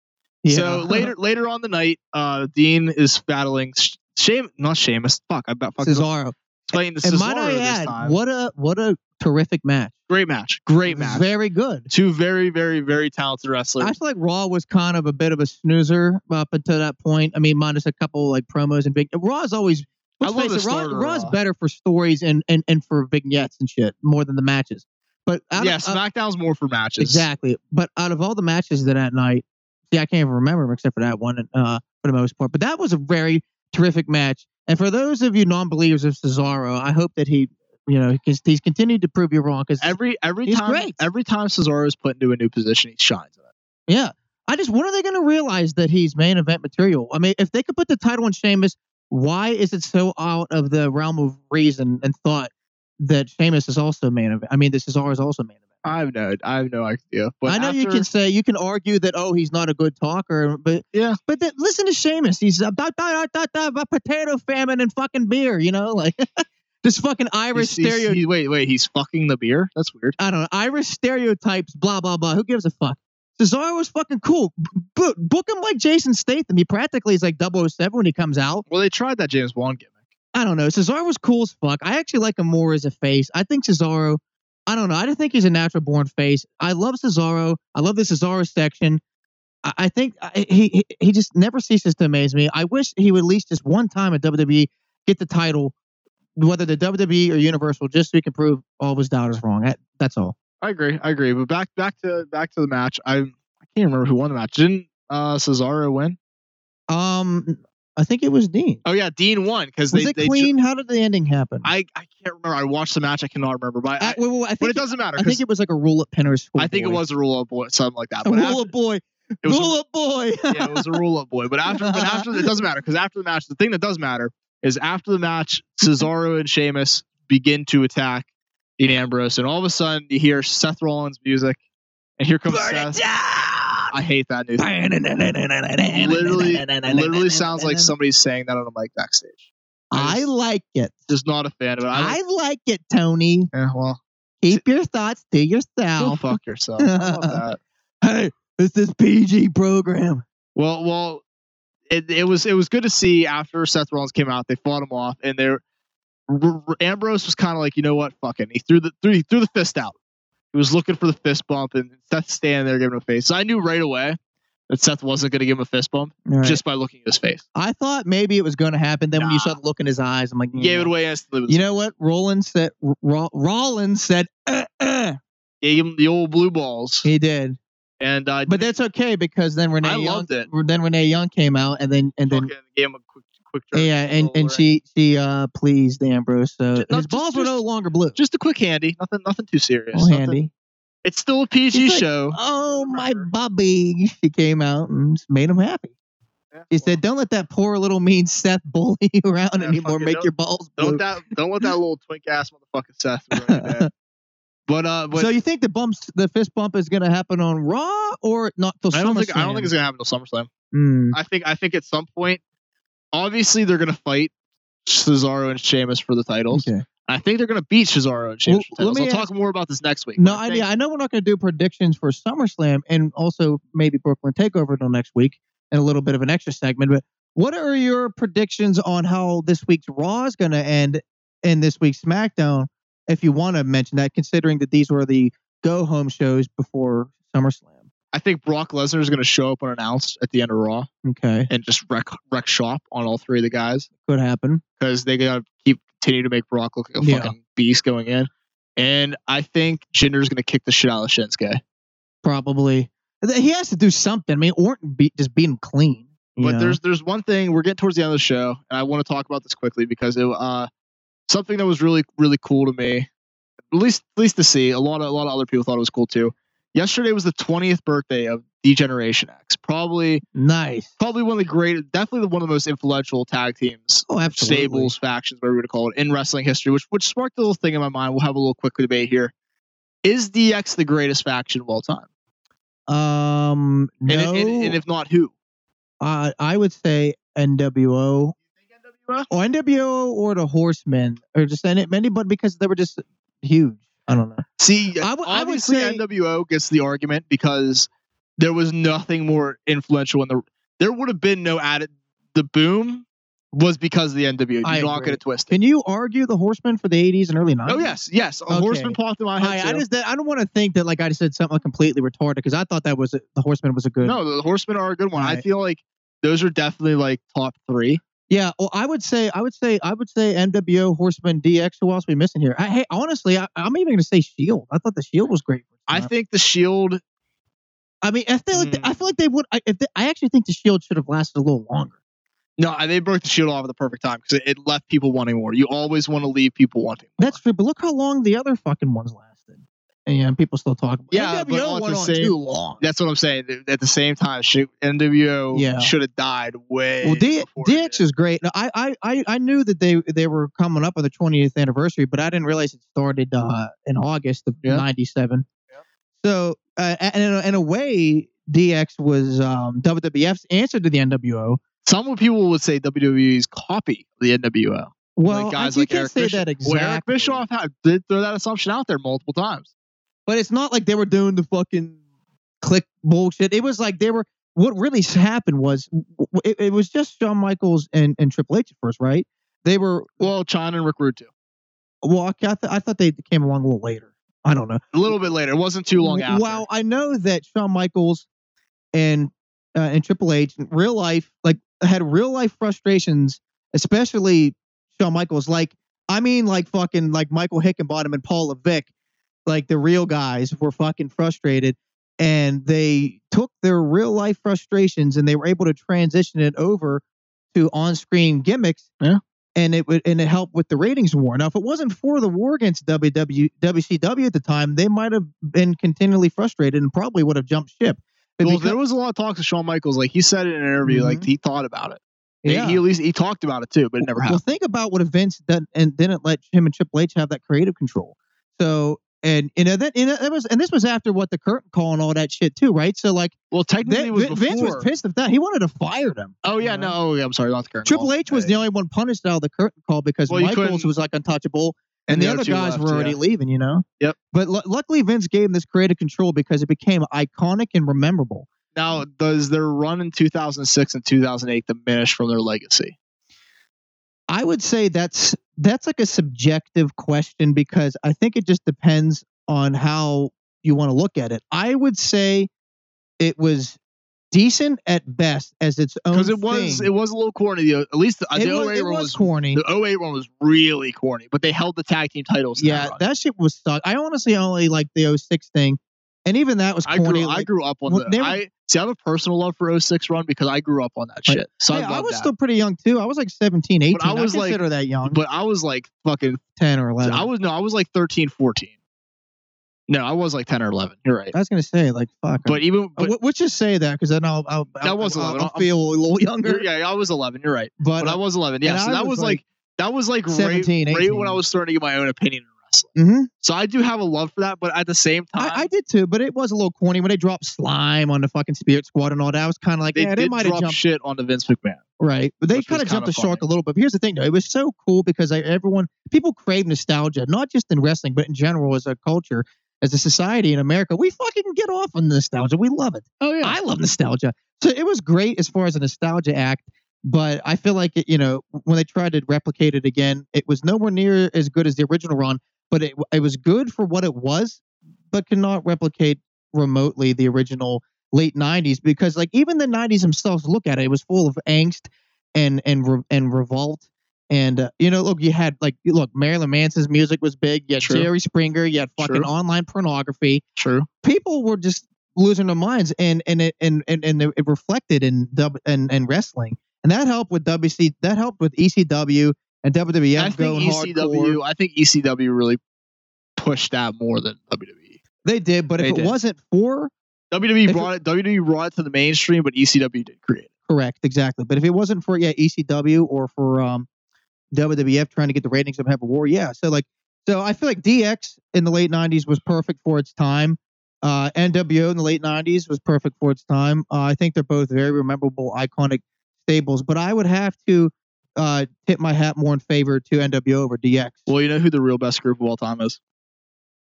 Speaker 1: Yeah. *laughs*
Speaker 2: *laughs* So later later on the night, uh, Dean is battling Sh- Shame, not Sheamus. Fuck, I about fucking
Speaker 1: Cesaro.
Speaker 2: playing the
Speaker 1: And
Speaker 2: Cesaro
Speaker 1: might I
Speaker 2: this
Speaker 1: add,
Speaker 2: time.
Speaker 1: what a what a terrific match.
Speaker 2: Great match, great
Speaker 1: It was
Speaker 2: match.
Speaker 1: Very good.
Speaker 2: Two very very very talented wrestlers.
Speaker 1: I feel like Raw was kind of a bit of a snoozer up until that point. I mean, minus a couple like promos and big. Raw is always.
Speaker 2: I
Speaker 1: let's
Speaker 2: love
Speaker 1: face
Speaker 2: the
Speaker 1: it, Raw,
Speaker 2: starter of
Speaker 1: Raw's
Speaker 2: Raw.
Speaker 1: better for stories and, and and for vignettes and shit more than the matches. But out
Speaker 2: yeah,
Speaker 1: of, uh,
Speaker 2: SmackDown's more for matches.
Speaker 1: exactly. But out of all the matches that that night, see, I can't even remember 'em except for that one uh, for the most part. But that was a very terrific match. And for those of you non-believers of Cesaro, I hope that he, you know, because he's continued to prove you wrong. Because
Speaker 2: Every every
Speaker 1: He's
Speaker 2: time
Speaker 1: great.
Speaker 2: every time Cesaro is put into a new position, he shines. at it.
Speaker 1: Yeah. I just when are they going to realize that he's main event material? I mean, if they could put the title on Sheamus, why is it so out of the realm of reason and thought that Sheamus is also main event? I mean, this Cesaro is also main event.
Speaker 2: I have no I have no idea. But
Speaker 1: I know you
Speaker 2: after-
Speaker 1: can say you can argue that oh he's not a good talker, but
Speaker 2: Yeah.
Speaker 1: but then listen to Sheamus. He's a, da, da, da, da, da, potato famine and fucking beer, you know, *laughs* like this fucking Irish
Speaker 2: he's- he's-
Speaker 1: stereotype.
Speaker 2: he- wait, wait, he's fucking the beer. That's weird.
Speaker 1: I don't know, Irish stereotypes, blah, blah, blah. Who gives a fuck? Cesaro was fucking cool. B- bo- book him like Jason Statham. He practically is like 007 when he comes out.
Speaker 2: Well, they tried that James Bond gimmick.
Speaker 1: I don't know. Cesaro was cool as fuck. I actually like him more as a face. I think Cesaro, I don't know. I just think he's a natural born face. I love Cesaro. I love the Cesaro section. I, I think I, he, he he just never ceases to amaze me. I wish he would at least just one time at WWE get the title, whether the WWE or Universal, just so he can prove all of his doubters wrong. That- that's all.
Speaker 2: I agree. I agree. But back back to back to the match. I I can't remember who won the match. Didn't uh, Cesaro win?
Speaker 1: Um, I think it was Dean.
Speaker 2: Oh yeah, Dean won because
Speaker 1: Was
Speaker 2: they
Speaker 1: it
Speaker 2: they.
Speaker 1: clean? How did the ending happen?
Speaker 2: I I can't remember. I watched the match. I cannot remember. But, I,
Speaker 1: Uh, wait, wait, wait, I
Speaker 2: but
Speaker 1: think
Speaker 2: it doesn't matter.
Speaker 1: I think
Speaker 2: 'cause
Speaker 1: it was like a roll up pin or school.
Speaker 2: I think it
Speaker 1: Oh, boy.
Speaker 2: was a rule up boy, something like that.
Speaker 1: a
Speaker 2: But
Speaker 1: roll
Speaker 2: after,
Speaker 1: up boy.
Speaker 2: it was a- *laughs*
Speaker 1: roll up boy.
Speaker 2: yeah, it was a rule up boy. But after
Speaker 1: *laughs*
Speaker 2: but after it doesn't matter because after the match, the thing that does matter is after the match, Cesaro and Sheamus begin to attack Dean Ambrose, and all of a sudden you hear Seth Rollins music, and here comes Seth.
Speaker 1: down.
Speaker 2: I hate that new thing. Literally, literally
Speaker 1: *laughs*
Speaker 2: sounds like somebody's saying that on a mic backstage.
Speaker 1: I like it.
Speaker 2: Just not a fan of it. I,
Speaker 1: I like it, Tony.
Speaker 2: yeah,
Speaker 1: *laughs*
Speaker 2: well,
Speaker 1: Keep your thoughts to
Speaker 2: go
Speaker 1: yourself.
Speaker 2: fuck
Speaker 1: *laughs*
Speaker 2: yourself. *laughs* I love that.
Speaker 1: Hey, this is PG program.
Speaker 2: Well, well, it, it was it was good to see after Seth Rollins came out, they fought him off, and they Ambrose was kind of like, you know what, fucking, he threw the threw, he threw the fist out. He was looking for the fist bump, and Seth's standing there giving him a face. So I knew right away that Seth wasn't going to give him a fist bump
Speaker 1: All right.
Speaker 2: just by looking at his face.
Speaker 1: I thought maybe it was going to happen. Then when you saw
Speaker 2: Nah.
Speaker 1: the look in his eyes, I'm like,
Speaker 2: He
Speaker 1: yeah.
Speaker 2: Gave it away instantly. with
Speaker 1: You
Speaker 2: his-
Speaker 1: know what? Rollins said. R- Raw- Rollins said. Uh, uh.
Speaker 2: gave him the old blue balls,
Speaker 1: He did,
Speaker 2: and uh,
Speaker 1: but that's okay because then Renee.
Speaker 2: I
Speaker 1: Young,
Speaker 2: loved it.
Speaker 1: Then Renee Young came out, and then and then
Speaker 2: fucking gave him a quick quick. drop
Speaker 1: yeah, and and
Speaker 2: shoulder.
Speaker 1: she she uh pleased Ambrose, so
Speaker 2: Ju- no,
Speaker 1: his
Speaker 2: just-
Speaker 1: balls were
Speaker 2: just-
Speaker 1: no longer blue.
Speaker 2: just a quick handy, nothing nothing too serious.
Speaker 1: Oh,
Speaker 2: nothing-
Speaker 1: handy.
Speaker 2: It's still a PG
Speaker 1: He's like,
Speaker 2: show.
Speaker 1: Oh my Bobby! She came out and just made him happy. She said, "Don't let that poor little mean Seth bully you around
Speaker 2: Yeah,
Speaker 1: anymore.
Speaker 2: fucking
Speaker 1: Make
Speaker 2: don't-
Speaker 1: your balls blue."
Speaker 2: Don't that don't let that little twink ass motherfucking Seth. ruin your day.
Speaker 1: *laughs*
Speaker 2: But uh, but
Speaker 1: so you think the bumps, the fist bump, is going to happen on Raw or not till
Speaker 2: I don't think I don't
Speaker 1: SummerSlam?
Speaker 2: think it's gonna happen till SummerSlam.
Speaker 1: Mm.
Speaker 2: I think I think at some point, obviously they're gonna fight Cesaro and Sheamus for the titles.
Speaker 1: Okay.
Speaker 2: I think they're gonna beat Cesaro and Sheamus.
Speaker 1: Well,
Speaker 2: for the
Speaker 1: let
Speaker 2: titles.
Speaker 1: me
Speaker 2: I'll talk more about this next week.
Speaker 1: No,
Speaker 2: but
Speaker 1: I,
Speaker 2: I
Speaker 1: yeah, I know we're not going to do predictions for SummerSlam and also maybe Brooklyn Takeover until next week and a little bit of an extra segment. But what are your predictions on how this week's Raw is going to end and this week's SmackDown? If you want to mention that, considering that these were the go home shows before SummerSlam.
Speaker 2: I think Brock Lesnar is gonna show up unannounced at the end of Raw
Speaker 1: Okay,
Speaker 2: and just wreck wreck shop on all three of the guys.
Speaker 1: could happen.
Speaker 2: because they gotta keep continue to make Brock look like a
Speaker 1: Yeah.
Speaker 2: fucking beast going in. And I think Jinder's gonna kick the shit out of Shinsuke.
Speaker 1: Probably Th- he has to do something. I mean, Orton beat, just beat him clean. you
Speaker 2: But
Speaker 1: know?
Speaker 2: there's there's one thing we're getting towards the end of the show, and I want to talk about this quickly because it uh something that was really really cool to me, at least at least to see. A lot of a lot of other people thought it was cool too. Yesterday was the 20th birthday of Degeneration X, probably
Speaker 1: nice.
Speaker 2: probably one of the great, definitely one of the most influential tag teams
Speaker 1: Oh, absolutely.
Speaker 2: stables, factions, whatever you want to call it, in wrestling history, which which sparked a little thing in my mind. We'll have a little quick debate here. Is DX the greatest faction of all time?
Speaker 1: Um, no,
Speaker 2: And, and, and if not, who?
Speaker 1: uh, I would say NWO or NWO or the Horsemen or just any anybody because they were just huge. I don't know.
Speaker 2: See,
Speaker 1: I would- I would
Speaker 2: obviously
Speaker 1: say-
Speaker 2: NWO gets the argument because there was nothing more influential in the. There would have been no added. The boom was because of the NWO.
Speaker 1: I
Speaker 2: You're not
Speaker 1: agree.
Speaker 2: going to twist it.
Speaker 1: Can you argue the Horsemen for the 80s and early 90s?
Speaker 2: Oh yes, yes. A
Speaker 1: Okay.
Speaker 2: horseman popped in my head.
Speaker 1: I, I
Speaker 2: too.
Speaker 1: just I don't want to think that like I said something completely retarded because I thought that was the Horsemen was a good
Speaker 2: no, the horsemen are a good one. I
Speaker 1: Alright.
Speaker 2: feel like those are definitely like top three.
Speaker 1: Yeah, well, I would say, I would say, I would say NWO, Horseman, DX. Who else we missing here? I, hey, honestly, I, I'm even going to say Shield. I thought the Shield was great.
Speaker 2: I think the Shield.
Speaker 1: I mean, I feel like
Speaker 2: Hmm.
Speaker 1: I feel like they would. I, if they, I actually think the Shield should have lasted a little longer.
Speaker 2: No, they broke the Shield off at the perfect time because it, it left people wanting more. You always want to leave people wanting. More.
Speaker 1: That's true, but look how long the other fucking ones lasted, and people still talk. about
Speaker 2: Yeah, but
Speaker 1: NWO
Speaker 2: all at
Speaker 1: went
Speaker 2: the
Speaker 1: on
Speaker 2: same-
Speaker 1: too long.
Speaker 2: That's what I'm saying. Th- At the same time, shoot, NWO
Speaker 1: Yeah.
Speaker 2: should have died way.
Speaker 1: Well, D-
Speaker 2: before it
Speaker 1: DX
Speaker 2: did.
Speaker 1: is great. No, I, I, I, I knew that they they were coming up on the 20th anniversary, but I didn't realize it started uh, in August of
Speaker 2: Yeah.
Speaker 1: '97. So, uh, and in a, in a way, DX was um, WWF's answer to the NWO.
Speaker 2: Some people would say WWE's copy of the NWO.
Speaker 1: Well,
Speaker 2: like guys
Speaker 1: I, you
Speaker 2: like
Speaker 1: can't
Speaker 2: Eric
Speaker 1: say
Speaker 2: Bischoff.
Speaker 1: that
Speaker 2: Well,
Speaker 1: exactly.
Speaker 2: Eric Bischoff had, did throw that assumption out there multiple times.
Speaker 1: but it's not like they were doing the fucking click bullshit. It was like they were. What really happened was w- w- it, it was just Shawn Michaels and, and Triple H at first, right? They were
Speaker 2: Well, China and Rick Rude too.
Speaker 1: well. I, th- I thought they came along a little later. I don't know.
Speaker 2: A little bit later. It wasn't too long
Speaker 1: W-
Speaker 2: after.
Speaker 1: Well, I know that Shawn Michaels and uh, and Triple H in real life like had real life frustrations, especially Shawn Michaels. Like I mean, like fucking like Michael Hickenbottom and Paul Levesque, like the real guys were fucking frustrated, and they took their real life frustrations and they were able to transition it over to on screen gimmicks.
Speaker 2: Yeah.
Speaker 1: And it would and it helped with the ratings war. Now, if it wasn't for the war against WW, WCW at the time, they might have been continually frustrated and probably would have jumped ship. But
Speaker 2: Well,
Speaker 1: because-
Speaker 2: there was a lot of talks with Shawn Michaels. Like he said it in an interview, like
Speaker 1: Mhm.
Speaker 2: he thought about it. Yeah. He at least he talked about it too, but it never
Speaker 1: Well,
Speaker 2: happened.
Speaker 1: think about what events done and didn't let him and Triple H have that creative control. So and you know that you know, that was and this was after what the curtain call and all that shit too, right? So like
Speaker 2: Well, technically
Speaker 1: that-
Speaker 2: it was
Speaker 1: Vin-
Speaker 2: before.
Speaker 1: Vince was pissed at that. He wanted to fire them.
Speaker 2: oh yeah,
Speaker 1: you
Speaker 2: no,
Speaker 1: know?
Speaker 2: oh, yeah, I'm sorry, not the current
Speaker 1: Triple
Speaker 2: call.
Speaker 1: H was
Speaker 2: Hey.
Speaker 1: the only one punished out of the curtain call because
Speaker 2: Well, you
Speaker 1: Michaels
Speaker 2: couldn't-
Speaker 1: was like untouchable, and, the, other
Speaker 2: two
Speaker 1: guys
Speaker 2: left,
Speaker 1: were already
Speaker 2: yeah.
Speaker 1: leaving. You know.
Speaker 2: Yep.
Speaker 1: But lu luckily, Vince gave him this creative control because it became iconic and memorable.
Speaker 2: Now, does their run in 2006 and 2008 diminish from their legacy?
Speaker 1: I would say that's that's like a subjective question because I think it just depends on how you want to look at it. I would say it was decent at best as its own
Speaker 2: Because it was
Speaker 1: thing.
Speaker 2: it was a little corny. The, at least the, uh,
Speaker 1: It
Speaker 2: the
Speaker 1: was-
Speaker 2: 08
Speaker 1: it
Speaker 2: one
Speaker 1: was
Speaker 2: was,
Speaker 1: corny.
Speaker 2: the 08 one was really corny, but they held the tag team titles. in that
Speaker 1: yeah,
Speaker 2: run.
Speaker 1: that shit was stuck. I honestly only like the 06 thing, and even that was
Speaker 2: I
Speaker 1: corny.
Speaker 2: grew, I
Speaker 1: like-
Speaker 2: grew up on
Speaker 1: well,
Speaker 2: the.
Speaker 1: they were-
Speaker 2: I see. I have a personal love for 06 run because I grew up on that
Speaker 1: Right.
Speaker 2: shit. So
Speaker 1: Hey,
Speaker 2: I, love
Speaker 1: was
Speaker 2: that.
Speaker 1: still pretty young too. I was like 17, 18.
Speaker 2: I was,
Speaker 1: I
Speaker 2: like-
Speaker 1: consider that young,
Speaker 2: but I was like fucking
Speaker 1: 10 or 11.
Speaker 2: I was no, I was like 13, 14. No, I was like 10 or 11. You're right.
Speaker 1: I was gonna say like fuck.
Speaker 2: But even but
Speaker 1: but, let's just say that because then I'll, I'll, I'll,
Speaker 2: was
Speaker 1: I'll,
Speaker 2: 11.
Speaker 1: I'll feel a little *laughs* younger.
Speaker 2: yeah, I was 11. You're right.
Speaker 1: But,
Speaker 2: But I was 11. Yeah,
Speaker 1: and
Speaker 2: so
Speaker 1: I
Speaker 2: that
Speaker 1: was,
Speaker 2: was like, that was like right,
Speaker 1: 17,
Speaker 2: right
Speaker 1: 18.
Speaker 2: when I was starting to get my own opinion in wrestling.
Speaker 1: hmm
Speaker 2: So I do have a love for that, but at the same time,
Speaker 1: I, I did too, but it was a little corny when they dropped slime on the fucking Spirit Squad and all that. I was kind of like,
Speaker 2: they
Speaker 1: yeah, they
Speaker 2: did
Speaker 1: might have
Speaker 2: drop
Speaker 1: jumped
Speaker 2: shit onto Vince McMahon.
Speaker 1: right, but they
Speaker 2: which was
Speaker 1: kind of jumped
Speaker 2: kinda
Speaker 1: the shark a
Speaker 2: funny.
Speaker 1: little. But here's the thing, though, it was so cool because I, everyone, people crave nostalgia, not just in wrestling, but in general as a culture, as a society in America. We fucking get off on nostalgia. We love it.
Speaker 2: Oh yeah,
Speaker 1: I love nostalgia. So it was great as far as a nostalgia act, but I feel like it, you know when they tried to replicate it again, it was nowhere near as good as the original run. But it it was good for what it was, but cannot replicate remotely the original late '90s because like even the '90s themselves look at it, it was full of angst and and re- and revolt. And uh, you know, look, you had like look, Marilyn Manson's music was big. You had
Speaker 2: True.
Speaker 1: Jerry Springer. You had fucking
Speaker 2: True.
Speaker 1: online pornography
Speaker 2: true.
Speaker 1: people were just losing their minds and and it and and, and it reflected in dub and, and wrestling and that helped with WC that helped with ECW and WWF
Speaker 2: I
Speaker 1: going
Speaker 2: think E ECW.
Speaker 1: hardcore.
Speaker 2: I think ECW really pushed that more than E. WWE.
Speaker 1: They did, but if
Speaker 2: They
Speaker 1: it
Speaker 2: did.
Speaker 1: wasn't for
Speaker 2: WWE
Speaker 1: If it-
Speaker 2: E brought it, WWE brought it to the mainstream, but E ECW did create it.
Speaker 1: correct exactly, but if it wasn't for yeah ECW or for um WWF trying to get the ratings and have a war, yeah. So like so I feel like DX in the late '90s was perfect for its time. Uh, NWO in the late '90s was perfect for its time. Uh, I think they're both very memorable, iconic stables. But I would have to uh, tip my hat more in favor to NWO over DX.
Speaker 2: Well, you know who the real best group of all time is?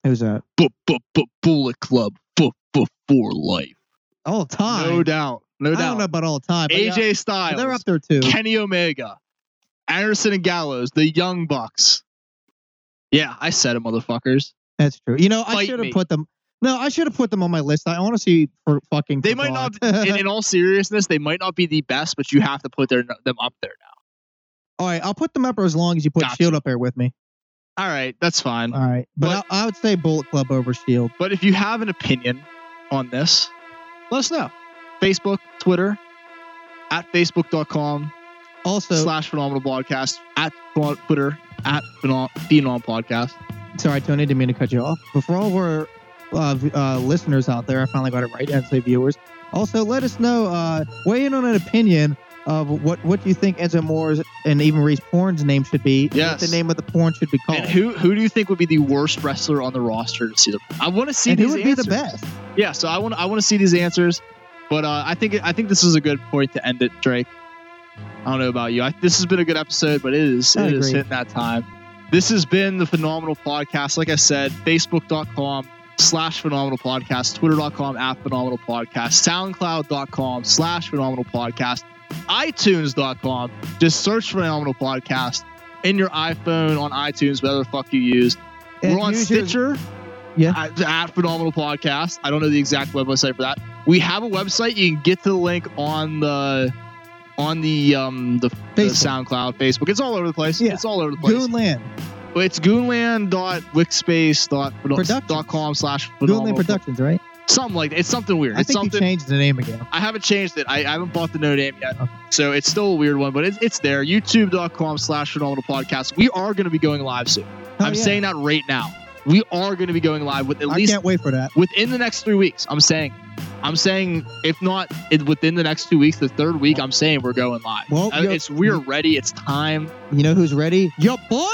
Speaker 1: Who's that?
Speaker 2: Bu- bu- bu- Bullet Club. Bu- bu- for life.
Speaker 1: all time.
Speaker 2: No doubt. No
Speaker 1: I don't
Speaker 2: doubt.
Speaker 1: know about all time. but
Speaker 2: AJ
Speaker 1: yeah,
Speaker 2: Styles.
Speaker 1: they're up there too.
Speaker 2: Kenny Omega, Anderson and Gallows, the Young Bucks. Yeah, I said it,
Speaker 1: *laughs*
Speaker 2: motherfuckers.
Speaker 1: That's true. You know, I
Speaker 2: Fight
Speaker 1: should have
Speaker 2: me.
Speaker 1: put them. No, I should have put them on my list. I honestly for fucking.
Speaker 2: They might
Speaker 1: forgot.
Speaker 2: not, in, in all seriousness, they might not be the best, but you have to put their, them up there
Speaker 1: *laughs* all right, I'll put them up as long as you put
Speaker 2: Gotcha. Mm.
Speaker 1: Shield up there with me.
Speaker 2: now. All right, that's fine.
Speaker 1: All right, but, I, I would say Bullet Club over Shield.
Speaker 2: But if you have an opinion on this, let us know. Facebook, Twitter, at facebook.com
Speaker 1: Also,
Speaker 2: slash phenomenal podcast, at phenom- Twitter, at phenom phenom podcast.
Speaker 1: sorry, Tony, didn't mean to cut you off. But for all of our uh, v- uh, listeners out there, I finally got it right. I'd say viewers. Also, let us know. Uh, weigh in on an opinion of what what you think Enzo Moore's and even Reese Porn's name should be. and What
Speaker 2: Yes.
Speaker 1: the name of the porn should be called.
Speaker 2: And who who do you think would be the worst wrestler on the roster to see them? I want to see
Speaker 1: And who
Speaker 2: these
Speaker 1: would be
Speaker 2: answers.
Speaker 1: the best?
Speaker 2: Yeah, so I want I want to see these answers, but uh, I think I think this is a good point to end it, Drake. I don't know about you. I, this has been a good episode, but it is
Speaker 1: I
Speaker 2: it is
Speaker 1: agree.
Speaker 2: hitting that time. This has been the phenomenal podcast. Like I said, Facebook.com slash phenomenal podcast, Twitter.com at phenomenal podcast, SoundCloud.com slash phenomenal podcast, iTunes.com. Just search phenomenal podcast in your iPhone on iTunes, whatever the fuck you use.
Speaker 1: And
Speaker 2: We're on
Speaker 1: use your-
Speaker 2: Stitcher.
Speaker 1: Yeah.
Speaker 2: At, at Phenomenal Podcast. I don't know the exact website for that. We have a website. You can get to the link on the on the um the, the
Speaker 1: Facebook.
Speaker 2: SoundCloud, Facebook. It's all over the place.
Speaker 1: Yeah.
Speaker 2: It's all over the place.
Speaker 1: Goonland.
Speaker 2: It's goonland.wixspace.com dot com slash phenomenal-
Speaker 1: Goonland Productions, right?
Speaker 2: Something like that. It's something weird.
Speaker 1: I
Speaker 2: It's
Speaker 1: think you
Speaker 2: something
Speaker 1: changed the name again.
Speaker 2: I haven't changed it. I, I haven't bought the no name yet.
Speaker 1: Okay.
Speaker 2: So it's still a weird one, but it's it's there. YouTube.com slash phenomenal podcast. We are gonna be going live soon.
Speaker 1: Hell
Speaker 2: I'm
Speaker 1: Oh, yeah.
Speaker 2: saying that right now. We are going to be going live with at
Speaker 1: I
Speaker 2: least
Speaker 1: can't wait for that.
Speaker 2: within the next three weeks. I'm saying, I'm saying, if not it, within the next two weeks, the third week, I'm saying we're going live.
Speaker 1: Well,
Speaker 2: Uh,
Speaker 1: yo-
Speaker 2: it's we're ready. It's time.
Speaker 1: You know who's ready? Yo, boy.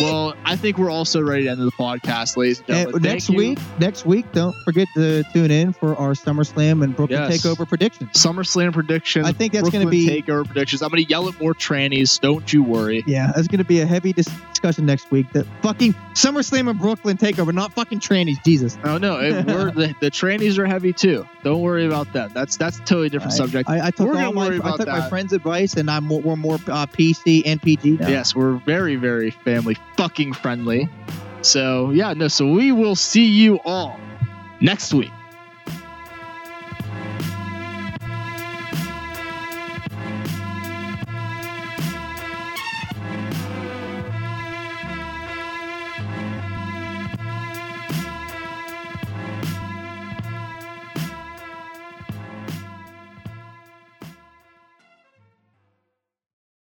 Speaker 2: Well, I think we're also ready to end the podcast, ladies and
Speaker 1: Uh,
Speaker 2: gentlemen. Thank
Speaker 1: next
Speaker 2: you.
Speaker 1: week, next week, don't forget to tune in for our SummerSlam and Brooklyn
Speaker 2: Yes.
Speaker 1: Takeover predictions.
Speaker 2: SummerSlam predictions.
Speaker 1: I think that's gonna
Speaker 2: Brooklyn
Speaker 1: be-
Speaker 2: takeover predictions. I'm going to yell at more trannies. Don't you worry.
Speaker 1: Yeah, that's going to be a heavy dis- discussion next week. That fucking SummerSlam and Brooklyn Takeover, not fucking trannies. Jesus.
Speaker 2: No, Oh, no, it,
Speaker 1: *laughs*
Speaker 2: we're, the, the trannies are heavy too. Don't worry about them. That's that's a totally different
Speaker 1: I-
Speaker 2: subject.
Speaker 1: I, I took
Speaker 2: We're gonna
Speaker 1: all my,
Speaker 2: worry
Speaker 1: I
Speaker 2: about
Speaker 1: took my
Speaker 2: that.
Speaker 1: friend's advice, and I'm we're more uh, PC and PG now.
Speaker 2: Yes, we're very, very family fucking friendly. So, yeah, no, so we will see you all next week.